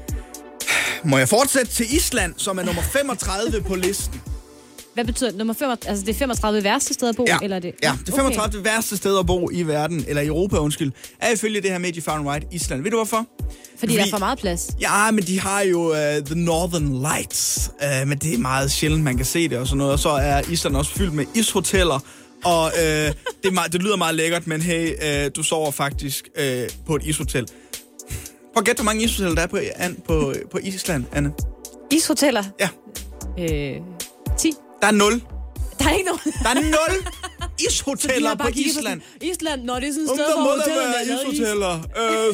C: Må jeg fortsætte til Island, som er nummer 35 på listen?
B: Hvad betyder det? nummer 35? Altså, det er 35 værste steder at bo? Eller er det?
C: Ja, det 35 okay. værste steder at bo i verden, eller i Europa, undskyld, er ifølge det her medie Fahrenheit Island. Ved du hvorfor?
B: Fordi der er for meget plads.
C: Ja, men de har jo uh, The Northern Lights, uh, men det er meget sjældent, man kan se det og sådan noget. Og så er Island også fyldt med ishoteller, og uh, det, er meget, det lyder meget lækkert, men hey, uh, du sover faktisk uh, på et ishotel. Prøv at gætte, hvor mange ishoteller der er på, an, på, øh, på Island, Anne.
B: Ishoteller?
C: Ja.
B: Øh, 10.
C: Der er 0.
B: Der er ikke nogen.
C: Der er 0
B: De har
C: ishoteller på
B: bare kigget på
C: Island.
B: sådan, Island, når det er sådan et
C: Om
B: sted,
C: der må
B: hvor
C: der
B: hotellet
C: være
B: er lavet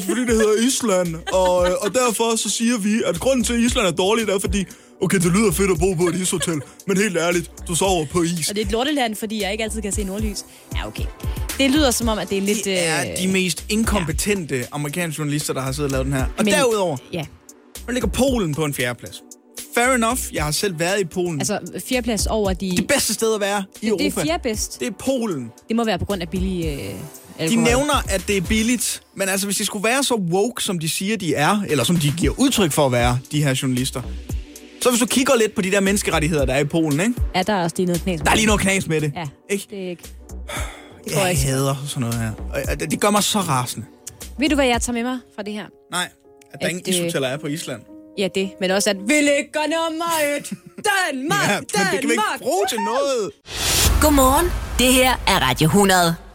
B: is.
C: ishoteller, øh, fordi det hedder Island. Og, øh, og derfor så siger vi, at grunden til, at Island er dårligt, er fordi, okay, det lyder fedt at bo på et ishotel, men helt ærligt, du sover på is.
B: Og det er et lorteland, fordi jeg ikke altid kan se nordlys. Ja, okay. Det lyder som om, at det er lidt...
C: Det er
B: øh,
C: de mest inkompetente ja. amerikanske journalister, der har siddet og lavet den her. Og
B: Men-
C: men, derudover,
B: Ja,
C: nu ligger Polen på en fjerdeplads. Fair enough, jeg har selv været i Polen. Altså,
B: altså fjerdeplads over de...
C: det bedste sted at være i
B: det,
C: Europa.
B: det er fjerde bedst.
C: det er Polen.
B: Det må være på grund af billig øh, alkohol.
C: De nævner, at det er billigt, men altså, hvis de skulle være så woke, som de siger, de er, eller som de giver udtryk for at være, de her journalister, så hvis du kigger lidt på de der menneskerettigheder, der er i Polen, ikke?
B: Ja, der er også lige noget knas.
C: der er lige noget knas med det.
B: Ja,
C: Ikke?
B: det er ikke... Det går
C: Jeg
B: ikke.
C: hader sådan noget her. Og, og det, det gør mig så rasende.
B: Ved du, hvad jeg tager med mig fra det her?
C: Nej, at der
B: At,
C: ingen
B: øh,
C: ishoteller er på Island.
B: Ja, det. Men også, at vi ligger nummer et. Danmark,
C: Ja,
B: ja,
C: men det kan vi ikke
B: Danmark.
C: bruge til noget.
A: Godmorgen. Det her er Radio 100.